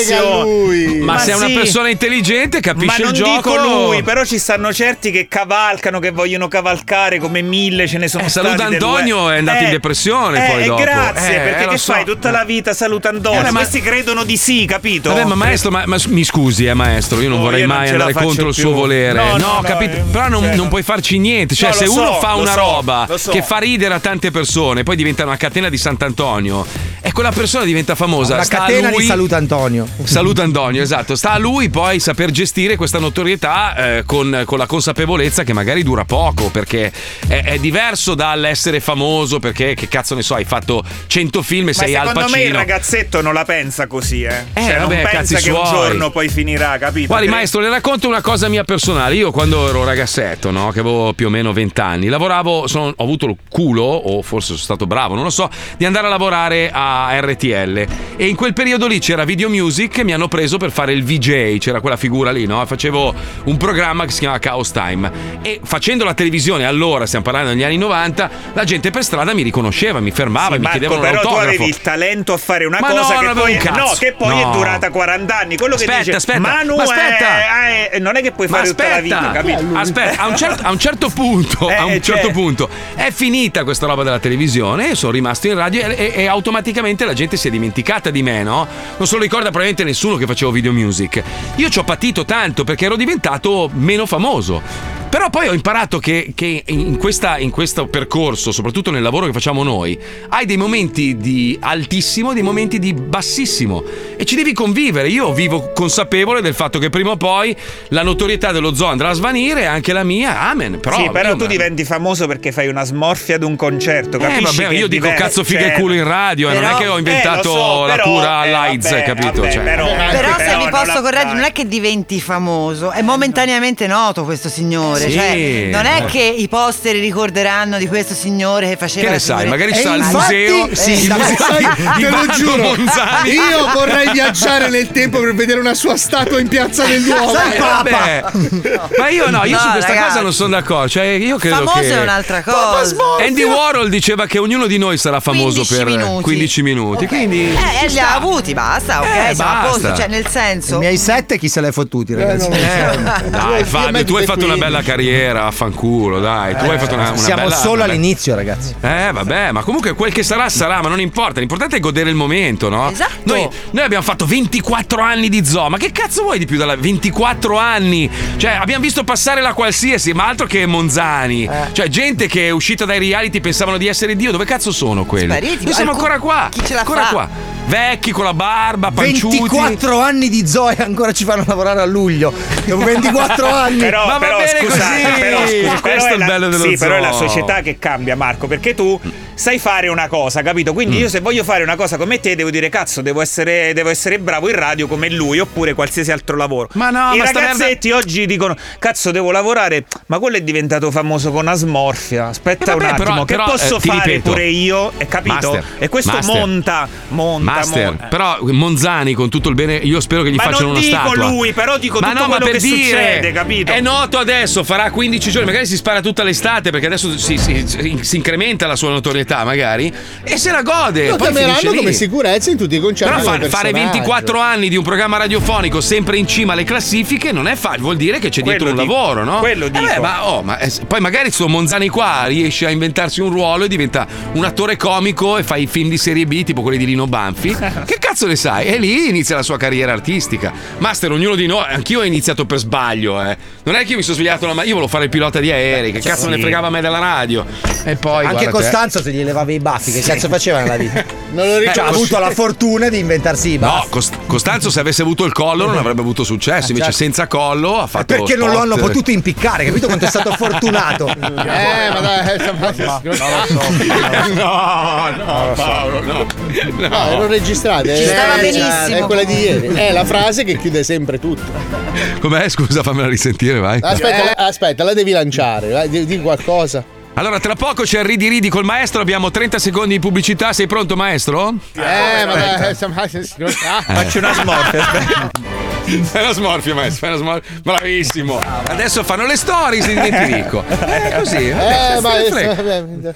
[SPEAKER 2] Ma, se è una
[SPEAKER 7] sì.
[SPEAKER 2] persona intelligente,
[SPEAKER 7] Ma
[SPEAKER 2] capisce
[SPEAKER 7] non
[SPEAKER 2] il gioco.
[SPEAKER 7] dico lui, però ci stanno certi che cavalcano, che vogliono cavalcare come mille, ce ne sono
[SPEAKER 2] Eh,
[SPEAKER 7] stati.
[SPEAKER 2] saluta
[SPEAKER 7] del
[SPEAKER 2] Antonio,
[SPEAKER 7] web.
[SPEAKER 2] è andato in depressione
[SPEAKER 7] eh,
[SPEAKER 2] poi
[SPEAKER 7] eh,
[SPEAKER 2] dopo.
[SPEAKER 7] Grazie,
[SPEAKER 2] Eh,
[SPEAKER 7] perché
[SPEAKER 2] eh, lo
[SPEAKER 7] che
[SPEAKER 2] so.
[SPEAKER 7] fai tutta la vita saluta Antonio,
[SPEAKER 2] Eh, ma-
[SPEAKER 7] questi credono di sì, capito?
[SPEAKER 2] Vabbè, ma maestro, ma, ma s- mi scusi, eh, maestro, io non
[SPEAKER 7] No,
[SPEAKER 2] vorrei
[SPEAKER 7] io non
[SPEAKER 2] mai
[SPEAKER 7] ce la
[SPEAKER 2] andare
[SPEAKER 7] faccio
[SPEAKER 2] contro il
[SPEAKER 7] più.
[SPEAKER 2] suo volere.
[SPEAKER 7] No,
[SPEAKER 2] No,
[SPEAKER 7] no, no,
[SPEAKER 2] capito?
[SPEAKER 7] eh,
[SPEAKER 2] Però Ah, non,
[SPEAKER 7] cioè,
[SPEAKER 2] non puoi farci niente. Cioè,
[SPEAKER 7] No,
[SPEAKER 2] se
[SPEAKER 7] lo
[SPEAKER 2] uno
[SPEAKER 7] so,
[SPEAKER 2] fa
[SPEAKER 7] lo
[SPEAKER 2] una
[SPEAKER 7] so,
[SPEAKER 2] roba
[SPEAKER 7] lo so.
[SPEAKER 2] che fa ridere a tante persone, poi diventa una catena di Sant'Antonio, e quella persona diventa famosa.
[SPEAKER 8] La
[SPEAKER 2] sta a
[SPEAKER 8] catena
[SPEAKER 2] lui-
[SPEAKER 8] di saluta Antonio.
[SPEAKER 2] Saluta Antonio, esatto. Sta a lui poi saper gestire questa notorietà eh, con, con la consapevolezza che magari dura poco, perché è, è diverso dall'essere famoso, perché che cazzo ne so, hai fatto 100 film e
[SPEAKER 7] Ma
[SPEAKER 2] sei al
[SPEAKER 7] secondo me il
[SPEAKER 2] Pacino.
[SPEAKER 7] ragazzetto non la pensa così, eh. cioè,
[SPEAKER 2] vabbè,
[SPEAKER 7] non pensa
[SPEAKER 2] cazzi
[SPEAKER 7] che un
[SPEAKER 2] suoi.
[SPEAKER 7] giorno poi finirà, capito?
[SPEAKER 2] Guardi,
[SPEAKER 7] Cre-
[SPEAKER 2] maestro, le racconto una cosa mia personale. Io quando ero ragazzetto, no, che avevo più o meno 20 anni, lavoravo, sono- ho avuto il culo, o forse sono stato bravo, non lo so, di andare a lavorare a RTL. E in quel periodo lì c'era Video Music che mi hanno preso per fare il VJ, c'era quella figura lì, no? Facevo un programma che si chiamava Chaos Time. E facendo la televisione allora, stiamo parlando degli anni 90, la gente per strada mi riconosceva, mi fermava, mi
[SPEAKER 7] Marco,
[SPEAKER 2] chiedevano
[SPEAKER 7] però tu
[SPEAKER 2] l'autografo.
[SPEAKER 7] avevi il talento a fare una
[SPEAKER 2] Ma
[SPEAKER 7] cosa
[SPEAKER 2] no,
[SPEAKER 7] che
[SPEAKER 2] non avevo
[SPEAKER 7] poi,
[SPEAKER 2] un cazzo.
[SPEAKER 7] no, che poi
[SPEAKER 2] No.
[SPEAKER 7] è durata 40 anni. Quello che
[SPEAKER 2] Aspetta,
[SPEAKER 7] dice
[SPEAKER 2] aspetta,
[SPEAKER 7] Manu
[SPEAKER 2] ma
[SPEAKER 7] è-
[SPEAKER 2] aspetta.
[SPEAKER 7] è- è- non è che puoi
[SPEAKER 2] Ma
[SPEAKER 7] fare tutta la
[SPEAKER 2] aspetta,
[SPEAKER 7] vita, capito?
[SPEAKER 2] aspetta, a un certo, a un certo punto, a
[SPEAKER 7] Eh,
[SPEAKER 2] un
[SPEAKER 7] cioè-
[SPEAKER 2] certo punto è finita questa roba della televisione, io sono rimasto in radio e, e- e automaticamente la gente si è dimenticata di me, no? Non se lo ricorda probabilmente nessuno che facevo video music. Io ci ho patito tanto perché ero diventato meno famoso. Però poi ho imparato che, che in, in questa- in questo percorso, soprattutto nel lavoro che facciamo noi, hai dei momenti di altissimo e dei momenti di bassissimo. E ci devi convivere. Io vivo consapevole del fatto che prima o poi la notorietà dello zoo andrà a svanire, anche la mia. Amen. Però,
[SPEAKER 7] sì, però
[SPEAKER 2] io-
[SPEAKER 7] tu diventi famoso perché fai una smorfia ad un concerto,
[SPEAKER 2] Eh,
[SPEAKER 7] capisci?
[SPEAKER 2] vabbè,
[SPEAKER 7] che
[SPEAKER 2] io
[SPEAKER 7] è
[SPEAKER 2] dico
[SPEAKER 7] diverso,
[SPEAKER 2] cazzo figa
[SPEAKER 7] cioè-
[SPEAKER 2] e culo in radio, eh, non è
[SPEAKER 7] Però-
[SPEAKER 2] che ho
[SPEAKER 7] eh,
[SPEAKER 2] inventato
[SPEAKER 7] lo so,
[SPEAKER 2] la
[SPEAKER 7] però-
[SPEAKER 2] cura
[SPEAKER 7] eh,
[SPEAKER 2] all'AIDS,
[SPEAKER 7] vabbè,
[SPEAKER 2] capito?
[SPEAKER 7] vabbè,
[SPEAKER 2] Cioè-
[SPEAKER 7] però-
[SPEAKER 14] Però se
[SPEAKER 7] però
[SPEAKER 14] mi
[SPEAKER 7] non
[SPEAKER 14] posso
[SPEAKER 7] la-
[SPEAKER 14] correggere,
[SPEAKER 2] eh.
[SPEAKER 14] non è che diventi famoso, è momentaneamente noto questo signore.
[SPEAKER 2] Sì. Eh.
[SPEAKER 14] Cioè, non è che i posteri ricorderanno di questo signore che faceva.
[SPEAKER 2] Che ne
[SPEAKER 14] la Eh,
[SPEAKER 2] sai,
[SPEAKER 14] figuretta.
[SPEAKER 2] magari ci sarà il museo. eh,
[SPEAKER 6] Sì,
[SPEAKER 2] il
[SPEAKER 6] dai,
[SPEAKER 2] museo
[SPEAKER 6] sai,
[SPEAKER 2] di- di
[SPEAKER 6] te lo
[SPEAKER 2] Marco
[SPEAKER 6] giuro.
[SPEAKER 2] Monzani.
[SPEAKER 6] Io vorrei viaggiare nel tempo per vedere una sua statua in piazza del Duomo.
[SPEAKER 2] Eh, vabbè. Ma io no, io
[SPEAKER 14] No,
[SPEAKER 2] su questa
[SPEAKER 14] ragazzi.
[SPEAKER 2] cosa non sono d'accordo. Cioè, io credo
[SPEAKER 14] Famoso
[SPEAKER 2] che.
[SPEAKER 14] è un'altra cosa.
[SPEAKER 2] Andy Warhol diceva che ognuno di noi sarà famoso
[SPEAKER 14] 15
[SPEAKER 2] per
[SPEAKER 14] minuti.
[SPEAKER 2] 15 minuti. Quindi.
[SPEAKER 14] Eh, eh, li ha avuti, basta, ok,
[SPEAKER 2] Eh,
[SPEAKER 14] siamo a
[SPEAKER 2] basta.
[SPEAKER 14] posto, cioè nel senso.
[SPEAKER 8] I miei sette chi se l'è fottuti, ragazzi?
[SPEAKER 2] Eh, Dai,
[SPEAKER 14] Io a me
[SPEAKER 2] Fabio, tu
[SPEAKER 14] tutte
[SPEAKER 2] hai fatto una
[SPEAKER 14] 15.
[SPEAKER 2] bella carriera, affanculo, dai. Tu hai fatto una, una
[SPEAKER 8] Eh, Siamo
[SPEAKER 2] bella-
[SPEAKER 8] solo
[SPEAKER 2] una bella-
[SPEAKER 8] all'inizio, ragazzi.
[SPEAKER 2] Eh, vabbè, ma comunque quel che sarà, sarà, ma non importa. L'importante è godere il momento, no? Esatto. Noi, noi abbiamo fatto 24 anni di zoo, ma che cazzo vuoi di più dalla 24 anni? Cioè, abbiamo visto passare la qualsiasi, ma altro che Monzani.
[SPEAKER 14] Eh.
[SPEAKER 2] Cioè, gente che è uscita dai reality pensavano di essere Dio. Dove cazzo sono quelli?
[SPEAKER 14] Spariti,
[SPEAKER 2] Noi siamo
[SPEAKER 14] alcun-
[SPEAKER 2] ancora qua.
[SPEAKER 14] chi ce la
[SPEAKER 2] ancora
[SPEAKER 14] fa?
[SPEAKER 2] qua. Vecchi con la barba, panciuti.
[SPEAKER 8] 24 anni di Zoe ancora ci fanno lavorare a luglio. Dopo 24 anni.
[SPEAKER 7] Però,
[SPEAKER 8] Ma va
[SPEAKER 7] però,
[SPEAKER 8] bene
[SPEAKER 7] scusate,
[SPEAKER 8] così.
[SPEAKER 7] però, scusa,
[SPEAKER 8] Questo
[SPEAKER 7] però
[SPEAKER 8] è il
[SPEAKER 7] la-
[SPEAKER 8] bello dello
[SPEAKER 7] Sì, però è la
[SPEAKER 8] zoo.
[SPEAKER 7] società che cambia, Marco. Perché tu sai fare una cosa, capito?
[SPEAKER 2] Mm.
[SPEAKER 7] Quindi io se voglio fare una cosa come te, devo dire cazzo, devo essere, devo essere bravo in radio come lui, oppure qualsiasi altro lavoro.
[SPEAKER 2] Ma no,
[SPEAKER 7] I
[SPEAKER 2] ma sta
[SPEAKER 7] ragazzetti oggi dicono: cazzo, devo lavorare, ma quello è diventato famoso con una smorfia. Aspetta
[SPEAKER 2] Eh, vabbè,
[SPEAKER 7] un attimo,
[SPEAKER 2] però-
[SPEAKER 7] che
[SPEAKER 2] però,
[SPEAKER 7] posso
[SPEAKER 2] eh, ti
[SPEAKER 7] fare
[SPEAKER 2] ripeto.
[SPEAKER 7] pure io? E capito?
[SPEAKER 2] Master,
[SPEAKER 7] e questo
[SPEAKER 2] master.
[SPEAKER 7] monta, monta,
[SPEAKER 2] Master,
[SPEAKER 7] monta.
[SPEAKER 2] però Monzani con tutto il bene, io spero che gli
[SPEAKER 7] Ma
[SPEAKER 2] facciano
[SPEAKER 7] non
[SPEAKER 2] una
[SPEAKER 7] dico
[SPEAKER 2] statua.
[SPEAKER 7] lui, però dico
[SPEAKER 2] ma
[SPEAKER 7] tutto
[SPEAKER 2] no, ma
[SPEAKER 7] quello
[SPEAKER 2] per
[SPEAKER 7] che
[SPEAKER 2] dire, Eh,
[SPEAKER 7] succede, capito?
[SPEAKER 2] È noto adesso, farà 15 giorni, magari si spara tutta l'estate perché adesso si, si- si- si incrementa la sua notorietà, magari, e se la gode.
[SPEAKER 6] Lo
[SPEAKER 2] poi finisce
[SPEAKER 6] chiameranno
[SPEAKER 2] lì.
[SPEAKER 6] come sicurezza in tutti i concerti.
[SPEAKER 2] Però
[SPEAKER 7] Cioè,
[SPEAKER 2] fa-
[SPEAKER 6] del
[SPEAKER 2] fare
[SPEAKER 6] personaggio.
[SPEAKER 2] 24 anni di un programma radiofonico sempre in cima alle classifiche non è facile, vuol dire che c'è dietro
[SPEAKER 7] Quello
[SPEAKER 2] un
[SPEAKER 7] dico,
[SPEAKER 2] lavoro, no?
[SPEAKER 7] quello
[SPEAKER 2] Eh
[SPEAKER 7] dico.
[SPEAKER 2] beh, ma, oh, ma, eh, poi magari sto Monzani qua riesce a inventarsi un ruolo e diventa un attore comico e fa i film di serie B tipo quelli di Lino Banfi. che cazzo ne sai? E lì inizia la sua carriera artistica. Master, ognuno di noi, anch'io ho iniziato per sbaglio, eh. Non è che io mi sono svegliato la mattina, io volevo fare il pilota di aerei, che
[SPEAKER 8] Sì.
[SPEAKER 2] cazzo me ne fregava a me della radio. E poi
[SPEAKER 8] Anche
[SPEAKER 2] guarda te.
[SPEAKER 8] Costanzo se gli levava i baffi, che cazzo faceva nella vita?
[SPEAKER 6] non lo
[SPEAKER 8] Cioè, ha
[SPEAKER 2] riconosco.
[SPEAKER 8] avuto la fortuna di inventarsi i
[SPEAKER 2] No,
[SPEAKER 8] baffi.
[SPEAKER 2] Cost- Costanzo se avesse avuto il collo non avrebbe avuto successo, invece
[SPEAKER 8] Eh certo.
[SPEAKER 2] senza collo ha fatto
[SPEAKER 8] Perché non lo
[SPEAKER 2] spot.
[SPEAKER 8] hanno potuto impiccare, capito quanto è stato fortunato?
[SPEAKER 6] Eh, ma dai,
[SPEAKER 2] no, no, Paolo, no.
[SPEAKER 6] No, erano registrate.
[SPEAKER 2] Ci
[SPEAKER 6] eh,
[SPEAKER 2] stava
[SPEAKER 6] eh,
[SPEAKER 2] benissimo.
[SPEAKER 6] È quella di ieri. È la frase che chiude sempre tutto.
[SPEAKER 2] Com'è? Scusa, fammela risentire, vai.
[SPEAKER 8] Ecco.
[SPEAKER 6] Aspetta, la- aspetta, la devi lanciare. vai, di, di qualcosa.
[SPEAKER 2] Allora, tra poco c'è il ridi ridi col maestro, abbiamo 30 secondi di pubblicità, sei pronto maestro?
[SPEAKER 6] Eh, ma dai,
[SPEAKER 8] Eh.
[SPEAKER 7] Eh.
[SPEAKER 2] Facci una smorfia. Fai una smorfia, maestro, fai una smorfia. Bravissimo. Adesso fanno le stories e diventi ricco. È così. vabbè, se ne
[SPEAKER 6] Eh, ma
[SPEAKER 2] frega.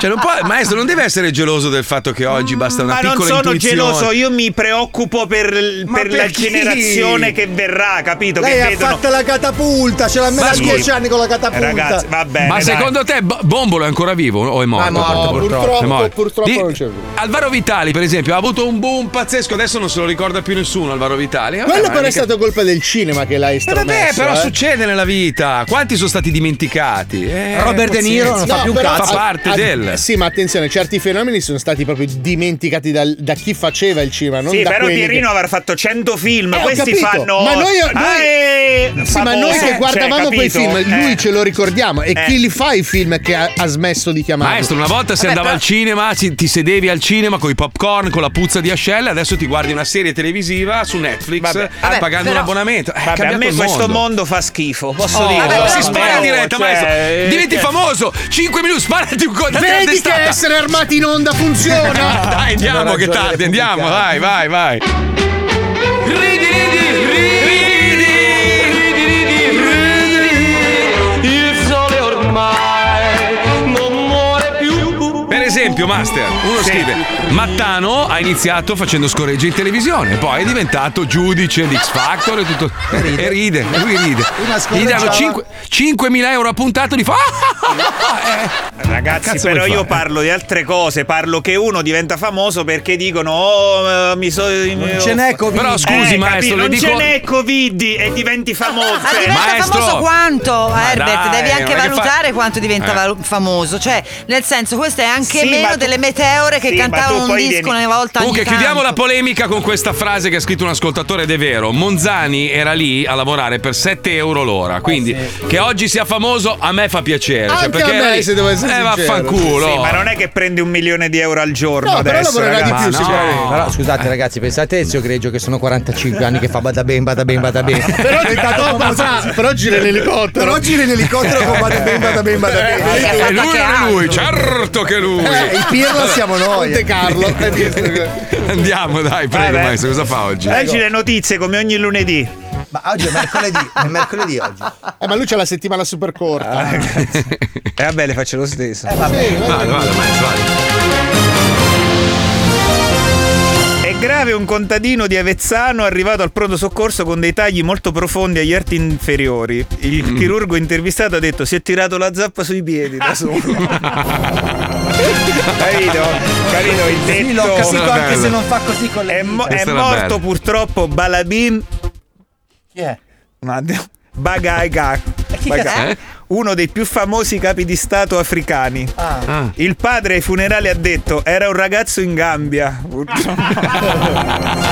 [SPEAKER 2] Cioè, non può- maestro, non deve essere geloso del fatto che oggi basta una
[SPEAKER 7] Mm, Ma non
[SPEAKER 2] piccola
[SPEAKER 7] sono
[SPEAKER 2] intuizione.
[SPEAKER 7] geloso, io mi preoccupo per,
[SPEAKER 8] Ma
[SPEAKER 7] per la
[SPEAKER 8] per chi?
[SPEAKER 7] generazione che verrà, capito?
[SPEAKER 8] Lei
[SPEAKER 7] che
[SPEAKER 8] ha
[SPEAKER 7] vedono.
[SPEAKER 8] fatto la catapulta, ce l'ha
[SPEAKER 7] Ma
[SPEAKER 8] messa a
[SPEAKER 7] sì.
[SPEAKER 8] 10 anni con la catapulta.
[SPEAKER 7] Ragazzi, va bene.
[SPEAKER 2] Ma
[SPEAKER 7] dai.
[SPEAKER 2] secondo te Bo- Bombolo è ancora vivo o è morto?
[SPEAKER 8] Ma è morto,
[SPEAKER 2] Bombolo?
[SPEAKER 8] Ah, purtroppo,
[SPEAKER 2] È morto.
[SPEAKER 6] purtroppo non c'è
[SPEAKER 2] Alvaro Vitali, per esempio, ha avuto un boom pazzesco, adesso non se lo ricorda più nessuno Alvaro Vitali. Vabbè,
[SPEAKER 6] Quello
[SPEAKER 2] ma
[SPEAKER 6] però è
[SPEAKER 2] mica-
[SPEAKER 6] stato colpa del cinema che l'hai
[SPEAKER 2] Eh,
[SPEAKER 6] estromesso.
[SPEAKER 2] vabbè, però
[SPEAKER 6] eh.
[SPEAKER 2] succede nella vita. Quanti sono stati dimenticati? Eh,
[SPEAKER 8] Robert De Niro non
[SPEAKER 2] pazienza.
[SPEAKER 8] fa
[SPEAKER 6] No,
[SPEAKER 8] più un
[SPEAKER 6] però-
[SPEAKER 8] cazzo. Ah, eh,
[SPEAKER 2] Fa parte
[SPEAKER 6] a-
[SPEAKER 2] del.
[SPEAKER 6] Sì, ma attenzione, certi fenomeni sono stati proprio dimenticati dal- da chi faceva il cinema, non
[SPEAKER 7] Sì,
[SPEAKER 6] da
[SPEAKER 7] però
[SPEAKER 6] quelli
[SPEAKER 7] Pierino
[SPEAKER 6] che-
[SPEAKER 7] avrà fatto 100 film,
[SPEAKER 6] Eh, ho
[SPEAKER 7] questi
[SPEAKER 6] capito,
[SPEAKER 7] fanno
[SPEAKER 6] Ma noi, noi-
[SPEAKER 7] Ah, eh,
[SPEAKER 6] sì, ma
[SPEAKER 7] famoso,
[SPEAKER 6] noi
[SPEAKER 7] cioè,
[SPEAKER 6] che guardavamo quei
[SPEAKER 7] capito?
[SPEAKER 6] film, lui
[SPEAKER 7] Eh.
[SPEAKER 6] ce lo ricordiamo. E
[SPEAKER 7] Eh.
[SPEAKER 6] chi li fa i film che ha, ha smesso di chiamare?
[SPEAKER 2] Maestro, una volta si andava al cinema, ci- ti sedevi al cinema con i popcorn, con la puzza di ascelle, adesso ti guardi una serie televisiva su Netflix
[SPEAKER 7] Vabbè, vabbè,
[SPEAKER 2] pagando
[SPEAKER 7] però-
[SPEAKER 2] un abbonamento. Eh, è
[SPEAKER 7] Vabbè, a
[SPEAKER 2] cambiato
[SPEAKER 7] me
[SPEAKER 2] il
[SPEAKER 7] questo
[SPEAKER 2] mondo.
[SPEAKER 7] mondo fa schifo, posso dire.
[SPEAKER 2] Vabbè,
[SPEAKER 7] Vabbè,
[SPEAKER 2] si spara in
[SPEAKER 7] però,
[SPEAKER 2] diretta,
[SPEAKER 7] cioè,
[SPEAKER 2] maestro. Diventi
[SPEAKER 7] cioè-
[SPEAKER 2] famoso. 5 minuti, sparati un colpo.
[SPEAKER 6] Vedi che essere armati in onda funziona.
[SPEAKER 2] Dai, andiamo, che tardi, andiamo. Vai, vai, vai. Ridi,
[SPEAKER 5] Il sole ormai non muore più.
[SPEAKER 2] Per esempio, Master, uno
[SPEAKER 5] Sì.
[SPEAKER 2] scrive: Mattano ha iniziato facendo scoreggia in televisione, poi è diventato giudice di X Factor e tutto. E ride, lui ride.
[SPEAKER 5] Una
[SPEAKER 2] Gli danno
[SPEAKER 5] scorreggiava.
[SPEAKER 2] 5, 5.000 euro a puntata, gli fa. "Ah, ah, ah", eh.
[SPEAKER 7] Ragazzi,
[SPEAKER 2] Cazzo
[SPEAKER 7] però
[SPEAKER 2] vuoi
[SPEAKER 7] io
[SPEAKER 2] fare?
[SPEAKER 7] parlo di altre cose, parlo che uno diventa famoso perché dicono "Oh, eh, mi so Non
[SPEAKER 8] ce n'è Covid.
[SPEAKER 2] Però scusi, maestro, le
[SPEAKER 7] Eh, non
[SPEAKER 2] dico-
[SPEAKER 7] ce n'è Covid e diventi famoso.
[SPEAKER 14] Ma diventa
[SPEAKER 2] Maestro!
[SPEAKER 14] famoso quanto,
[SPEAKER 2] Ma
[SPEAKER 14] Herbert?
[SPEAKER 2] dai,
[SPEAKER 14] devi anche
[SPEAKER 2] non è che fa-
[SPEAKER 14] valutare quanto diventa
[SPEAKER 2] Eh.
[SPEAKER 14] valu- famoso. Cioè, nel senso, questo è anche
[SPEAKER 7] Sì,
[SPEAKER 14] meno
[SPEAKER 7] ma tu-
[SPEAKER 14] delle meteore che
[SPEAKER 7] Sì, ma tu
[SPEAKER 14] cantavano un
[SPEAKER 7] poi
[SPEAKER 14] disco
[SPEAKER 7] vieni-
[SPEAKER 14] una volta
[SPEAKER 2] Comunque,
[SPEAKER 14] ogni tanto.
[SPEAKER 2] chiudiamo la polemica con questa frase che ha scritto un ascoltatore ed è vero. Monzani era lì a lavorare per 7 euro l'ora. Quindi, che oggi sia famoso, a me fa piacere. cioè,
[SPEAKER 6] Eh Anche
[SPEAKER 2] perché
[SPEAKER 6] a
[SPEAKER 2] era
[SPEAKER 6] me,
[SPEAKER 2] lì-
[SPEAKER 6] se devo essere
[SPEAKER 2] Eh,
[SPEAKER 6] sincero.
[SPEAKER 2] vaffanculo.
[SPEAKER 7] Sì, ma non è che prendi un milione di euro al giorno
[SPEAKER 6] No, però
[SPEAKER 7] adesso.
[SPEAKER 6] lavorerà di
[SPEAKER 7] ragazzi.
[SPEAKER 6] più,
[SPEAKER 7] Ma
[SPEAKER 6] sicuramente.
[SPEAKER 7] no.
[SPEAKER 8] Però, scusate ragazzi, pensate a Ezio Greggio che sono 45 anni che fa badabem, badabem, badabem.
[SPEAKER 6] Però, però, fra- però gira in elicottero.
[SPEAKER 8] Però gira in elicottero con badabem, badabem,
[SPEAKER 7] Eh,
[SPEAKER 8] badabem.
[SPEAKER 2] E lui non Eh, è lui, certo che è lui.
[SPEAKER 8] Eh, il pirla siamo noi.
[SPEAKER 6] Monte Carlo.
[SPEAKER 2] eh,
[SPEAKER 6] hai visto che-
[SPEAKER 2] Andiamo, dai, prego,
[SPEAKER 7] Vabbè.
[SPEAKER 2] maestro, cosa fa oggi?
[SPEAKER 7] Leggi le notizie come ogni lunedì.
[SPEAKER 8] Ma oggi è mercoledì, è mercoledì oggi.
[SPEAKER 6] Eh, ma lui c'ha la settimana super
[SPEAKER 7] Ah,
[SPEAKER 6] corta.
[SPEAKER 7] ecco. E Eh, vabbè, le faccio lo stesso.
[SPEAKER 6] Eh,
[SPEAKER 2] Vado, vado, maestro, vado.
[SPEAKER 7] E grave un contadino di Avezzano arrivato al pronto soccorso con dei tagli molto profondi agli arti inferiori. Il
[SPEAKER 2] Mm.
[SPEAKER 7] chirurgo intervistato ha detto si è tirato la zappa sui piedi da solo. capito? Capito? Il detto...
[SPEAKER 8] Sì, l'ho capito anche se non fa così con le
[SPEAKER 7] È, mo- è
[SPEAKER 8] dita.
[SPEAKER 7] morto purtroppo Balabim
[SPEAKER 8] Chi è? Eh,
[SPEAKER 7] ma Bagai Ga-
[SPEAKER 8] chi
[SPEAKER 7] Bagai-
[SPEAKER 8] cazzo è?
[SPEAKER 7] Uno dei più famosi capi di Stato africani.
[SPEAKER 8] Ah. Ah.
[SPEAKER 7] Il padre ai funerali ha detto: Era un ragazzo in Gambia.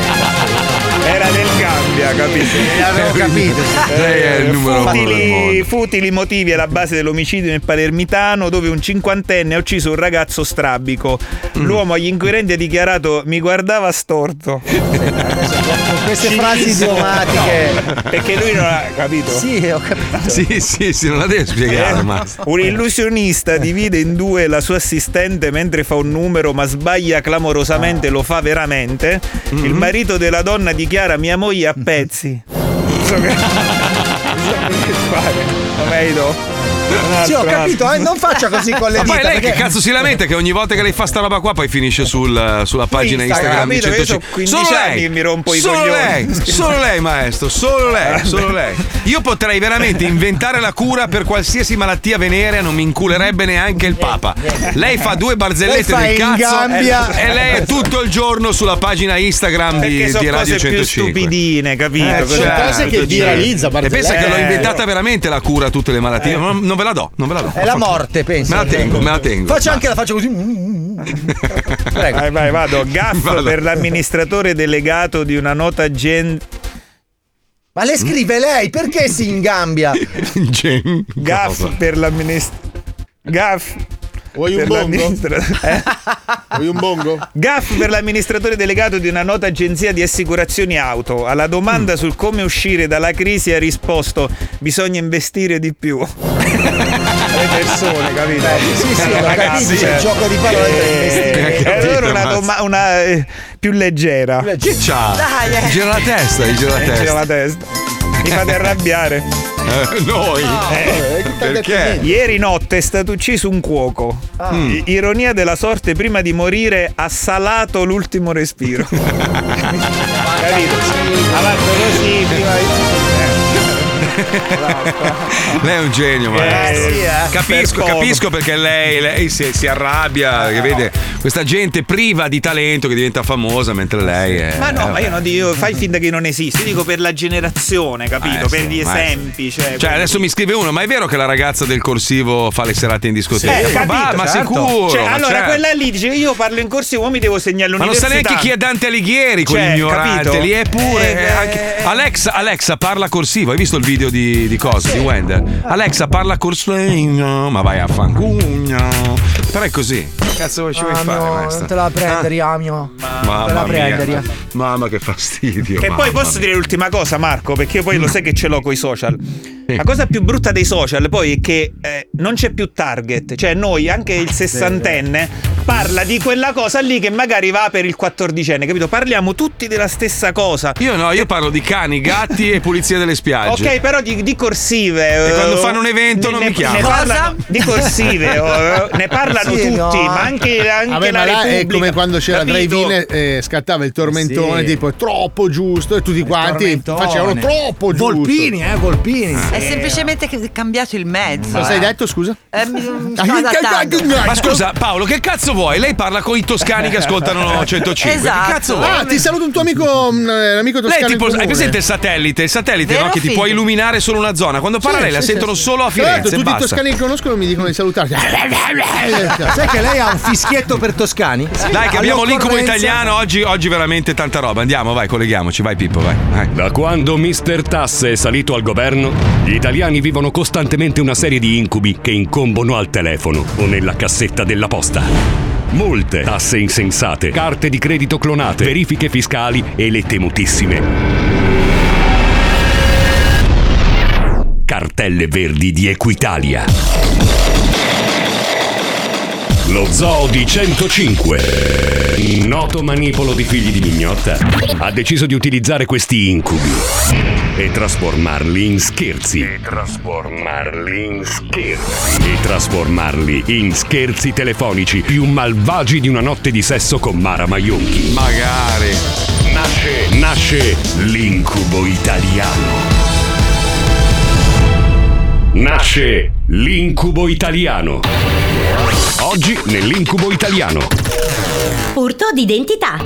[SPEAKER 7] Era del Gambia, Eh, capito?
[SPEAKER 8] L'avevo capito, sì.
[SPEAKER 2] Eh, Lei è il numero uno del
[SPEAKER 7] futili,
[SPEAKER 2] mondo.
[SPEAKER 7] futili motivi alla base dell'omicidio nel palermitano, dove un cinquantenne ha ucciso un ragazzo strabico.
[SPEAKER 2] Mm.
[SPEAKER 7] L'uomo agli inquirenti ha dichiarato: Mi guardava storto.
[SPEAKER 8] Con queste
[SPEAKER 7] Ci
[SPEAKER 8] frasi
[SPEAKER 7] sono.
[SPEAKER 8] idiomatiche.
[SPEAKER 7] No, perché lui non ha capito.
[SPEAKER 8] Sì, ho capito.
[SPEAKER 2] Sì, sì, sì, non la devi spiegare, ma.
[SPEAKER 7] Un illusionista divide in due la sua assistente mentre fa un numero, ma sbaglia
[SPEAKER 8] Ah.
[SPEAKER 7] clamorosamente, lo fa veramente.
[SPEAKER 8] Mm-hmm.
[SPEAKER 7] Il marito della donna dichiara mia moglie a pezzi. Non so che- non so che fare. Lo vedo. Un
[SPEAKER 8] Sì, ho
[SPEAKER 7] altro,
[SPEAKER 8] capito,
[SPEAKER 7] altro.
[SPEAKER 8] eh, non faccia così con le
[SPEAKER 2] Ma
[SPEAKER 8] dita.
[SPEAKER 2] poi lei che
[SPEAKER 8] perché-
[SPEAKER 2] cazzo si lamenta che ogni volta che lei fa sta roba qua poi finisce sul- eh, sulla pagina
[SPEAKER 7] Instagram,
[SPEAKER 2] Instagram, di
[SPEAKER 7] capito che io
[SPEAKER 2] 105.
[SPEAKER 7] so 15
[SPEAKER 2] solo
[SPEAKER 7] anni
[SPEAKER 2] lei,
[SPEAKER 7] che mi rompo i
[SPEAKER 2] solo
[SPEAKER 7] coglioni. Ah,
[SPEAKER 2] lei, solo lei maestro, solo lei,
[SPEAKER 7] Vabbè.
[SPEAKER 2] solo lei. Io potrei veramente inventare la cura per qualsiasi malattia venerea, non mi inculerebbe neanche il papa. Lei fa due barzellette
[SPEAKER 8] Lei fa
[SPEAKER 2] del
[SPEAKER 8] in
[SPEAKER 2] cazzo
[SPEAKER 8] Gambia.
[SPEAKER 2] e lei è tutto il giorno sulla pagina Instagram di,
[SPEAKER 7] Perché sono
[SPEAKER 2] di Radio
[SPEAKER 7] cose più
[SPEAKER 2] 105.
[SPEAKER 7] stupidine, capito?
[SPEAKER 2] Eh,
[SPEAKER 7] Cose
[SPEAKER 2] certo,
[SPEAKER 7] cose che
[SPEAKER 2] certo.
[SPEAKER 7] viralizza,
[SPEAKER 2] E
[SPEAKER 7] barzellette.
[SPEAKER 2] pensa che l'ho
[SPEAKER 7] Eh.
[SPEAKER 2] inventata veramente la cura a tutte le malattie. Non, non ve la do, non ve la do.
[SPEAKER 8] È la morte, penso.
[SPEAKER 2] Me la tengo, me la tengo.
[SPEAKER 8] Faccio anche la faccia così. Prego.
[SPEAKER 7] Eh, Vai, vai, vado. Gaffo
[SPEAKER 2] Vado.
[SPEAKER 7] per l'amministratore delegato di una nota agen-
[SPEAKER 8] Ma le scrive lei, perché si ingambia?
[SPEAKER 7] Gaff per l'amministratore. Gaff.
[SPEAKER 6] Vuoi un
[SPEAKER 7] per
[SPEAKER 6] bongo? Eh?
[SPEAKER 7] l'amministra-
[SPEAKER 6] Vuoi un bongo?
[SPEAKER 7] Gaff per l'amministratore delegato di una nota agenzia di assicurazioni auto. Alla domanda sul come uscire dalla crisi ha risposto: bisogna investire di più. Le persone, capito?
[SPEAKER 8] Eh, sì, sì,
[SPEAKER 7] Allora,
[SPEAKER 8] l'ho capito,
[SPEAKER 7] ragazzi,
[SPEAKER 8] c'è il
[SPEAKER 7] eh,
[SPEAKER 8] gioco di parole per investire.
[SPEAKER 7] E allora una,
[SPEAKER 2] cioè, eh, Capito,
[SPEAKER 7] doma- una, eh, più leggera.
[SPEAKER 2] Che c'ha?
[SPEAKER 7] Dai, eh.
[SPEAKER 2] Gli Gira la testa, gli gira la
[SPEAKER 7] Mi gira
[SPEAKER 2] testa.
[SPEAKER 7] la testa. Mi fate arrabbiare.
[SPEAKER 2] Eh, noi? Eh, perché?
[SPEAKER 7] Ieri notte è stato ucciso un cuoco.
[SPEAKER 2] Ah.
[SPEAKER 7] I- Ironia della sorte, prima di morire ha salato l'ultimo respiro. Capito? Ha fatto così prima
[SPEAKER 2] Lei è un genio, maestro.
[SPEAKER 7] sì, eh.
[SPEAKER 2] Capisco,
[SPEAKER 7] Per poco.
[SPEAKER 2] capisco perché lei, lei si, si arrabbia, che vede questa gente priva di talento che diventa famosa mentre lei è.
[SPEAKER 7] Ma no,
[SPEAKER 2] eh,
[SPEAKER 7] ma io non dico, fai finta che non esisti, io dico per la generazione, capito?
[SPEAKER 2] Maestro,
[SPEAKER 7] per gli
[SPEAKER 2] maestro.
[SPEAKER 7] esempi. Cioè,
[SPEAKER 2] Cioè, adesso mi scrive uno, ma è vero che la ragazza del corsivo fa le serate in discoteca?
[SPEAKER 7] Eh,
[SPEAKER 2] ma va,
[SPEAKER 7] capito,
[SPEAKER 2] ma
[SPEAKER 7] certo.
[SPEAKER 2] sicuro.
[SPEAKER 7] Cioè,
[SPEAKER 2] ma
[SPEAKER 7] allora,
[SPEAKER 2] certo.
[SPEAKER 7] quella lì dice: Io parlo in corsivo, ma mi devo segnare
[SPEAKER 2] Ma non sa
[SPEAKER 7] l'università.
[SPEAKER 2] neanche chi è Dante Alighieri,
[SPEAKER 7] Cioè,
[SPEAKER 2] quell'ignorante
[SPEAKER 7] capito?
[SPEAKER 2] lì. Eppure,
[SPEAKER 7] Eh,
[SPEAKER 2] eh, anche- Alexa, Alexa parla corsivo. Hai visto il video di, di cosa? Di Wender? Alexa parla corsivo. Ma vai a fangugno. Però è così. Che cazzo ci vuoi fare, maestro?
[SPEAKER 8] Ah,
[SPEAKER 2] Eh?
[SPEAKER 8] Non te la prendere, Amio.
[SPEAKER 2] Mamma
[SPEAKER 8] te la
[SPEAKER 2] mia.
[SPEAKER 8] prendere.
[SPEAKER 2] Mamma che fastidio.
[SPEAKER 7] Che
[SPEAKER 2] mamma
[SPEAKER 7] poi posso
[SPEAKER 2] mia. Mm.
[SPEAKER 7] dire l'ultima cosa, Marco, perché io poi lo sai che ce l'ho coi social. La cosa più brutta dei social poi è che eh, non c'è più target, cioè noi, anche
[SPEAKER 2] Ah,
[SPEAKER 7] il sessantenne,
[SPEAKER 2] eh.
[SPEAKER 7] parla di quella cosa lì che magari va per il quattordicenne, capito? Parliamo tutti della stessa cosa.
[SPEAKER 2] Io no, io parlo di cani, gatti e pulizia delle spiagge.
[SPEAKER 7] Ok, però di, di corsive.
[SPEAKER 2] E
[SPEAKER 7] eh,
[SPEAKER 2] quando fanno un evento non mi chiamano.
[SPEAKER 7] Ne
[SPEAKER 2] Cosa?
[SPEAKER 7] parlano, di corsive, oh, eh, ne parlano
[SPEAKER 6] Sì,
[SPEAKER 7] tutti,
[SPEAKER 6] no. eh.
[SPEAKER 7] ma anche, anche
[SPEAKER 6] Vabbè,
[SPEAKER 7] la
[SPEAKER 6] ma là è
[SPEAKER 7] Repubblica.
[SPEAKER 6] come quando c'era
[SPEAKER 7] capito?
[SPEAKER 6] Drive-In e scattava il tormentone,
[SPEAKER 7] Sì.
[SPEAKER 6] tipo è troppo giusto, e tutti quanti
[SPEAKER 8] tormentone.
[SPEAKER 6] facevano troppo giusto.
[SPEAKER 8] Volpini, eh, Volpini.
[SPEAKER 14] È semplicemente che- cambiato il mezzo.
[SPEAKER 6] Cosa hai
[SPEAKER 14] eh.
[SPEAKER 6] detto, scusa?
[SPEAKER 14] Eh, mi- mi sto
[SPEAKER 6] Ah,
[SPEAKER 14] adattando.
[SPEAKER 2] Ma scusa Paolo, che cazzo vuoi? Lei parla con i toscani che ascoltano 105.
[SPEAKER 8] Esatto.
[SPEAKER 2] Che cazzo vuoi?
[SPEAKER 6] Ah, ti saluto un tuo amico, mm, eh, un amico toscano.
[SPEAKER 2] Lei
[SPEAKER 6] in
[SPEAKER 2] tipo,
[SPEAKER 6] comune.
[SPEAKER 2] hai presente il satellite? Il satellite
[SPEAKER 6] Vero
[SPEAKER 2] no, che ti
[SPEAKER 6] figlio?
[SPEAKER 2] può illuminare solo una zona. Quando parla
[SPEAKER 6] Sì,
[SPEAKER 2] lei la
[SPEAKER 6] sì,
[SPEAKER 2] sentono
[SPEAKER 6] sì, sì.
[SPEAKER 2] solo a
[SPEAKER 6] Tra l'altro,
[SPEAKER 2] Firenze. e
[SPEAKER 6] Esatto, tutti i
[SPEAKER 2] basta.
[SPEAKER 6] toscani che conoscono mi dicono di salutarti.
[SPEAKER 8] Sai che lei ha un fischietto per toscani?
[SPEAKER 2] Dai, che abbiamo l'incubo
[SPEAKER 8] All'occorrenza-
[SPEAKER 2] italiano oggi, oggi veramente tanta roba. Andiamo, vai, colleghiamoci, vai Pippo, vai.
[SPEAKER 16] Da quando Mr. Tasse è salito al governo, gli italiani vivono costantemente una serie di incubi che incombono al telefono o nella cassetta della posta. Molte tasse insensate, carte di credito clonate, verifiche fiscali e le temutissime. Cartelle verdi di Equitalia. Lo Zoo di 105, noto manipolo di figli di mignotta, ha deciso di utilizzare questi incubi e trasformarli in scherzi. E trasformarli in scherzi. E trasformarli in scherzi telefonici più malvagi di una notte di sesso con Mara Maionchi. Magari. Nasce, nasce l'incubo italiano. Nasce l'incubo italiano. Oggi nell'incubo italiano.
[SPEAKER 20] Furto d'identità.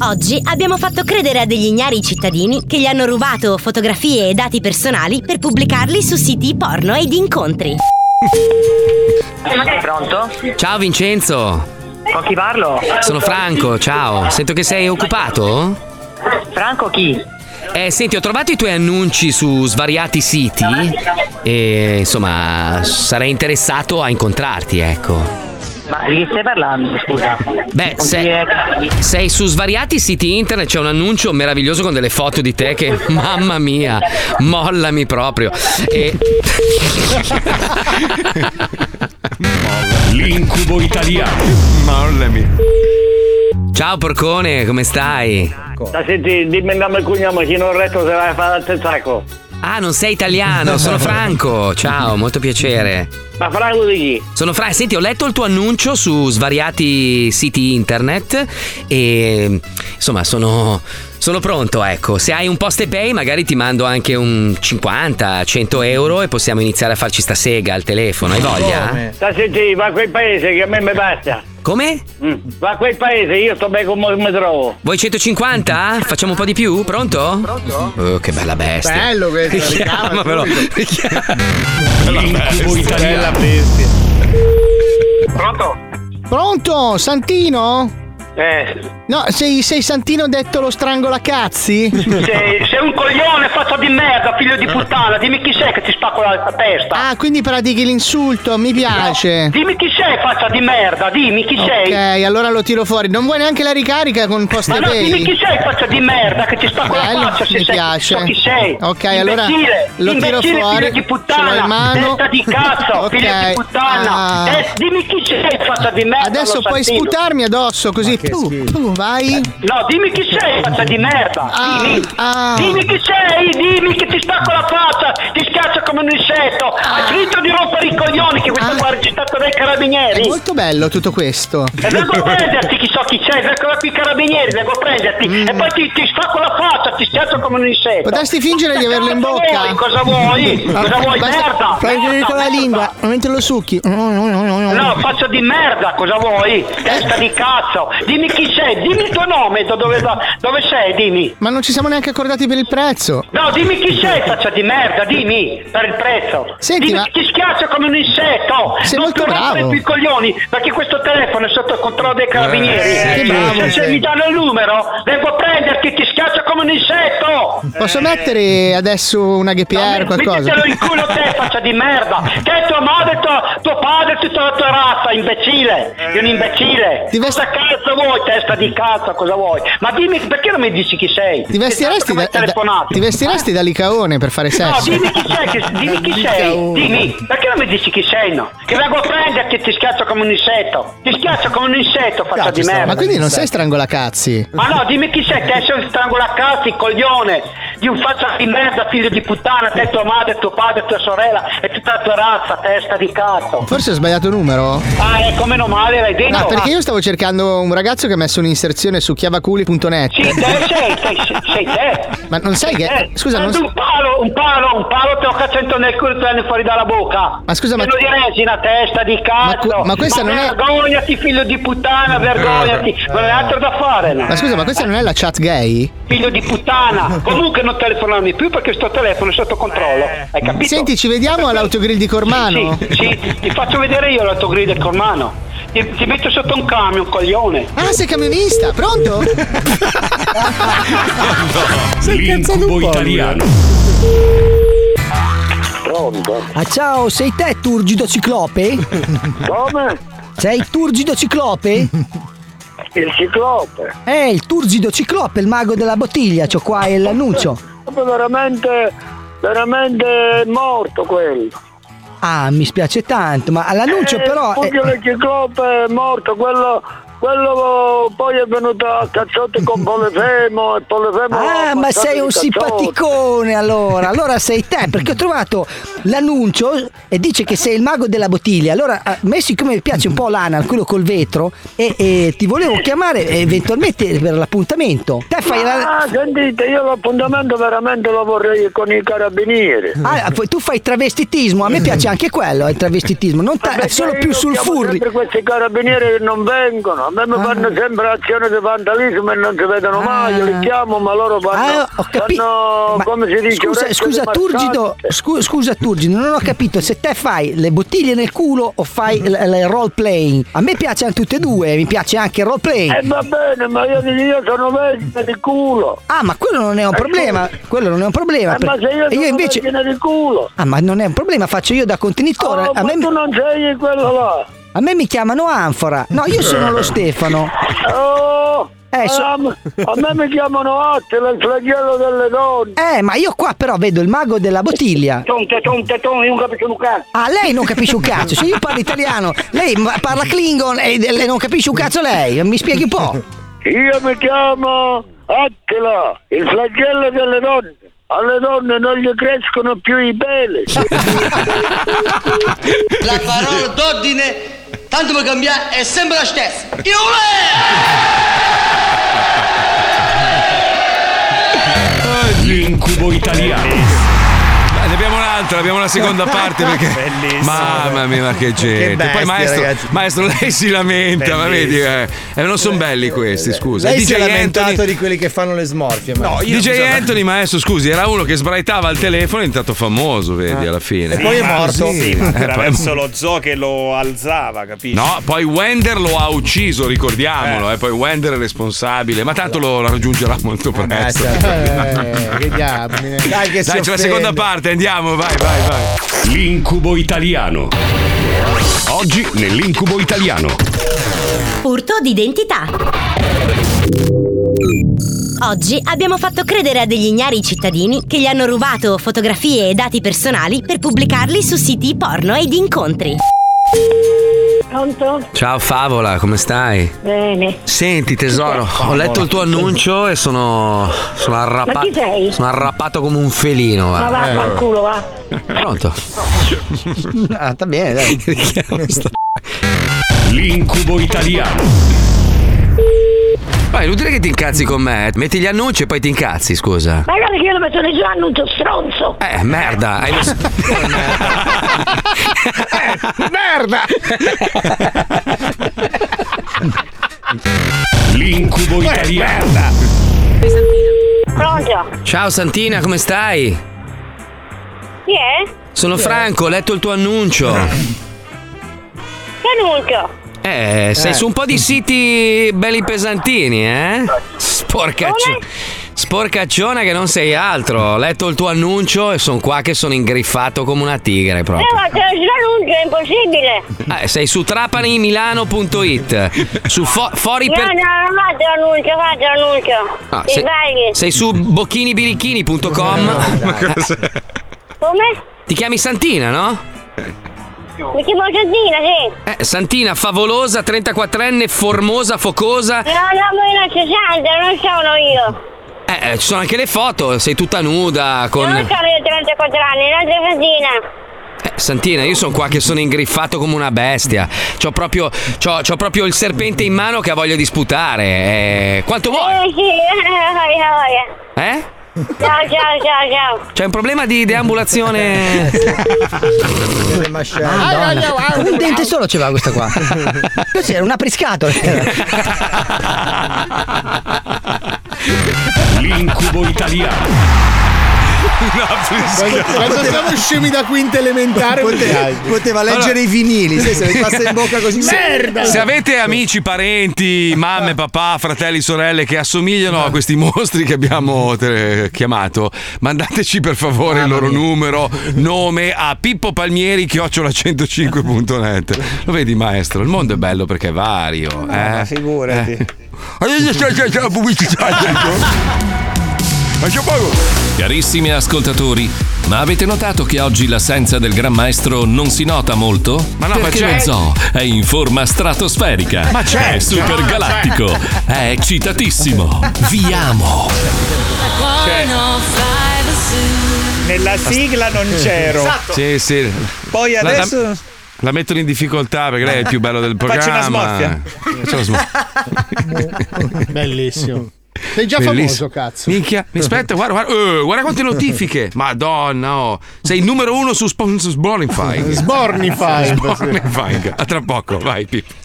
[SPEAKER 20] Oggi abbiamo fatto credere a degli ignari cittadini che gli hanno rubato fotografie e dati personali per pubblicarli su siti porno e di incontri.
[SPEAKER 12] Pronto?
[SPEAKER 21] Ciao Vincenzo.
[SPEAKER 12] Con chi parlo?
[SPEAKER 21] Sono Franco, ciao. Sento che sei occupato?
[SPEAKER 12] Franco chi?
[SPEAKER 21] Eh, senti, ho trovato i tuoi annunci su svariati siti e insomma, sarei interessato a incontrarti, ecco.
[SPEAKER 12] Ma di chi stai parlando, scusa?
[SPEAKER 21] Beh, se- sei su svariati siti internet, c'è un annuncio meraviglioso con delle foto di te che, mamma mia, mollami proprio. E...
[SPEAKER 16] L'incubo italiano.
[SPEAKER 21] Mollami. Ciao Porcone, come stai?
[SPEAKER 12] Da senti, dimmi il nome e il cognome, chi non retto se vai a fare al tentacolo.
[SPEAKER 21] Ah, non sei italiano, sono Franco. Ciao, molto piacere.
[SPEAKER 12] Ma Franco di chi?
[SPEAKER 21] Sono Fra, senti, ho letto il tuo annuncio su svariati siti internet e insomma sono, sono pronto, ecco. Se hai un post e pay magari ti mando anche un 50, 100 euro e possiamo iniziare a farci sta sega al telefono, hai
[SPEAKER 11] Eh?
[SPEAKER 21] voglia?
[SPEAKER 12] Da senti, va a quel paese che a me mi basta.
[SPEAKER 21] Come?
[SPEAKER 12] Mm, Va a quel paese, io sto bene come mi trovo.
[SPEAKER 21] Vuoi 150? Facciamo un po' di più? Pronto? Pronto? Oh, che bella bestia.
[SPEAKER 12] Bello questo,
[SPEAKER 21] Richiamamelo.
[SPEAKER 16] L'incubo
[SPEAKER 15] Bella
[SPEAKER 16] italiano.
[SPEAKER 15] bestia.
[SPEAKER 10] Pronto, Santino?
[SPEAKER 12] Eh.
[SPEAKER 10] No, sei, sei Santino detto lo strangolacazzi?
[SPEAKER 12] Sei, sei un coglione fatto di merda, figlio di puttana. Dimmi chi sei che ti spacco la, la testa.
[SPEAKER 10] Ah, quindi pratichi l'insulto, mi piace.
[SPEAKER 12] Dimmi chi sei, faccia di merda. Dimmi chi sei.
[SPEAKER 10] Ok, allora lo tiro fuori. Non vuoi neanche la ricarica con post
[SPEAKER 12] Ma no,
[SPEAKER 10] pay?
[SPEAKER 12] dimmi chi sei, faccia di merda, che ti spacco la
[SPEAKER 10] Bello,
[SPEAKER 12] faccia se
[SPEAKER 10] mi
[SPEAKER 12] sei.
[SPEAKER 10] Eh, piace.
[SPEAKER 12] so chi sei.
[SPEAKER 10] Ok, allora
[SPEAKER 12] Imbecille,
[SPEAKER 10] lo tiro
[SPEAKER 12] imbecille,
[SPEAKER 10] fuori.
[SPEAKER 12] Figlio di
[SPEAKER 10] ce l'ho in
[SPEAKER 12] puttana,
[SPEAKER 10] mano.
[SPEAKER 12] testa di cazzo,
[SPEAKER 10] Ok,
[SPEAKER 12] figlio di puttana.
[SPEAKER 10] ah.
[SPEAKER 12] Eh, dimmi chi sei, faccia di merda.
[SPEAKER 10] Adesso
[SPEAKER 12] lo Eh,
[SPEAKER 10] puoi
[SPEAKER 12] santino.
[SPEAKER 10] sputarmi addosso così. Tu, tu, vai.
[SPEAKER 12] No, dimmi chi sei, faccia di merda.
[SPEAKER 10] Ah,
[SPEAKER 12] dimmi.
[SPEAKER 10] ah.
[SPEAKER 12] dimmi chi sei, dimmi che ti spacco la faccia, ti schiaccio come un insetto.
[SPEAKER 10] Ah.
[SPEAKER 12] Hai finito di rompere i coglioni che questo qua è registrato dai
[SPEAKER 10] È
[SPEAKER 12] carabinieri.
[SPEAKER 10] molto bello tutto questo.
[SPEAKER 12] E vengo a prenderti, chi Eh, so chi sei, vengo qui i carabinieri, vengo a prenderti e poi ti, ti spacco la faccia, ti schiaccio come un insetto.
[SPEAKER 10] Mm. Potresti fingere di averlo in
[SPEAKER 12] Cosa
[SPEAKER 10] bocca. Ah,
[SPEAKER 12] vuoi? Cosa vuoi? Cosa vuoi? Merda!
[SPEAKER 10] Prendi
[SPEAKER 12] Merda,
[SPEAKER 10] con la
[SPEAKER 12] merda.
[SPEAKER 10] lingua, mentre lo succhi. No,
[SPEAKER 12] No, faccia di merda, cosa vuoi?
[SPEAKER 10] Eh.
[SPEAKER 12] Testa di cazzo! Dimmi chi sei, dimmi il tuo nome, da dove, da dove sei, dimmi!
[SPEAKER 10] Ma non ci siamo neanche accordati per il prezzo.
[SPEAKER 12] No, dimmi chi sei, faccia di merda, dimmi, per il prezzo.
[SPEAKER 10] Senti,
[SPEAKER 12] dimmi
[SPEAKER 10] ma-
[SPEAKER 12] che ti schiaccia come un insetto.
[SPEAKER 10] Sei
[SPEAKER 12] non
[SPEAKER 10] molto
[SPEAKER 12] ti rompere
[SPEAKER 10] bravo.
[SPEAKER 12] più i coglioni, perché questo telefono è sotto il controllo dei carabinieri.
[SPEAKER 10] Eh, che
[SPEAKER 12] Se-
[SPEAKER 10] bravo
[SPEAKER 12] se,
[SPEAKER 10] sei.
[SPEAKER 12] mi danno il numero, vengo a prenderti, ti schiaccia come un insetto.
[SPEAKER 10] Posso mettere adesso una GPR qualcosa?
[SPEAKER 12] Mettetelo in culo te, faccia di merda. Te, tua madre, tua- tuo padre, tutta la tua razza, imbecille. Sei un imbecille. Cosa cazzo vuoi, testa di cazzo, cosa vuoi? Ma dimmi, perché non mi dici chi sei?
[SPEAKER 10] Ti vestiresti da, da,
[SPEAKER 12] telefonato?
[SPEAKER 10] ti vestiresti da licaone per fare
[SPEAKER 12] Eh. No,
[SPEAKER 10] sesso?
[SPEAKER 12] dimmi chi sei, che- dimmi chi sei, dimmi, perché non mi dici chi sei, no? Che vengo a prenderti e ti schiaccio come un insetto, ti schiaccio come un insetto, faccia di merda.
[SPEAKER 10] Ma quindi non sei strangolacazzi?
[SPEAKER 12] Ma no, dimmi chi sei, te sei un strangolacazzi, coglione, di un faccia di merda, figlio di puttana, te tua madre, tuo padre, tua sorella e tutta la tua razza, testa di cazzo.
[SPEAKER 10] Forse ho sbagliato numero?
[SPEAKER 12] Ah, e come non male, l'hai detto?
[SPEAKER 10] No, perché io stavo cercando un ragazzo che ha messo un'inserzione su
[SPEAKER 12] Sì,
[SPEAKER 10] chiavaculi.net.
[SPEAKER 12] te sei, sei, sei, sei te.
[SPEAKER 10] Ma non sai che-
[SPEAKER 12] Eh,
[SPEAKER 10] scusa, non
[SPEAKER 12] prendi
[SPEAKER 10] s-
[SPEAKER 12] un palo, un palo, un palo te lo caccio dentro nel culo e te lo tieni fuori dalla bocca.
[SPEAKER 10] Ma scusa, ma-
[SPEAKER 12] Pieno di resina, testa di cazzo.
[SPEAKER 10] Ma cu- ma questa non è-
[SPEAKER 12] vergognati, figlio di puttana, vergognati. Non è altro da fare, no?
[SPEAKER 10] Ma scusa, ma questa non è la chat gay?
[SPEAKER 12] Figlio di puttana. Comunque non telefonarmi più perché sto telefono è sotto controllo. Hai capito?
[SPEAKER 10] Senti, ci vediamo all'autogrill di Cormano.
[SPEAKER 12] Sì, ti faccio vedere io l'autogrill del Cormano. Ti, ti metto sotto un camion, coglione.
[SPEAKER 10] Ah, sei camionista, pronto?
[SPEAKER 16] L'incubo italiano.
[SPEAKER 22] Pronto?
[SPEAKER 23] Ah ciao, sei te Turgido Ciclope?
[SPEAKER 22] Come?
[SPEAKER 23] Sei Turgido Ciclope?
[SPEAKER 22] Il ciclope.
[SPEAKER 23] Eh, il Turgido Ciclope, il mago della bottiglia, c'ho qua il l'annuncio.
[SPEAKER 22] Proprio Veramente, veramente morto quello.
[SPEAKER 23] Ah, mi spiace tanto, ma all'annuncio
[SPEAKER 12] Eh,
[SPEAKER 23] però...
[SPEAKER 12] Fulvio
[SPEAKER 23] eh,
[SPEAKER 12] del Ciclope è morto, quello, quello poi è venuto a cazzotti con Polifemo e Polifemo l'ha
[SPEAKER 23] Ah, ma
[SPEAKER 12] ammazzato
[SPEAKER 23] sei
[SPEAKER 12] di
[SPEAKER 23] un
[SPEAKER 12] cazzotti.
[SPEAKER 23] simpaticone allora. Allora sei te, perché ho trovato l'annuncio e dice che sei il mago della bottiglia. Allora, a me siccome mi piace un po' l'anal, quello col vetro, e, e ti volevo chiamare eventualmente per l'appuntamento. Te fai la-
[SPEAKER 12] Ah, sentite, io l'appuntamento veramente lo vorrei con i carabinieri.
[SPEAKER 23] Ah, poi tu fai travestitismo, a me piace anche quello, il travestitismo, non ta-
[SPEAKER 12] Perché
[SPEAKER 23] solo
[SPEAKER 12] eh, io
[SPEAKER 23] più sul
[SPEAKER 12] chiamo
[SPEAKER 23] furri. Ah.
[SPEAKER 12] sempre questi carabinieri che non vengono, a me mi fanno sempre azioni di vandalismo e non si vedono mai,
[SPEAKER 23] Ah.
[SPEAKER 12] io li chiamo ma loro vanno, fanno, come si dice,
[SPEAKER 23] Scusa,
[SPEAKER 12] orecchie
[SPEAKER 23] scusa
[SPEAKER 12] di
[SPEAKER 23] Turgido, scu- scusa Turgido, non ho capito se te fai le bottiglie nel culo o fai l- l- il role playing. A me piacciono tutte e due, mi piace anche il role playing.
[SPEAKER 12] E Eh, va bene, ma io, io sono vergine di culo.
[SPEAKER 23] Ah, ma quello non è un problema, quello non è un problema.
[SPEAKER 12] Eh, ma
[SPEAKER 23] perché-
[SPEAKER 12] se io
[SPEAKER 23] e
[SPEAKER 12] sono
[SPEAKER 23] invece
[SPEAKER 12] vergine di culo.
[SPEAKER 23] Ah, ma non è un problema, faccio io da contenitore.
[SPEAKER 12] Oh,
[SPEAKER 23] a
[SPEAKER 12] ma
[SPEAKER 23] me
[SPEAKER 12] tu non sei quello là.
[SPEAKER 23] A me mi chiamano Anfora. No, io sono lo Stefano.
[SPEAKER 12] Oh,
[SPEAKER 23] Eh, so-
[SPEAKER 12] a me- a me mi chiamano Attila, il flagello delle donne.
[SPEAKER 23] Eh, ma io qua però vedo il mago della bottiglia.
[SPEAKER 12] Tonte, tonte, tonte, io non capisco un cazzo.
[SPEAKER 23] Ah, lei non capisce un cazzo, se io parlo italiano, lei ma- parla Klingon e lei non capisce un cazzo lei, mi spieghi un po'.
[SPEAKER 12] Io mi chiamo Attila, il flagello delle donne. Alle donne non gli crescono più i peli.
[SPEAKER 11] La parola d'ordine, tanto per cambiare, è sempre la stessa. Io
[SPEAKER 2] L'incubo italiano. Ne abbiamo un'altra, abbiamo una seconda parte perché.
[SPEAKER 8] Bellissimo.
[SPEAKER 2] Mamma mia, ma che gente.
[SPEAKER 8] Che bestie,
[SPEAKER 2] Poi maestro,
[SPEAKER 8] ragazzi.
[SPEAKER 2] maestro, lei si lamenta, ma vedi,
[SPEAKER 8] Bellissimo.
[SPEAKER 2] eh, eh, non sono belli questi, scusa.
[SPEAKER 8] Lei si è
[SPEAKER 2] DJ
[SPEAKER 8] lamentato
[SPEAKER 2] Anthony,
[SPEAKER 8] di quelli che fanno le smorfie. ma-
[SPEAKER 2] No, DJ Anthony, maestro, scusi, era uno che sbraitava il telefono e è diventato famoso, vedi, alla fine.
[SPEAKER 8] E poi è
[SPEAKER 2] Ma
[SPEAKER 8] morto.
[SPEAKER 2] sì,
[SPEAKER 7] Sì, ma
[SPEAKER 2] eh, poi-
[SPEAKER 7] attraverso lo zoo che lo alzava, capisci?
[SPEAKER 2] No, poi Wender lo ha ucciso, ricordiamolo. eh, Poi Wender è responsabile, ma tanto lo raggiungerà molto presto.
[SPEAKER 6] Eh, che diamine.
[SPEAKER 8] Dai, che
[SPEAKER 2] Dai, c'è la seconda parte, andiamo, vai, vai, vai.
[SPEAKER 16] L'incubo italiano. Oggi nell'incubo italiano.
[SPEAKER 20] Furto d'identità. Oggi abbiamo fatto credere a degli ignari cittadini che gli hanno rubato fotografie e dati personali per pubblicarli su siti porno ed incontri.
[SPEAKER 5] Pronto?
[SPEAKER 21] Ciao Favola, come stai?
[SPEAKER 5] Bene.
[SPEAKER 21] Senti tesoro, ho letto il tuo annuncio e sono. sono
[SPEAKER 5] Ma chi sei?
[SPEAKER 21] arrappato. Sono arrappato come un felino.
[SPEAKER 5] Ma va,
[SPEAKER 2] Eh.
[SPEAKER 21] guarda.
[SPEAKER 5] al culo, va.
[SPEAKER 21] Pronto?
[SPEAKER 23] Ah, sta bene, dai.
[SPEAKER 16] L'incubo italiano.
[SPEAKER 21] Ma è inutile che ti incazzi con me. Metti gli annunci e poi ti incazzi, scusa.
[SPEAKER 5] Ma guarda che io non metto nessun annuncio stronzo.
[SPEAKER 21] Eh, merda. Hai lo...
[SPEAKER 8] Merda!
[SPEAKER 16] L'incubo
[SPEAKER 21] Eh,
[SPEAKER 2] Eh,
[SPEAKER 16] italiano.
[SPEAKER 5] Pronto?
[SPEAKER 21] Ciao Santina, come stai?
[SPEAKER 5] Chi è?
[SPEAKER 21] Sono Franco, ho letto il tuo annuncio.
[SPEAKER 5] Che annuncio?
[SPEAKER 21] Eh, sei
[SPEAKER 5] Eh.
[SPEAKER 21] su un po' di siti belli pesantini, eh? Sporcaccio. Sporcaccione che non sei altro. Ho letto il tuo annuncio e sono qua che sono ingriffato come una tigre
[SPEAKER 5] Eh,
[SPEAKER 21] proprio.
[SPEAKER 5] ma se non l'annuncio è impossibile.
[SPEAKER 21] Eh, sei su trapanimilano.it. Su fo- fuori
[SPEAKER 5] No, no,
[SPEAKER 21] per
[SPEAKER 5] non fate l'annuncio, fate l'annuncio.
[SPEAKER 21] Ah,
[SPEAKER 5] Ti
[SPEAKER 21] sei,
[SPEAKER 5] sbagli.
[SPEAKER 21] sei su bochinibirichini.com.
[SPEAKER 5] Come?
[SPEAKER 21] Ti chiami Santina, no?
[SPEAKER 5] Mi chiamo Giordina, sì.
[SPEAKER 21] Eh, Santina, favolosa, 34enne, formosa, focosa.
[SPEAKER 5] No, no, ma io non ci sento, non sono io.
[SPEAKER 21] Eh, eh, ci sono anche le foto, sei tutta nuda con...
[SPEAKER 5] Non sono io 34 anni, l'altra Giordina.
[SPEAKER 21] Eh, Santina, io sono qua che sono ingriffato come una bestia. C'ho proprio, c'ho- c'ho proprio il serpente in mano che ha voglia di sputare. Eh, quanto vuoi?
[SPEAKER 5] Eh sì, voglia, voglia.
[SPEAKER 21] Eh?
[SPEAKER 5] Ciao, ciao, ciao, ciao.
[SPEAKER 21] C'è un problema di deambulazione?
[SPEAKER 23] Madonna. Un dente solo ce l'ha questa qua. Cos'era? Una priscatola.
[SPEAKER 16] L'incubo italiano.
[SPEAKER 6] Quando quando siamo scemi da quinta elementare
[SPEAKER 8] Poteva, poteva leggere i vinili, sai, se li passa in bocca così.
[SPEAKER 2] Se-
[SPEAKER 8] merda!
[SPEAKER 2] Se avete amici, parenti, mamme, papà, fratelli, sorelle che assomigliano a questi mostri che abbiamo eh, chiamato, mandateci per favore il loro numero, nome a Pippo Palmieri chiocciola105.net. Lo vedi maestro, il mondo è bello perché è vario, eh?
[SPEAKER 7] Figurati.
[SPEAKER 2] Adesso c'è- c'è- c'è la pubblicità. Ma c'è poco!
[SPEAKER 1] Carissimi ascoltatori, ma avete notato che oggi l'assenza del Gran Maestro non si nota molto?
[SPEAKER 2] Ma no, ma
[SPEAKER 1] Perché
[SPEAKER 2] c'è.
[SPEAKER 1] lo zoo è in forma stratosferica.
[SPEAKER 2] Ma c'è.
[SPEAKER 1] È super galattico. È eccitatissimo. Vi amo.
[SPEAKER 2] Cioè,
[SPEAKER 7] Nella sigla non c'ero.
[SPEAKER 2] Eh, Sì, sì.
[SPEAKER 7] Poi
[SPEAKER 2] La- la-
[SPEAKER 7] adesso-
[SPEAKER 2] La mettono in difficoltà perché lei è il più bello del
[SPEAKER 7] Faccio
[SPEAKER 2] programma.
[SPEAKER 7] una smorfia.
[SPEAKER 2] Faccio una smorfia.
[SPEAKER 6] Bellissimo. Sei già famoso,
[SPEAKER 2] Bellissimo.
[SPEAKER 6] cazzo.
[SPEAKER 2] Minchia, mi aspetta, guarda, guarda, eh, guarda quante notifiche. Madonna, oh. sei il numero uno su, Sp- su Sbornify.
[SPEAKER 6] Sbornify.
[SPEAKER 2] Sbornify. A tra poco, vai, Pippo.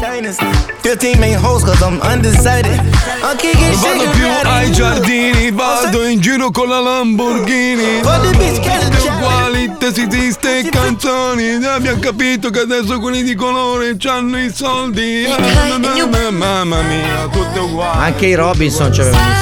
[SPEAKER 4] 15 main hoes cause I'm undecided. I'm kicking
[SPEAKER 2] Non
[SPEAKER 4] shit
[SPEAKER 2] vado più ai giardini, vado in giro con la Lamborghini. Tutte uguali, testi di ste canzoni. Abbiamo capito che adesso quelli di colore c'hanno i soldi. Ah, ma- ma- Mamma mia, tutte uguali.
[SPEAKER 8] Anche i Robinson c'avevano i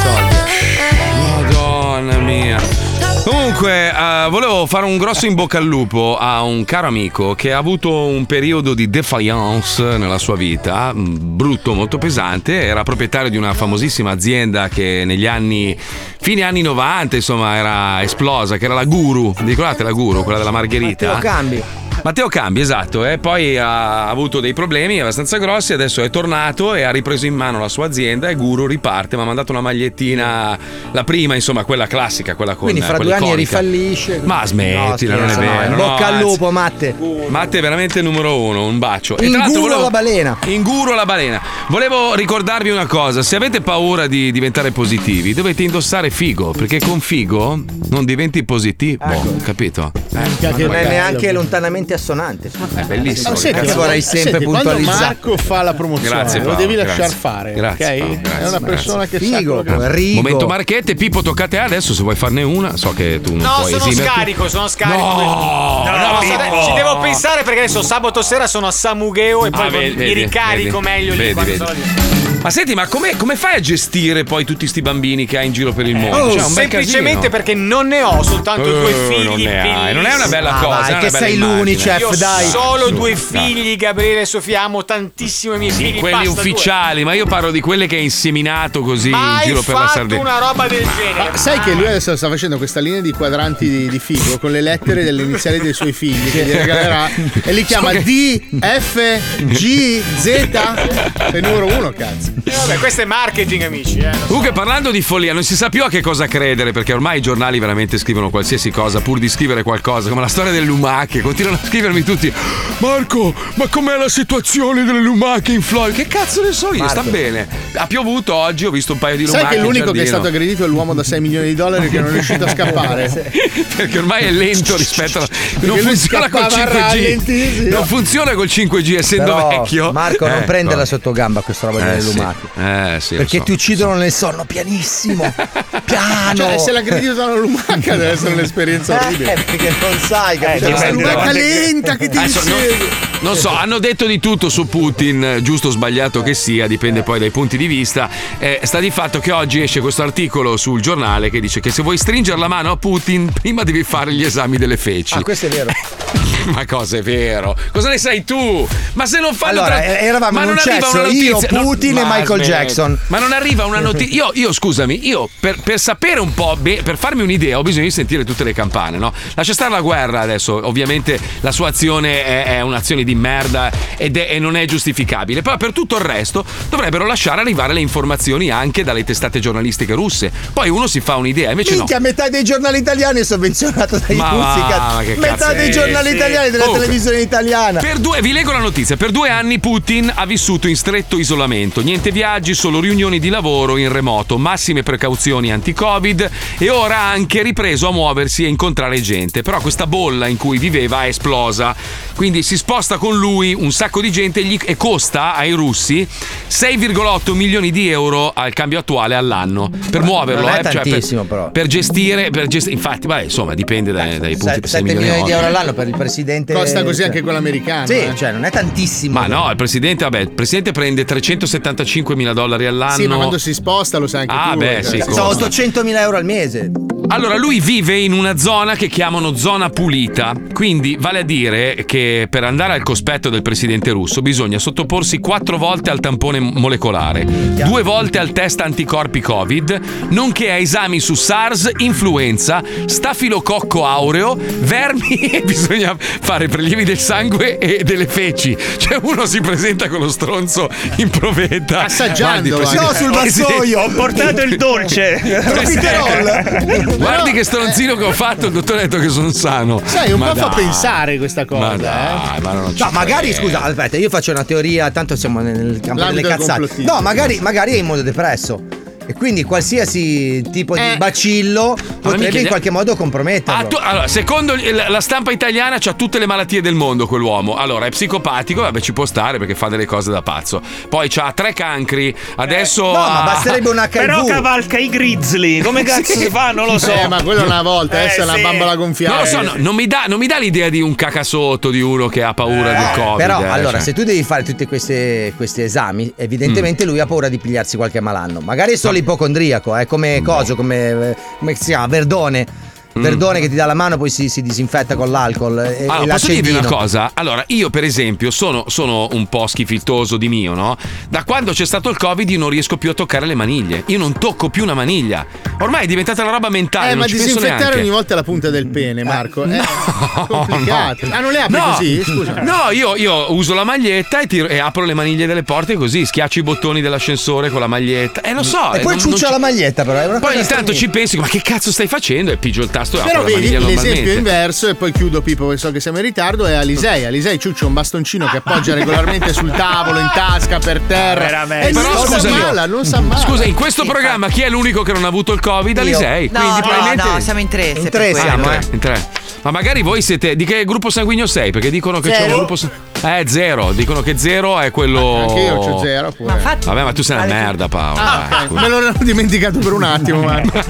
[SPEAKER 8] soldi.
[SPEAKER 2] Madonna mia. Comunque, eh, volevo fare un grosso in bocca al lupo a un caro amico che ha avuto un periodo di defiance nella sua vita, mh, brutto, molto pesante. Era proprietario di una famosissima azienda che negli anni, fine anni 90, insomma, era esplosa, che era la Guru. Vi Ricordate la Guru, quella della Margherita?
[SPEAKER 8] Matteo Cambi.
[SPEAKER 2] Matteo Cambi, esatto, eh, poi ha avuto dei problemi abbastanza grossi, adesso è tornato e ha ripreso in mano la sua azienda e Guru riparte, mi ha mandato una magliettina, la prima insomma, quella classica, quella con
[SPEAKER 8] Quindi fra
[SPEAKER 2] quella
[SPEAKER 8] due anni
[SPEAKER 2] iconica.
[SPEAKER 8] rifallisce.
[SPEAKER 2] Ma smettila, non è
[SPEAKER 8] scherzo, no,
[SPEAKER 2] vero. no,
[SPEAKER 8] in bocca al
[SPEAKER 2] anzi.
[SPEAKER 8] lupo, Matte.
[SPEAKER 2] Matte è veramente il numero uno, un bacio.
[SPEAKER 8] In
[SPEAKER 2] l'altro
[SPEAKER 8] culo la balena.
[SPEAKER 2] In guro la balena. Volevo ricordarvi una cosa: se avete paura di diventare positivi, dovete indossare figo, perché con figo non diventi positivo,
[SPEAKER 6] Ecco.
[SPEAKER 2] capito? Eh,
[SPEAKER 8] Ma non è
[SPEAKER 2] magari.
[SPEAKER 8] neanche lontanamente assonante. È
[SPEAKER 2] bellissimo.
[SPEAKER 6] Ma senti,
[SPEAKER 8] Cazzo,
[SPEAKER 6] quando-
[SPEAKER 8] vorrei sempre
[SPEAKER 6] senti, quando
[SPEAKER 8] puntualizzare.
[SPEAKER 6] Marco fa la promozione,
[SPEAKER 2] Grazie,
[SPEAKER 6] lo
[SPEAKER 2] Paolo,
[SPEAKER 6] devi
[SPEAKER 2] grazie.
[SPEAKER 6] lasciar fare.
[SPEAKER 2] Grazie,
[SPEAKER 6] ok?
[SPEAKER 2] Paolo, grazie,
[SPEAKER 6] è una
[SPEAKER 2] grazie.
[SPEAKER 6] persona che sa
[SPEAKER 8] Figo,
[SPEAKER 6] quello che fa.
[SPEAKER 2] Eh, Momento Marchette, Pippo, tocca a te adesso. Se vuoi farne una, so che tu non
[SPEAKER 15] No,
[SPEAKER 2] puoi
[SPEAKER 15] sono
[SPEAKER 2] esimerti.
[SPEAKER 15] scarico, sono scarico.
[SPEAKER 2] No,
[SPEAKER 15] no,
[SPEAKER 2] no,
[SPEAKER 15] so-
[SPEAKER 2] Pippo.
[SPEAKER 15] ci devo pensare perché adesso sabato sera sono a Samugheo e poi
[SPEAKER 2] Ah, vedi,
[SPEAKER 15] mi
[SPEAKER 2] vedi,
[SPEAKER 15] ricarico
[SPEAKER 2] vedi,
[SPEAKER 15] meglio lì
[SPEAKER 2] vedi,
[SPEAKER 15] quando
[SPEAKER 2] vedi.
[SPEAKER 15] sono lì.
[SPEAKER 2] Ma senti, ma come, come fai a gestire poi tutti sti bambini che hai in giro per il mondo?
[SPEAKER 15] Oh,
[SPEAKER 2] Cioè, è un bel
[SPEAKER 15] semplicemente
[SPEAKER 2] casino.
[SPEAKER 15] perché non ne ho soltanto
[SPEAKER 2] Eh,
[SPEAKER 15] due figli.
[SPEAKER 2] non ne hai,
[SPEAKER 15] bellissimi.
[SPEAKER 2] non è una bella Ah, cosa, vai, non è che una bella sei immagine. l'Unicef,
[SPEAKER 15] Io
[SPEAKER 2] dai.
[SPEAKER 15] Solo
[SPEAKER 2] Su,
[SPEAKER 15] due
[SPEAKER 2] dai.
[SPEAKER 15] figli, Gabriele e Sofia, amo tantissimo i miei figli.
[SPEAKER 2] Quelli
[SPEAKER 15] basta due.
[SPEAKER 2] ufficiali, ma io parlo di quelle che hai inseminato così
[SPEAKER 15] Mai
[SPEAKER 2] in giro per la
[SPEAKER 15] fatto
[SPEAKER 2] Sardegna.
[SPEAKER 15] una roba del genere.
[SPEAKER 6] Ma sai che lui adesso sta facendo questa linea di quadranti di, di figo con le lettere delle iniziali dei suoi figli che gli regalerà e li chiama D, F, G, Z. Sei numero uno, cazzo.
[SPEAKER 15] Eh, vabbè, questo è marketing, amici. Eh.
[SPEAKER 2] Comunque parlando di follia non si sa più a che cosa credere perché ormai i giornali veramente scrivono qualsiasi cosa pur di scrivere qualcosa come la storia delle lumache continuano a scrivermi tutti Marco Oh, ma com'è la situazione delle lumache in Florida che cazzo ne so io sta
[SPEAKER 6] Marco.
[SPEAKER 2] bene ha piovuto oggi ho visto un paio di lumache
[SPEAKER 6] Sai che
[SPEAKER 2] in
[SPEAKER 6] l'unico che è
[SPEAKER 2] giardino.
[SPEAKER 6] stato aggredito è l'uomo da 6 milioni di dollari che non è riuscito a scappare.
[SPEAKER 2] perché ormai è lento rispetto alla... non
[SPEAKER 6] lui
[SPEAKER 2] funziona col
[SPEAKER 6] scappava a
[SPEAKER 2] 5G
[SPEAKER 6] rallenti, sì.
[SPEAKER 2] non funziona col 5G essendo
[SPEAKER 8] Però,
[SPEAKER 2] vecchio
[SPEAKER 8] Marco, non
[SPEAKER 2] Eh,
[SPEAKER 8] prenderla
[SPEAKER 2] no.
[SPEAKER 8] sotto gamba questa roba
[SPEAKER 2] eh,
[SPEAKER 8] delle
[SPEAKER 2] sì.
[SPEAKER 8] lumache.
[SPEAKER 2] eh sì lo
[SPEAKER 8] Perché
[SPEAKER 2] so.
[SPEAKER 8] ti uccidono nel sonno pianissimo. Piano.
[SPEAKER 6] Cioè, se l'aggredito da una lumaca deve essere un'esperienza orribile.
[SPEAKER 8] perché non sai, capito?
[SPEAKER 6] Cioè,
[SPEAKER 2] dipende
[SPEAKER 6] lumaca
[SPEAKER 2] da quante-
[SPEAKER 6] lenta che ti
[SPEAKER 2] Adesso, no-
[SPEAKER 6] insegue.
[SPEAKER 2] Non so, hanno detto di tutto su Putin, eh, giusto o sbagliato che sia, dipende poi dai punti di vista. Eh, sta di fatto che oggi esce questo articolo sul giornale che dice che se vuoi stringere la mano a Putin, prima devi fare gli esami delle feci.
[SPEAKER 8] Ah, questo è vero.
[SPEAKER 2] Ma cosa è vero? Cosa ne sai tu? Ma se non fanno
[SPEAKER 8] Allora,
[SPEAKER 2] tra-
[SPEAKER 8] eh, eravamo
[SPEAKER 2] ma
[SPEAKER 8] in un
[SPEAKER 2] non arriva
[SPEAKER 8] cesso,
[SPEAKER 2] una notizia.
[SPEAKER 8] io, Putin e
[SPEAKER 2] ma
[SPEAKER 8] Michael
[SPEAKER 2] smetti.
[SPEAKER 8] Jackson.
[SPEAKER 2] Ma non arriva una notizia. Io, io, scusami, io per, per sapere un po', be- per farmi un'idea, ho bisogno di sentire tutte le campane, no? Lascia stare la guerra adesso. Ovviamente la sua azione è, è un'azione di merda ed è- e non è giustificabile. Però per tutto il resto dovrebbero lasciare arrivare le informazioni anche dalle testate giornalistiche russe. Poi uno si fa un'idea, invece no.
[SPEAKER 8] Minchia, metà dei giornali italiani è sovvenzionato dai
[SPEAKER 2] Ma
[SPEAKER 8] russi,
[SPEAKER 2] va,
[SPEAKER 8] cazzo.
[SPEAKER 2] ma che
[SPEAKER 8] Metà
[SPEAKER 2] cazzo.
[SPEAKER 8] dei
[SPEAKER 2] Eh,
[SPEAKER 8] giornali
[SPEAKER 2] sì.
[SPEAKER 8] italiani della
[SPEAKER 2] Comunque.
[SPEAKER 8] televisione italiana.
[SPEAKER 2] Per due, vi leggo la notizia. Per due anni Putin ha vissuto in stretto isolamento. Niente viaggi, solo riunioni di lavoro in remoto, massime precauzioni anti-Covid e ora ha anche ripreso a muoversi e incontrare gente. Però questa bolla in cui viveva è esplosa. Quindi si sposta con lui un sacco di gente e gli- e costa ai russi 6,8 milioni di euro al cambio attuale all'anno per muoverlo.
[SPEAKER 8] non è
[SPEAKER 2] eh, cioè, per-
[SPEAKER 8] tantissimo, però.
[SPEAKER 2] Per gestire, per gest- infatti, vabbè, insomma, dipende dai, dai punti.
[SPEAKER 8] Se-
[SPEAKER 2] 6
[SPEAKER 8] 7 milioni di
[SPEAKER 2] ogni.
[SPEAKER 8] euro all'anno per il presidente.
[SPEAKER 6] Costa così anche quello americano.
[SPEAKER 8] Sì,
[SPEAKER 6] eh.
[SPEAKER 8] cioè non è tantissimo.
[SPEAKER 2] Ma no, il presidente, vabbè, il presidente prende 375 mila dollari all'anno.
[SPEAKER 6] Sì, ma quando si sposta lo sai anche
[SPEAKER 2] Ah,
[SPEAKER 6] tu.
[SPEAKER 2] beh,
[SPEAKER 6] cioè.
[SPEAKER 2] sì,
[SPEAKER 8] Sono 800 mila euro al mese.
[SPEAKER 2] Allora, lui vive in una zona che chiamano zona pulita, quindi vale a dire che per andare al cospetto del presidente russo bisogna sottoporsi quattro volte al tampone molecolare, due volte al test anticorpi Covid, nonché a esami su SARS, influenza, stafilococco aureo, vermi e bisogna fare prelievi del sangue e delle feci. Cioè uno si presenta con lo stronzo in provetta. Guardi, presidente-
[SPEAKER 6] No, sul vassoio, ho portato il dolce.
[SPEAKER 2] Presidente, Guardi che stronzino che ho fatto, il dottore ha detto che sono sano.
[SPEAKER 6] Sai, un
[SPEAKER 2] Ma
[SPEAKER 6] po' fa
[SPEAKER 2] dai.
[SPEAKER 6] pensare questa cosa. eh.
[SPEAKER 2] Ma dai,
[SPEAKER 8] eh.
[SPEAKER 2] ma non ci
[SPEAKER 8] No, magari
[SPEAKER 2] credo.
[SPEAKER 8] scusa, aspetta, io faccio una teoria, tanto siamo nel campo
[SPEAKER 6] L'ambito
[SPEAKER 8] delle cazzate.
[SPEAKER 6] complottista.
[SPEAKER 8] No, magari, magari è in modo depresso. E quindi qualsiasi tipo di bacillo potrebbe
[SPEAKER 2] chiede-
[SPEAKER 8] in qualche modo comprometterlo.
[SPEAKER 2] Ah, tu- allora, secondo il- la la stampa italiana c'ha tutte le malattie del mondo quell'uomo. Allora, è psicopatico, vabbè, ci può stare perché fa delle cose da pazzo. Poi c'ha tre cancri, adesso
[SPEAKER 6] Eh,
[SPEAKER 8] No, ma
[SPEAKER 2] ha-
[SPEAKER 8] basterebbe un HIV.
[SPEAKER 7] Però cavalca i grizzly. Come cazzo
[SPEAKER 2] Sì.
[SPEAKER 7] si fa? Non lo so.
[SPEAKER 6] Eh, ma quello una volta, adesso è una bambola gonfiata.
[SPEAKER 2] Non lo so, no, non, mi dà, non mi dà l'idea di un cacasotto, di uno che ha paura del Covid.
[SPEAKER 8] Però
[SPEAKER 2] eh,
[SPEAKER 8] allora,
[SPEAKER 2] cioè.
[SPEAKER 8] se tu devi fare tutti questi, questi esami,
[SPEAKER 2] Mm.
[SPEAKER 8] evidentemente lui ha paura di pigliarsi qualche malanno. Magari è solo ipocondriaco, è come coso, come, come si chiama? Verdone.
[SPEAKER 2] Mm.
[SPEAKER 8] Verdone che ti dà la mano, poi si, si disinfetta con l'alcol. E, e
[SPEAKER 2] Allora, Ah, posso dirvi
[SPEAKER 8] l'accendino.
[SPEAKER 2] una cosa? Allora, io per esempio sono, sono un po' schifiltoso di mio, no? Da quando c'è stato il Covid io non riesco più a toccare le maniglie. Io non tocco più una maniglia. Ormai è diventata una roba mentale,
[SPEAKER 6] Eh,
[SPEAKER 2] non
[SPEAKER 6] ma
[SPEAKER 2] ci penso
[SPEAKER 6] disinfettare
[SPEAKER 2] neanche. Oh,
[SPEAKER 6] ogni volta la punta del pene, Marco. eh. È complicato.
[SPEAKER 2] no.
[SPEAKER 6] Ah, non le apri
[SPEAKER 2] No.
[SPEAKER 6] così? Scusa.
[SPEAKER 2] No, io, io uso la maglietta e, tiro- e apro le maniglie delle porte così, schiaccio i bottoni dell'ascensore con la maglietta. E lo so. eh,
[SPEAKER 8] E poi
[SPEAKER 2] non- non
[SPEAKER 8] ciuccia
[SPEAKER 2] ci-
[SPEAKER 8] la maglietta, però. È una
[SPEAKER 2] Poi
[SPEAKER 8] cosa
[SPEAKER 2] ogni tanto ci pensi, ma che cazzo stai facendo? E pigio il tasto e
[SPEAKER 6] Però
[SPEAKER 2] apro la
[SPEAKER 6] vedi
[SPEAKER 2] maniglia
[SPEAKER 6] l'esempio
[SPEAKER 2] normalmente.
[SPEAKER 6] inverso, e poi chiudo Pippo, che so che siamo in ritardo, è Alisei. Alisei ciuccia un bastoncino che appoggia regolarmente sul tavolo, in tasca, per terra.
[SPEAKER 2] Veramente.
[SPEAKER 6] E
[SPEAKER 2] Però
[SPEAKER 6] Eh, non sa
[SPEAKER 2] scusami.
[SPEAKER 6] mala, non sa mala.
[SPEAKER 2] Scusa, in questo programma chi è l'unico che non ha avuto il Covid? Alisei.
[SPEAKER 14] No,
[SPEAKER 2] Quindi
[SPEAKER 14] no,
[SPEAKER 2] probabilmente.
[SPEAKER 14] no, siamo in tre. se per
[SPEAKER 2] Ah,
[SPEAKER 14] quello.
[SPEAKER 2] in tre, in tre. Ma magari voi siete. Di che gruppo sanguigno sei? Perché dicono che c'è
[SPEAKER 14] Zero.
[SPEAKER 2] un gruppo. sa- Eh, zero. Dicono che zero è quello.
[SPEAKER 6] Ah, Anche io c'ho zero pure.
[SPEAKER 2] Vabbè, ma tu sei una merda, Paolo.
[SPEAKER 6] Ah,
[SPEAKER 2] dai,
[SPEAKER 6] ok.
[SPEAKER 2] scusa.
[SPEAKER 6] Me l'ho dimenticato per un attimo, Marco.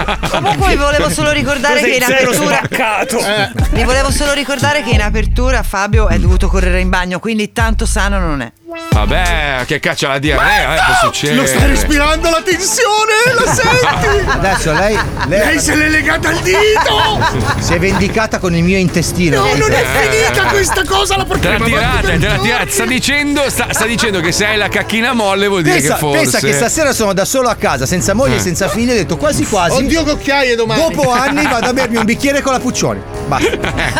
[SPEAKER 14] Poi volevo solo ricordare
[SPEAKER 6] Cos'è
[SPEAKER 14] che in
[SPEAKER 6] il zero
[SPEAKER 14] apertura. Vi volevo solo ricordare che in apertura Fabio è dovuto correre in bagno, quindi tanto sano non è.
[SPEAKER 2] Vabbè, che caccia la diarrea, eh, può succedere.
[SPEAKER 6] Lo sta respirando la tensione, la senti?
[SPEAKER 8] Adesso lei. Lei,
[SPEAKER 6] Lei se l'è legata al dito!
[SPEAKER 8] Si è vendicata con il mio intestino.
[SPEAKER 6] No, non è
[SPEAKER 2] Eh.
[SPEAKER 6] finita questa cosa, la
[SPEAKER 2] Te
[SPEAKER 6] portiamo
[SPEAKER 2] la
[SPEAKER 6] avanti
[SPEAKER 2] tirata,
[SPEAKER 6] per
[SPEAKER 2] te la
[SPEAKER 6] giorni.
[SPEAKER 2] tirata. Sta dicendo, sta, sta dicendo che se hai la cacchina molle vuol dire
[SPEAKER 8] Pensa,
[SPEAKER 2] che forse.
[SPEAKER 8] pensa che stasera sono da solo a casa, senza moglie,
[SPEAKER 2] Eh.
[SPEAKER 8] senza figli, ho detto quasi quasi.
[SPEAKER 6] Oddio, che occhiaie domani.
[SPEAKER 8] Dopo anni vado a bermi un bicchiere con la Puccioni.
[SPEAKER 2] Ecco.
[SPEAKER 8] Basta.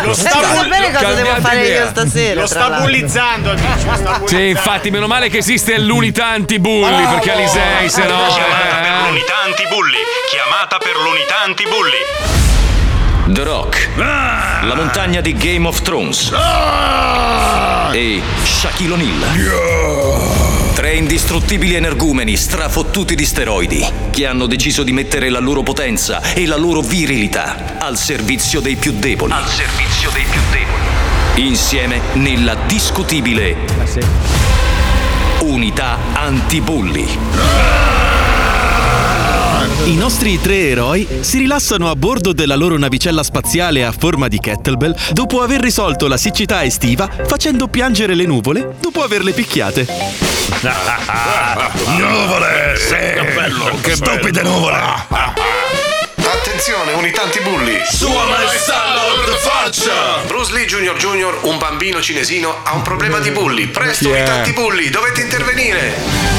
[SPEAKER 14] Lo sta Senza bull- sapere cosa cambiate devo fare idea. io stasera,
[SPEAKER 15] Lo
[SPEAKER 14] tra
[SPEAKER 15] sta
[SPEAKER 14] l'altro.
[SPEAKER 15] bullizzando, amici. Lo sta
[SPEAKER 2] Sì, infatti, meno male che esiste l'unità
[SPEAKER 14] Oh!
[SPEAKER 2] antibulli, perché Alisei, se no.
[SPEAKER 9] Chiamata
[SPEAKER 2] eh.
[SPEAKER 9] per l'unità antibulli. Chiamata per l'unità antibulli. The Rock. La montagna di Game of Thrones. E Shaquille O'Neal. Tre indistruttibili energumeni strafottuti di steroidi che hanno deciso di mettere la loro potenza e la loro virilità al servizio dei più deboli. Al servizio dei più deboli. Insieme nella discutibile unità antibulli.
[SPEAKER 11] I nostri tre eroi si rilassano a bordo della loro navicella spaziale a forma di kettlebell dopo aver risolto la siccità estiva facendo piangere le nuvole dopo averle picchiate.
[SPEAKER 9] Nuvole!
[SPEAKER 11] Sì,
[SPEAKER 9] che
[SPEAKER 17] Eh,
[SPEAKER 9] bello! Che stupide nuvole! Attenzione, unità antibulli!
[SPEAKER 17] Suona il sallo
[SPEAKER 9] alla
[SPEAKER 17] alla faccia!
[SPEAKER 9] Bruce Lee Junior Junior, un bambino cinesino, ha un problema di bulli. Presto,
[SPEAKER 17] Chi è?
[SPEAKER 9] unità antibulli, dovete intervenire!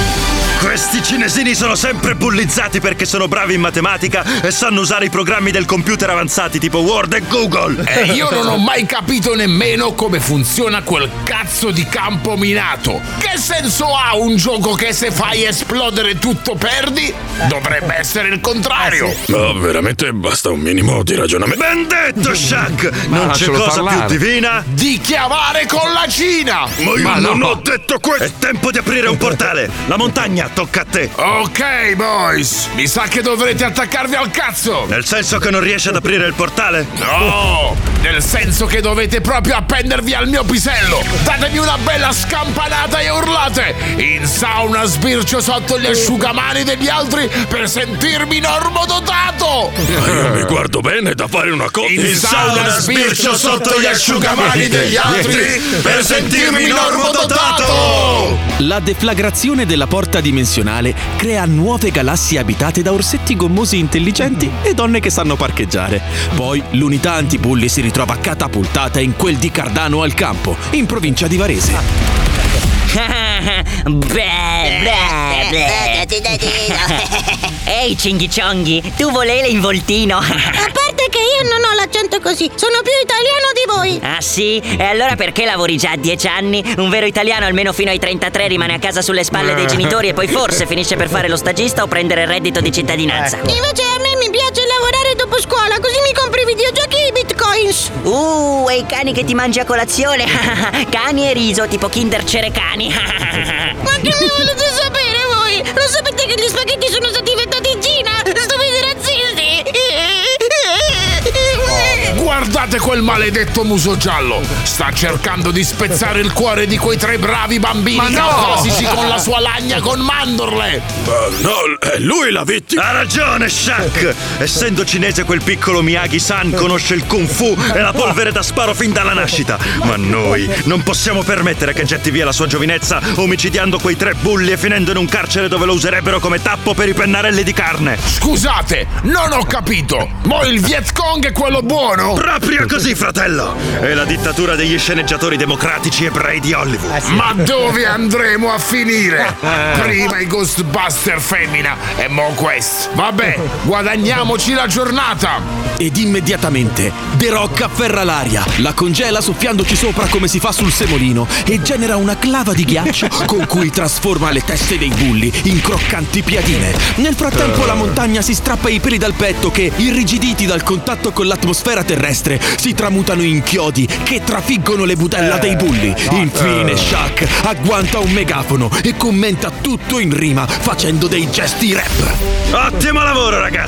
[SPEAKER 17] Questi cinesini sono sempre bullizzati perché sono bravi in matematica e sanno usare i programmi del computer avanzati tipo Word e Google.
[SPEAKER 24] E Eh, io non ho mai capito nemmeno come funziona quel cazzo di campo minato. Che senso ha un gioco che se fai esplodere tutto perdi? Dovrebbe essere il
[SPEAKER 2] Eh,
[SPEAKER 24] contrario.
[SPEAKER 17] No, Eh, veramente basta un minimo di ragionamento. Ben detto, Shaq!
[SPEAKER 24] Ma
[SPEAKER 17] Non c'è
[SPEAKER 24] lascialo
[SPEAKER 17] cosa
[SPEAKER 24] parlare.
[SPEAKER 17] più divina
[SPEAKER 24] Di chiamare con la Cina!
[SPEAKER 17] Ma io non
[SPEAKER 24] no.
[SPEAKER 17] ho detto questo! È tempo di aprire un portale! La montagna tocca a te!
[SPEAKER 24] Ok, boys, mi sa che dovrete attaccarvi al cazzo!
[SPEAKER 17] Nel senso che non riesci ad aprire il portale? Oh!
[SPEAKER 24] No! Nel senso che dovete proprio appendervi al mio pisello! Datemi una bella scampanata e urlate! In sauna sbircio sotto gli asciugamani degli altri per sentirmi normodotato! tutto!
[SPEAKER 15] Ma io mi guardo bene da fare una cosa.
[SPEAKER 24] In sauna sbircio sotto gli asciugamani degli altri per sentirmi normodotato!
[SPEAKER 4] La deflagrazione della porta dimensionale crea nuove galassie abitate da orsetti gommosi intelligenti e donne che sanno parcheggiare. Poi l'unità antibulli si ritrova catapultata in quel di Cardano al campo, in provincia di Varese.
[SPEAKER 25] Ehi, cinghichonghi, tu volevi l'involtino?
[SPEAKER 26] A parte che io non ho l'accento così, sono più italiano di voi.
[SPEAKER 25] Ah sì? E allora perché lavori già a 10 anni? Un vero italiano almeno fino ai 33 rimane a casa sulle spalle dei genitori e poi forse finisce per fare lo stagista o prendere il reddito di cittadinanza.
[SPEAKER 26] Ecco. Invece a me mi piace lavorare dopo scuola, così mi compro i videogiochi e i bitcoins.
[SPEAKER 25] Uh, e i cani che ti mangi a colazione? cani e riso, tipo Kinder Cerecani.
[SPEAKER 26] Ma che me lo volete sapere voi? Lo sapete che gli spaghetti sono stati inventati in Cina? Stupidi razzisti!
[SPEAKER 24] Guardate quel maledetto muso giallo! Sta cercando di spezzare il cuore di quei tre bravi bambini Ma no! caucasici con la sua lagna con mandorle!
[SPEAKER 15] Eh, No, è lui la vittima. Ha ragione, Shaq. Essendo cinese, quel piccolo Miyagi-san conosce il kung fu e la polvere da sparo fin dalla nascita. Ma noi non possiamo permettere che getti via la sua giovinezza omicidiando quei tre bulli e finendo in un carcere dove lo userebbero come tappo per i pennarelli di carne.
[SPEAKER 24] Scusate, non ho capito! Mo il Viet Cong è quello buono!
[SPEAKER 15] Proprio così, fratello! È la dittatura degli sceneggiatori democratici ebrei di Hollywood.
[SPEAKER 24] Ma dove andremo a finire? Prima i Ghostbuster femmina e mo questo. Vabbè, guadagniamoci la giornata.
[SPEAKER 4] Ed immediatamente The Rock afferra l'aria, la congela soffiandoci sopra come si fa sul semolino e genera una clava di ghiaccio con cui trasforma le teste dei bulli in croccanti piadine. Nel frattempo la montagna si strappa i peli dal petto che, irrigiditi dal contatto con l'atmosfera terrestre, si tramutano in chiodi che trafiggono le budella dei bulli. Infine Shaq agguanta un megafono e commenta tutto in rima facendo dei gesti rap.
[SPEAKER 15] Ottimo lavoro, ragazzi!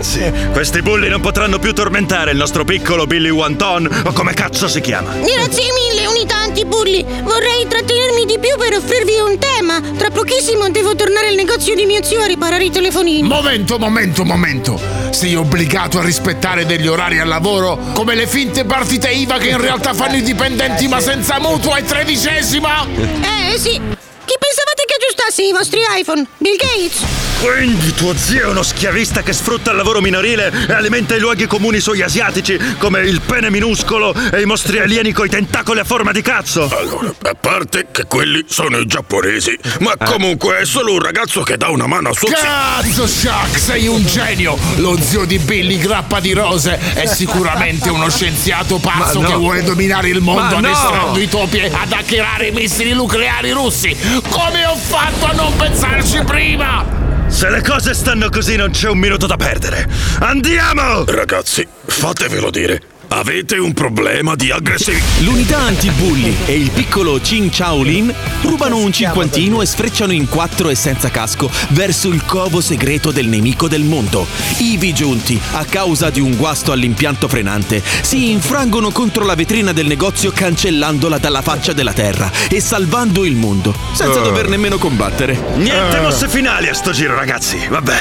[SPEAKER 15] Questi bulli non potranno più tormentare il nostro piccolo Billy Wanton, o come cazzo si chiama.
[SPEAKER 26] Grazie mille, unità antibulli. Vorrei trattenermi di più per offrirvi un tema. Tra pochissimo devo tornare al negozio di mio zio a riparare i telefonini.
[SPEAKER 24] Momento, momento, momento. Sei obbligato a rispettare degli orari al lavoro come le finte partite IVA che in realtà fanno i dipendenti ma senza mutuo e tredicesima?
[SPEAKER 26] Eh sì. Chi pensavate che aggiustasse i vostri iPhone? Bill Gates?
[SPEAKER 15] Quindi tuo zio è uno schiavista che sfrutta il lavoro minorile e alimenta i luoghi comuni sugli asiatici come il pene minuscolo e i mostri alieni coi tentacoli a forma di cazzo.
[SPEAKER 27] Allora, a parte che quelli sono i giapponesi, ma
[SPEAKER 15] Eh.
[SPEAKER 27] comunque è solo un ragazzo che dà una mano a suo
[SPEAKER 24] Cazzo, Shaq, sei un genio! Lo zio di Billy Grappa di Rose è sicuramente uno scienziato pazzo Ma no. che vuole dominare il mondo Ma no. addestrando i topi ad hackerare i missili nucleari russi! Come ho fatto a non pensarci prima?
[SPEAKER 15] Se le cose stanno così non c'è un minuto da perdere. Andiamo!
[SPEAKER 27] Ragazzi, fatevelo dire. Avete un problema di aggressività.
[SPEAKER 4] L'unità antibulli e il piccolo Chin Chao Lin rubano un cinquantino e sfrecciano in quattro e senza casco verso il covo segreto del nemico del mondo. Ivi giunti, a causa di un guasto all'impianto frenante, si infrangono contro la vetrina del negozio cancellandola dalla faccia della terra e salvando il mondo, senza
[SPEAKER 15] Eh.
[SPEAKER 4] dover nemmeno combattere.
[SPEAKER 24] Eh.
[SPEAKER 15] Niente mosse finali a sto giro, ragazzi. Vabbè,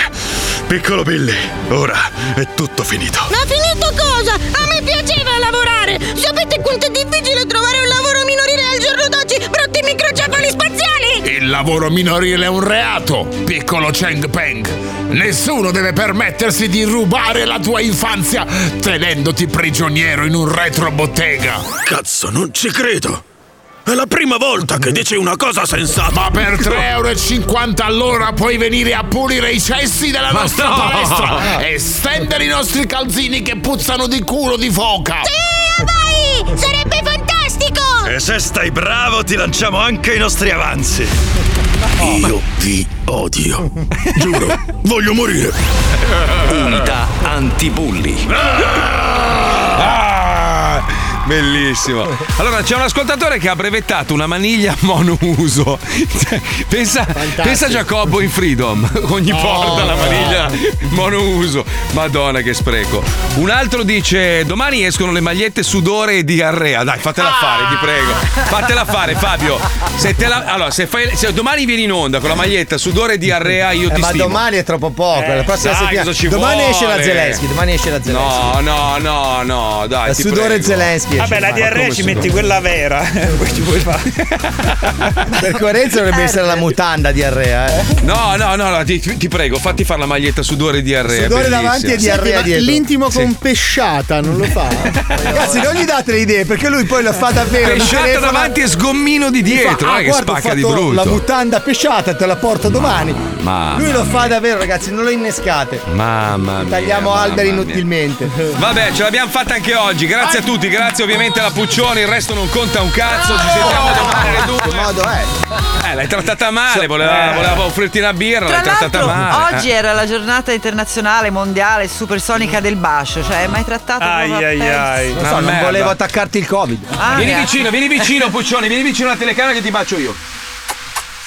[SPEAKER 15] piccolo Billy, ora è tutto finito.
[SPEAKER 26] Ma finito cosa? A me piaceva lavorare! Sapete quanto è difficile trovare un lavoro minorile al giorno d'oggi? Brutti microcefali spaziali!
[SPEAKER 24] Il lavoro minorile è un reato, piccolo Cheng Peng. Nessuno deve permettersi di rubare la tua infanzia tenendoti prigioniero in un retrobottega.
[SPEAKER 27] Cazzo, non ci credo. È la prima volta che dici una cosa sensata.
[SPEAKER 24] Ma per 3,50 euro all'ora puoi venire a pulire i cessi della
[SPEAKER 27] Ma
[SPEAKER 24] nostra
[SPEAKER 27] no! Ah.
[SPEAKER 24] palestra e stendere i nostri calzini che puzzano di culo di foca.
[SPEAKER 26] Vai! Sarebbe fantastico!
[SPEAKER 15] E se stai bravo, ti lanciamo anche i nostri avanzi.
[SPEAKER 27] Io vi odio. Giuro, voglio morire.
[SPEAKER 9] Unità antibulli.
[SPEAKER 2] Bellissimo. Allora, c'è un ascoltatore che ha brevettato una maniglia monouso. Cioè, Pensa, pensa a Giacobbo in Freedom. Ogni
[SPEAKER 5] Oh,
[SPEAKER 3] No.
[SPEAKER 2] porta la maniglia monouso. Madonna, che spreco. Un altro dice: Domani escono le magliette sudore e diarrea. Dai, fatela fare, ti prego. Fatela fare, Fabio. Se te la- allora, se, fai- se domani vieni in onda con la maglietta sudore e diarrea, io
[SPEAKER 8] Eh,
[SPEAKER 2] ti
[SPEAKER 8] ma
[SPEAKER 2] stimo.
[SPEAKER 8] domani è troppo poco.
[SPEAKER 2] Eh,
[SPEAKER 8] la prossima
[SPEAKER 2] dai,
[SPEAKER 8] settimana.
[SPEAKER 2] cosa ci
[SPEAKER 8] domani
[SPEAKER 2] vuole?
[SPEAKER 8] esce la Zelensky. Domani esce la Zelensky.
[SPEAKER 2] No, no, no, no, dai.
[SPEAKER 8] La
[SPEAKER 2] ti
[SPEAKER 8] sudore
[SPEAKER 2] prego.
[SPEAKER 8] Zelensky
[SPEAKER 7] Vabbè, la DRE ci metti quella vera. Poi ci puoi fare.
[SPEAKER 8] Per coerenza dovrebbe essere la mutanda diarrea. Eh.
[SPEAKER 2] No, no, no, no, ti, ti prego, fatti fare la maglietta sudore e diarrea.
[SPEAKER 8] Sudore
[SPEAKER 2] bellissima.
[SPEAKER 8] davanti e
[SPEAKER 6] Senti, ma L'intimo
[SPEAKER 2] Sì.
[SPEAKER 6] con pesciata non lo fa.
[SPEAKER 8] Ragazzi, non gli date le idee perché lui poi lo fa davvero. mi
[SPEAKER 2] Pesciata
[SPEAKER 8] telefona-
[SPEAKER 2] eh, davanti e sgommino di dietro,
[SPEAKER 8] Mi
[SPEAKER 2] eh, che
[SPEAKER 8] ah, guarda, ho
[SPEAKER 2] spacca
[SPEAKER 8] fatto
[SPEAKER 2] di brutto."
[SPEAKER 8] La mutanda pesciata te la porto domani.
[SPEAKER 2] Mamma
[SPEAKER 8] lui lo fa davvero, ragazzi, non lo innescate.
[SPEAKER 2] Mamma mia.
[SPEAKER 8] Tagliamo
[SPEAKER 2] mamma
[SPEAKER 8] alberi
[SPEAKER 2] mia.
[SPEAKER 8] inutilmente.
[SPEAKER 2] Vabbè, ce l'abbiamo fatta anche oggi. Grazie a tutti, grazie ovviamente alla Puccioni. Il resto non conta un cazzo. Ci sentiamo domani alle due. Eh, l'hai trattata
[SPEAKER 8] Cioè,
[SPEAKER 2] male, voleva,
[SPEAKER 7] Eh.
[SPEAKER 2] voleva offrirti una birra,
[SPEAKER 14] Tra
[SPEAKER 2] l'hai trattata
[SPEAKER 14] l'altro,
[SPEAKER 2] male. eh.
[SPEAKER 14] oggi era la giornata internazionale mondiale supersonica del bacio, cioè mai trattato proprio a pezzi?
[SPEAKER 8] Non, so, non
[SPEAKER 2] merda.
[SPEAKER 8] volevo attaccarti il Covid.
[SPEAKER 14] Ah,
[SPEAKER 2] vieni
[SPEAKER 14] eh.
[SPEAKER 2] vicino, vieni vicino, Puccioni, vieni vicino alla telecamera che ti bacio io.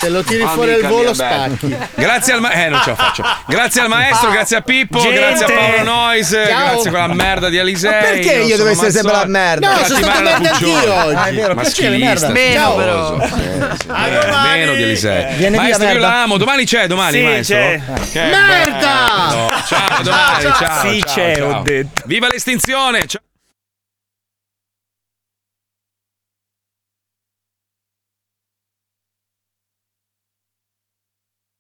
[SPEAKER 6] Se lo tiri
[SPEAKER 2] Amica
[SPEAKER 6] fuori al
[SPEAKER 2] mia,
[SPEAKER 6] volo
[SPEAKER 2] bella.
[SPEAKER 6] spacchi.
[SPEAKER 2] Grazie al maestro. Eh, non ce la faccio. Grazie al maestro, grazie a Pippo,
[SPEAKER 6] Gente.
[SPEAKER 2] grazie a Paolo Nois,
[SPEAKER 6] Ciao.
[SPEAKER 2] grazie a quella merda di Alisei.
[SPEAKER 6] Ma perché io
[SPEAKER 2] sono
[SPEAKER 6] devo essere
[SPEAKER 2] Mazzoni.
[SPEAKER 6] sempre la merda? No,
[SPEAKER 2] Tratti
[SPEAKER 6] sono stato
[SPEAKER 2] male la
[SPEAKER 6] merda
[SPEAKER 2] Puccioni.
[SPEAKER 6] anch'io oggi.
[SPEAKER 2] Ah, è vero,
[SPEAKER 6] Maschilista,
[SPEAKER 2] piacere, merda.
[SPEAKER 6] Meno,
[SPEAKER 2] schifoso.
[SPEAKER 6] però.
[SPEAKER 2] Eh, Meno di
[SPEAKER 5] Eh,
[SPEAKER 2] Elisei.
[SPEAKER 6] Viene via,
[SPEAKER 2] maestro, io
[SPEAKER 6] merda.
[SPEAKER 2] la amo. Domani c'è, domani,
[SPEAKER 6] Sì,
[SPEAKER 2] maestro. Eh,
[SPEAKER 6] c'è.
[SPEAKER 2] Che
[SPEAKER 6] Merda!
[SPEAKER 2] bello. Ciao, domani, ciao.
[SPEAKER 7] Sì,
[SPEAKER 2] ciao,
[SPEAKER 7] c'è, ho
[SPEAKER 2] ciao.
[SPEAKER 7] detto.
[SPEAKER 2] Viva l'estinzione! Ciao.